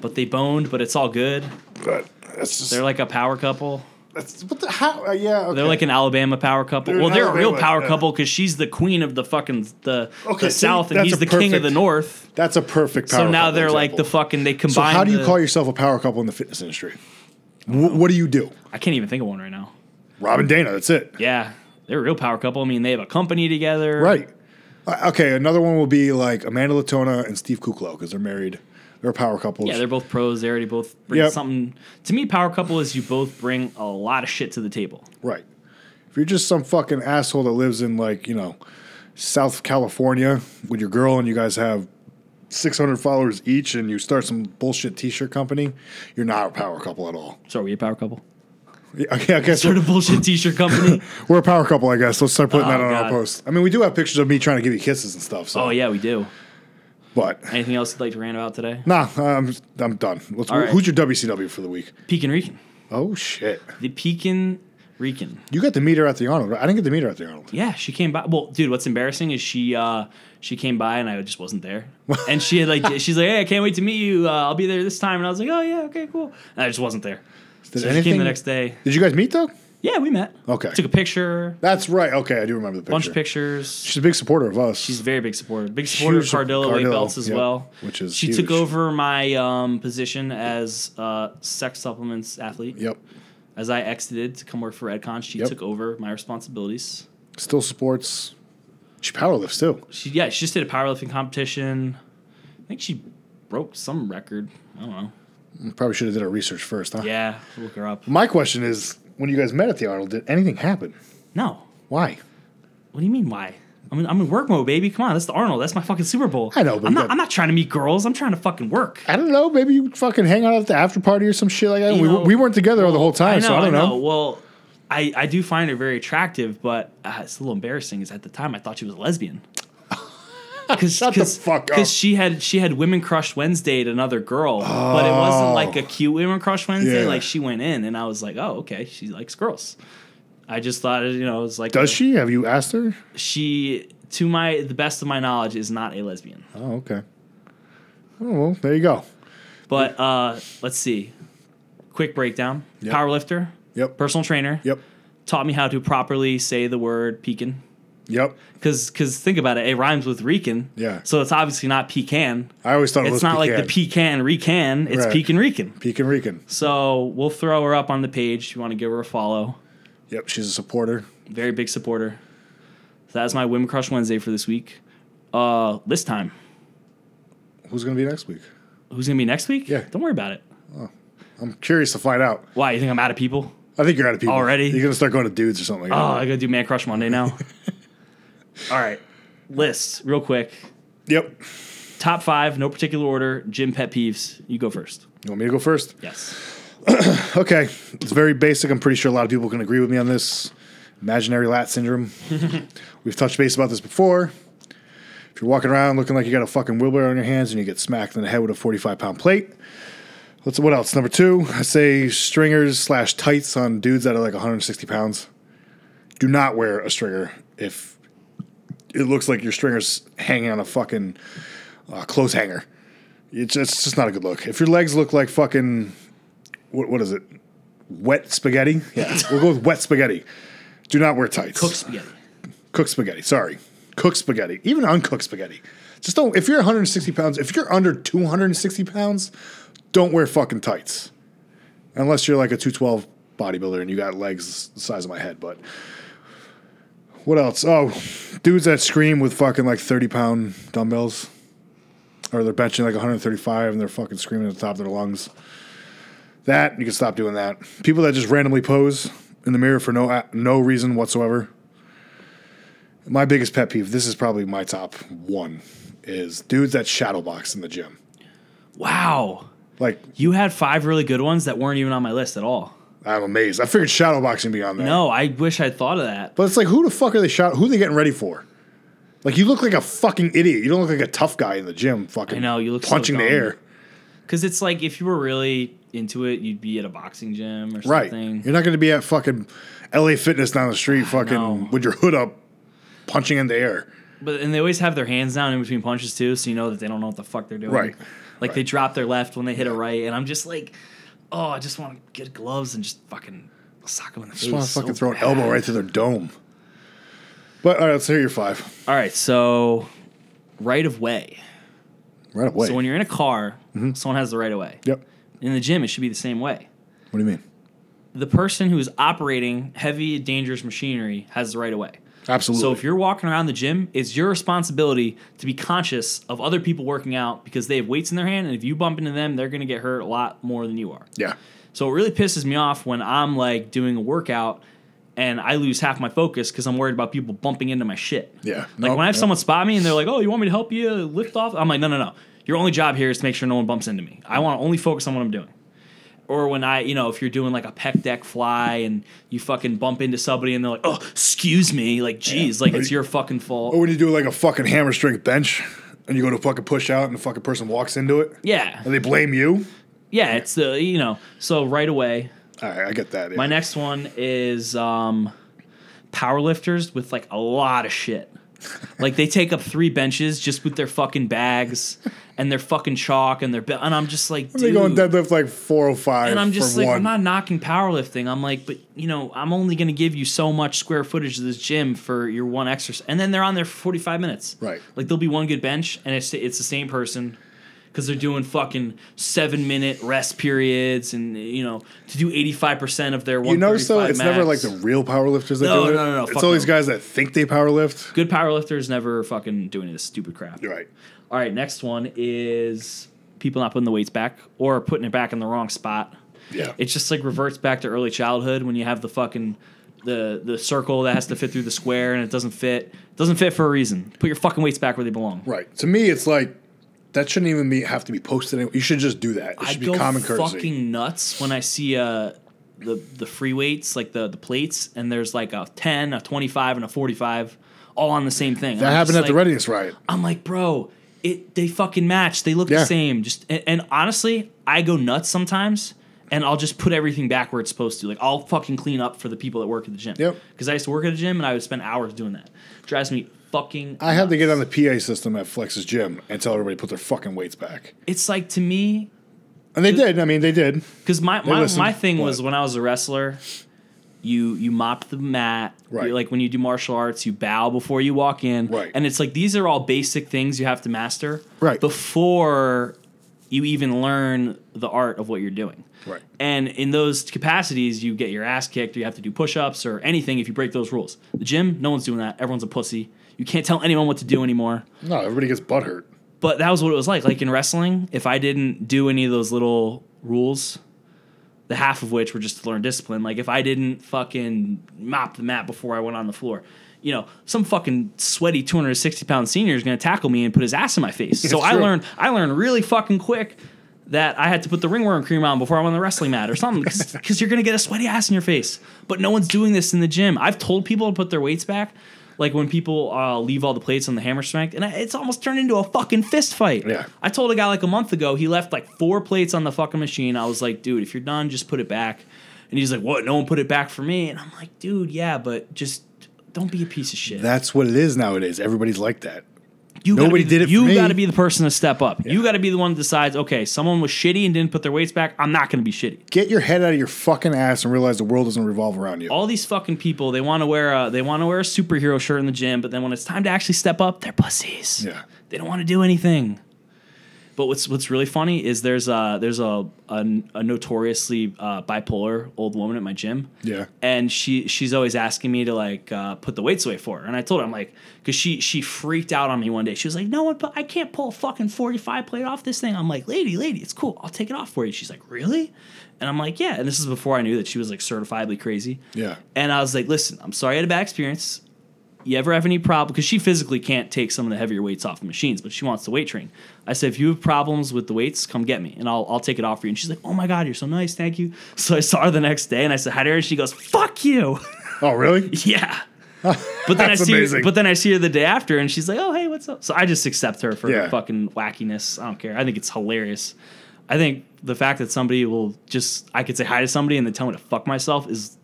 Speaker 3: But they boned, but it's all good.
Speaker 2: But that's just
Speaker 3: They're like a power couple.
Speaker 2: that's, what the how? uh, yeah, okay.
Speaker 3: They're like an Alabama power couple.
Speaker 2: They're
Speaker 3: well,
Speaker 2: an
Speaker 3: they're a real
Speaker 2: Alabama,
Speaker 3: power
Speaker 2: yeah.
Speaker 3: couple because she's the queen of the fucking the,
Speaker 2: Okay,
Speaker 3: the
Speaker 2: see,
Speaker 3: South, and
Speaker 2: that's a
Speaker 3: he's the king of the
Speaker 2: perfect
Speaker 3: North.
Speaker 2: that's a perfect power.
Speaker 3: so now
Speaker 2: couple
Speaker 3: they're like
Speaker 2: example.
Speaker 3: the fucking they combine.
Speaker 2: So how do you
Speaker 3: the-
Speaker 2: call yourself a power couple in the fitness industry? Wh- what do you do?
Speaker 3: I can't even think of one right now.
Speaker 2: Robin Dana. That's it.
Speaker 3: Yeah, they're a real power couple. I mean, they have a company together.
Speaker 2: Right. Uh, Okay. Another one will be like Amanda Latona and Steve Kuklo because they're married. They're a power couple.
Speaker 3: Yeah, they're both pros. They already both bring
Speaker 2: Yep.
Speaker 3: something. To me, power couple is you both bring a lot of shit to the table.
Speaker 2: right. If you're just some fucking asshole that lives in like you know South California with your girl and you guys have 600 followers each and you start some bullshit T-shirt company, you're not a power couple at all.
Speaker 3: So are we a power
Speaker 2: [LAUGHS]
Speaker 3: couple?
Speaker 2: Yeah, okay, I guess
Speaker 3: Sort of bullshit t-shirt company.
Speaker 2: We're a power couple, I guess. Let's start putting that
Speaker 3: Oh,
Speaker 2: on
Speaker 3: God.
Speaker 2: our post. I mean, we do have pictures of me trying to give you kisses and stuff. So,
Speaker 3: oh yeah, we do.
Speaker 2: but
Speaker 3: Anything else you'd like to rant about today?
Speaker 2: nah, I'm I'm done. Let's,
Speaker 3: All right.
Speaker 2: Who's your WCW for the week?
Speaker 3: Pekin Rican,
Speaker 2: Oh shit!
Speaker 3: the Pekin Rican.
Speaker 2: You got to meet her at the Arnold. right? I didn't get to meet her at the Arnold.
Speaker 3: Yeah, she came by. Well, dude, what's embarrassing is she uh she came by and I just wasn't
Speaker 2: [LAUGHS]
Speaker 3: there. And she had like she's like, hey, I can't wait to meet you. Uh, I'll be there this time. And I was like, oh yeah, okay, cool. And I just wasn't there.
Speaker 2: Did
Speaker 3: So she came the next day.
Speaker 2: Did you guys meet though?
Speaker 3: Yeah, we met.
Speaker 2: Okay.
Speaker 3: Took a picture,
Speaker 2: That's right. Okay, I do remember the picture.
Speaker 3: bunch of pictures.
Speaker 2: She's a big supporter of us.
Speaker 3: She's a very big supporter. Big supporter
Speaker 2: Huge
Speaker 3: of Cardillo weight
Speaker 2: Cardillo,
Speaker 3: belts as
Speaker 2: yep,
Speaker 3: well.
Speaker 2: which is
Speaker 3: she
Speaker 2: huge.
Speaker 3: took over my um, position as uh, sex supplements athlete.
Speaker 2: yep.
Speaker 3: As I exited to come work for Edcon, she
Speaker 2: Yep.
Speaker 3: took over my responsibilities.
Speaker 2: Still supports. She power lifts too.
Speaker 3: She yeah, she just did a powerlifting competition. I think she broke some record. I don't know.
Speaker 2: Probably should have did our research first, huh?
Speaker 3: Yeah, look her up.
Speaker 2: My question is, when you guys met at the Arnold, did anything happen?
Speaker 3: No.
Speaker 2: Why?
Speaker 3: What do you mean why? I'm in, I'm in work mode, baby. Come on, that's the Arnold. That's my fucking Super Bowl.
Speaker 2: I know, but
Speaker 3: I'm
Speaker 2: you
Speaker 3: not,
Speaker 2: got-
Speaker 3: I'm not trying to meet girls. I'm trying to fucking work.
Speaker 2: I don't know. Maybe you fucking hang out at the after party or some shit like that.
Speaker 3: You
Speaker 2: We,
Speaker 3: know,
Speaker 2: we weren't together the whole time, so I don't know.
Speaker 3: Well, I, I do find her very attractive, but uh, it's a little embarrassing. Is at the time I thought she was
Speaker 2: [LAUGHS]
Speaker 3: a lesbian. Cause,
Speaker 2: Shut the fuck up.
Speaker 3: Because she had she had women crush Wednesday at another girl, but it wasn't like a cute women crush Wednesday.
Speaker 2: Oh. Yeah.
Speaker 3: Like she went in, and I was like, oh okay, she likes girls. I just thought you know it was like
Speaker 2: Does she? Have you asked her?
Speaker 3: she to my the best of my knowledge is not a lesbian.
Speaker 2: Oh, okay. Oh, well, there you go.
Speaker 3: But uh, let's see, quick breakdown:
Speaker 2: Yep.
Speaker 3: powerlifter,
Speaker 2: Yep.
Speaker 3: personal trainer,
Speaker 2: Yep.
Speaker 3: taught me how to properly say the word pekin.
Speaker 2: Yep.
Speaker 3: Because think about it, it rhymes with Rican.
Speaker 2: Yeah.
Speaker 3: So it's obviously not pecan.
Speaker 2: I always thought it was
Speaker 3: It's not like
Speaker 2: pecan.
Speaker 3: the pecan recan. It's
Speaker 2: Right.
Speaker 3: pecan Rican.
Speaker 2: Pecan Rican.
Speaker 3: So we'll throw her up on the page. You want to give her a follow.
Speaker 2: Yep, she's a supporter.
Speaker 3: Very big supporter. So that's my Women Crush Wednesday for this week. Uh, list time.
Speaker 2: Who's going to be next week?
Speaker 3: Who's gonna be next week?
Speaker 2: Yeah.
Speaker 3: Don't worry about it.
Speaker 2: I'm curious to find out.
Speaker 3: Why you think I'm out of people?
Speaker 2: I think you're out of people
Speaker 3: Already?
Speaker 2: You're going to start going to dudes or something. Like
Speaker 3: Oh, I gotta do Man Crush Monday now. All right, list real quick.
Speaker 2: that.
Speaker 3: Oh.
Speaker 2: Yep.
Speaker 3: Top five, no particular order. Gym pet peeves. You go first.
Speaker 2: You want me to go first?
Speaker 3: Yes.
Speaker 2: Okay, it's very basic. I'm pretty sure a lot of people can agree with me on this. Imaginary lat syndrome. We've touched base about this before. If you're walking around looking like you got a fucking wheelbarrow on your hands and you get smacked in the head with a 45 pound plate. Let's, what else? Number two, I say stringers slash tights on dudes that are like 160 pounds. Do not wear a stringer if it looks like your stringer's hanging on a fucking uh, clothes hanger. It's just, it's just not a good look. If your legs look like fucking what, what is it? Wet spaghetti? Yeah. we'll go with wet spaghetti. Do not wear tights.
Speaker 3: Cook spaghetti.
Speaker 2: Cook spaghetti. Sorry. Cook spaghetti. Even uncooked spaghetti. Just don't, if you're 160 pounds, if you're under 260 pounds, don't wear fucking tights. Unless you're like a 212 bodybuilder and you got legs the size of my head, but. What else? Oh, dudes that scream with fucking like 30 pound dumbbells. Or they're benching like 135 and they're fucking screaming at the top of their lungs. That you can stop doing that. People that just randomly pose in the mirror for no no reason whatsoever. My biggest pet peeve. This is probably my top one. Is dudes that shadow box in the gym.
Speaker 3: Wow.
Speaker 2: Like
Speaker 3: You had five really good ones that weren't even on my list at all.
Speaker 2: I'm amazed. I figured shadow boxing would be on there.
Speaker 3: No, I wish I'd thought of that.
Speaker 2: but it's like who the fuck are they shadow? Who are they getting ready for? Like you look like a fucking idiot. You don't look like a tough guy in the gym. Fucking
Speaker 3: I know, you look so
Speaker 2: punching the
Speaker 3: dumb.
Speaker 2: air.
Speaker 3: Because it's like if you were really into it, you'd be at a boxing gym or
Speaker 2: Right.
Speaker 3: something.
Speaker 2: You're not going to be at fucking L.A. Fitness down the street, fucking
Speaker 3: know.
Speaker 2: with your hood up, punching in the air.
Speaker 3: But and they always have their hands down in between punches too, so you know that they don't know what the fuck they're doing.
Speaker 2: Right.
Speaker 3: Like they drop their left when they hit a right, and I'm just like, oh, I just want to get gloves and just fucking sock them in the face.
Speaker 2: Just want to
Speaker 3: so
Speaker 2: fucking throw an
Speaker 3: bad.
Speaker 2: elbow right through their dome. But all right, let's hear your five
Speaker 3: All right, so right of way.
Speaker 2: right away.
Speaker 3: So when you're in a car, someone has the right of way.
Speaker 2: yep.
Speaker 3: In the gym, it should be the same way.
Speaker 2: What do you mean?
Speaker 3: The person who's operating heavy, dangerous machinery has the right of way.
Speaker 2: Absolutely.
Speaker 3: So if you're walking around the gym, it's your responsibility to be conscious of other people working out because they have weights in their hand, and if you bump into them, they're going to get hurt a lot more than you are.
Speaker 2: yeah,
Speaker 3: So it really pisses me off when I'm like doing a workout and I lose half my focus because I'm worried about people bumping into my shit.
Speaker 2: Yeah.
Speaker 3: Like
Speaker 2: Nope,
Speaker 3: when I have
Speaker 2: nope.
Speaker 3: someone spot me and they're like, "Oh, you want me to help you lift off?" I'm like, "No, no, no. Your only job here is to make sure no one bumps into me. I want to only focus on what I'm doing." Or when I, you know, if you're doing like a pec deck fly and you fucking bump into somebody and they're like, "Oh, excuse me," like, geez, like it's your fucking fault.
Speaker 2: or Oh, when you do like a fucking hammer strength bench and you go to fucking push out and the fucking person walks into it
Speaker 3: yeah,
Speaker 2: and they blame you.
Speaker 3: yeah, it's the you know. So right away,
Speaker 2: All right, I get that. Yeah.
Speaker 3: My next one is um, powerlifters with like a lot of shit. Like they take up three benches just with their fucking bags and their fucking chalk and their be- and I'm just like,
Speaker 2: they
Speaker 3: dude.
Speaker 2: go and deadlift like four hundred five.
Speaker 3: and I'm just like,
Speaker 2: one.
Speaker 3: I'm not knocking powerlifting. I'm like, but you know, I'm only gonna give you so much square footage of this gym for your one exercise, and then they're on there for 45 minutes.
Speaker 2: Right.
Speaker 3: Like there'll be one good bench, and it's it's the same person. Because they're doing fucking seven minute rest periods, and you know to do eighty five percent of their one.
Speaker 2: you notice though, it's never like
Speaker 3: max.
Speaker 2: the real powerlifters that
Speaker 3: No,
Speaker 2: do it.
Speaker 3: no, no, no,
Speaker 2: It's
Speaker 3: fuck
Speaker 2: all these
Speaker 3: no.
Speaker 2: guys that think they powerlift.
Speaker 3: good powerlifters never fucking do any of this stupid crap.
Speaker 2: You're right.
Speaker 3: All right, next one is people not putting the weights back or putting it back in the wrong spot.
Speaker 2: Yeah.
Speaker 3: It just like reverts back to early childhood when you have the fucking the the circle that has to fit through the square and it doesn't fit. It doesn't fit for a reason. Put your fucking weights back where they belong.
Speaker 2: right. To me, it's like that shouldn't even be have to be posted. Anywhere. You should just do that. It
Speaker 3: I
Speaker 2: should
Speaker 3: go
Speaker 2: be common
Speaker 3: fucking
Speaker 2: courtesy.
Speaker 3: nuts when I see uh the the free weights like the the plates and there's like a 10, a 25 and a 45 all on the same thing.
Speaker 2: that
Speaker 3: I'm
Speaker 2: happened
Speaker 3: just
Speaker 2: at the
Speaker 3: like-
Speaker 2: readiness riot.
Speaker 3: I'm like, bro, it they fucking match. They look
Speaker 2: Yeah.
Speaker 3: the same. Just and, and honestly, I go nuts sometimes, and I'll just put everything back where it's supposed to. Like I'll fucking clean up for the people that work at the gym.
Speaker 2: Yep.
Speaker 3: Because I used to work at the gym, and I would spend hours doing that. Drives me fucking.
Speaker 2: I had to get on the PA system at Flex's gym and tell everybody to put their fucking weights back.
Speaker 3: It's like to me,
Speaker 2: And they did. I mean, they did.
Speaker 3: because my my,
Speaker 2: listened,
Speaker 3: my thing was
Speaker 2: but-
Speaker 3: when I was a wrestler, You you mop the mat.
Speaker 2: Right.
Speaker 3: You're like when you do martial arts, you bow before you walk in.
Speaker 2: Right.
Speaker 3: And it's like these are all basic things you have to master.
Speaker 2: Right.
Speaker 3: Before you even learn the art of what you're doing.
Speaker 2: Right.
Speaker 3: And in those capacities, you get your ass kicked, or you have to do push ups or anything if you break those rules. The gym, no one's doing that. Everyone's a pussy. You can't tell anyone what to do anymore.
Speaker 2: No, everybody gets butt hurt.
Speaker 3: But that was what it was like. Like in wrestling, if I didn't do any of those little rules, the half of which were just to learn discipline, like if I didn't fucking mop the mat before I went on the floor, you know, some fucking sweaty 260 pound senior is gonna tackle me and put his ass in my face. so I
Speaker 2: true.
Speaker 3: learned I learned really fucking quick that I had to put the ringworm cream on before I went on the wrestling mat or something because you're gonna get a sweaty ass in your face. But no one's doing this in the gym. I've told people to put their weights back. Like when people uh, leave all the plates on the hammer smack, and I- it's almost turned into a fucking fist fight.
Speaker 2: Yeah.
Speaker 3: I told a guy like a month ago, he left like four plates on the fucking machine. I was like, dude, if you're done, just put it back. And he's like, what? No one put it back for me. And I'm like, dude, yeah, but just don't be a piece of shit.
Speaker 2: That's what it is nowadays. Everybody's like that.
Speaker 3: You gotta
Speaker 2: Nobody
Speaker 3: be-
Speaker 2: did it for
Speaker 3: You
Speaker 2: me.
Speaker 3: got to be the person to step up. You got to be the one that decides. Okay, someone was shitty and didn't put their weights back. I'm not going to be shitty.
Speaker 2: Get your head out of your fucking ass and realize the world doesn't revolve around you.
Speaker 3: All these fucking people, they want to wear a they want to wear a superhero shirt in the gym, but then when it's time to actually step up, they're pussies.
Speaker 2: Yeah.
Speaker 3: they don't want to do anything. But what's what's really funny is there's a there's a a, a notoriously uh, bipolar old woman at my gym.
Speaker 2: Yeah.
Speaker 3: and she she's always asking me to like uh, put the weights away for her, and I told her I'm like because she she freaked out on me one day. She was like, "No one, pu- I can't pull a fucking 45 plate off this thing." I'm like, "Lady, lady, it's cool. I'll take it off for you." She's like, "Really?" And I'm like, "Yeah." And this is before I knew that she was like certifiably crazy.
Speaker 2: Yeah.
Speaker 3: And I was like, listen, I'm sorry I had a bad experience. You ever have any problem? Because she physically can't take some of the heavier weights off the machines, but she wants to weight train. I said, if you have problems with the weights, come get me and I'll, I'll take it off for you. And she's like, oh my God, you're so nice. Thank you. [LAUGHS] So I saw her the next day and I said, hi to her. And she goes, fuck you.
Speaker 2: Oh, really?
Speaker 3: [LAUGHS]
Speaker 2: [LAUGHS]
Speaker 3: yeah. But then I
Speaker 2: That's
Speaker 3: see her,
Speaker 2: amazing.
Speaker 3: but then I see her the day after and she's like, "Oh, hey, what's up?" So I just accept her for her
Speaker 2: Yeah.
Speaker 3: fucking wackiness. I don't care. I think it's hilarious. I think the fact that somebody will just I could say hi to somebody and then tell me to fuck myself is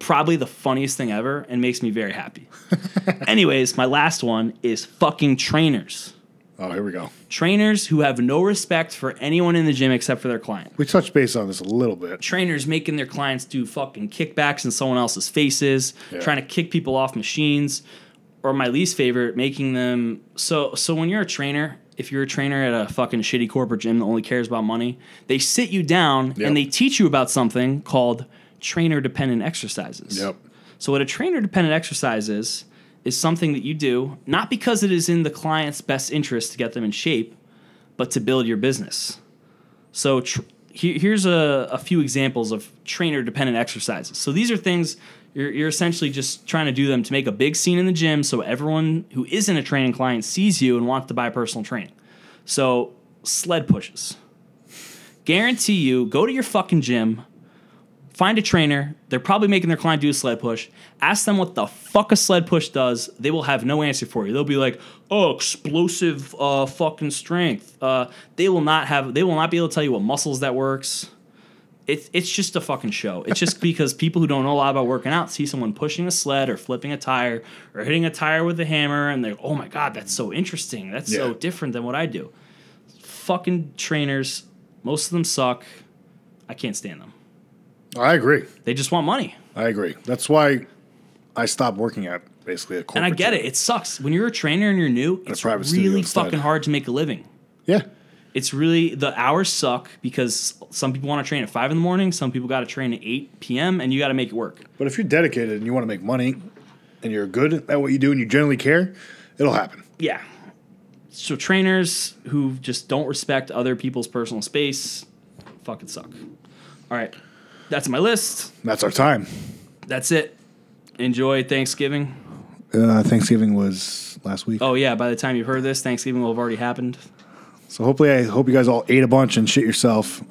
Speaker 3: probably the funniest thing ever and makes me
Speaker 2: [LAUGHS]
Speaker 3: very happy. Anyways, my last one is fucking trainers.
Speaker 2: Oh, here we go.
Speaker 3: Trainers who have no respect for anyone in the gym except for their client
Speaker 2: We touched base on this a little bit.
Speaker 3: trainers making their clients do fucking kickbacks in someone else's faces,
Speaker 2: Yeah.
Speaker 3: trying to kick people off machines, or my least favorite, making them so so when you're a trainer, if you're a trainer at a fucking shitty corporate gym that only cares about money, they sit you down
Speaker 2: Yep.
Speaker 3: and they teach you about something called trainer dependent exercises.
Speaker 2: Yep.
Speaker 3: So what a trainer dependent exercise is is something that you do not because it is in the client's best interest to get them in shape, but to build your business. So tr- here, here's a, a few examples of trainer dependent exercises. So these are things you're, you're essentially just trying to do them to make a big scene in the gym so everyone who isn't a training client sees you and wants to buy personal training. So sled pushes. Guarantee you, go to your fucking gym, find a trainer. They're probably making their client do a sled push. Ask them what the fuck a sled push does. They will have no answer for you. They'll be like, "Oh, explosive uh, fucking strength." Uh, they will not have. They will not be able to tell you what muscles that works. It's it's just a fucking show. It's just because people who don't know a lot about working out see someone pushing a sled or flipping a tire or hitting a tire with a hammer, and they're, "Oh my god, that's so interesting. That's so
Speaker 2: Yeah.
Speaker 3: different than what I do." Fucking trainers. Most of them suck. I can't stand them.
Speaker 2: I agree.
Speaker 3: They just want money.
Speaker 2: I agree. That's why I stopped working at basically a corporate.
Speaker 3: and I get it. It sucks when you're a trainer and you're new. It's
Speaker 2: private studio
Speaker 3: really
Speaker 2: instead.
Speaker 3: fucking hard to make a living.
Speaker 2: Yeah.
Speaker 3: It's really the hours suck because some people want to train at five in the morning, some people got to train at eight p.m., and you got to make it work.
Speaker 2: But if you're dedicated and you want to make money and you're good at what you do and you generally care, it'll happen.
Speaker 3: Yeah. So trainers who just don't respect other people's personal space fucking suck. All right, that's my list.
Speaker 2: That's our time.
Speaker 3: That's it. Enjoy Thanksgiving.
Speaker 2: Uh, Thanksgiving was last week.
Speaker 3: Oh yeah, by the time you've heard this, Thanksgiving will have already happened.
Speaker 2: So hopefully, I hope you guys all ate a bunch and shit yourself.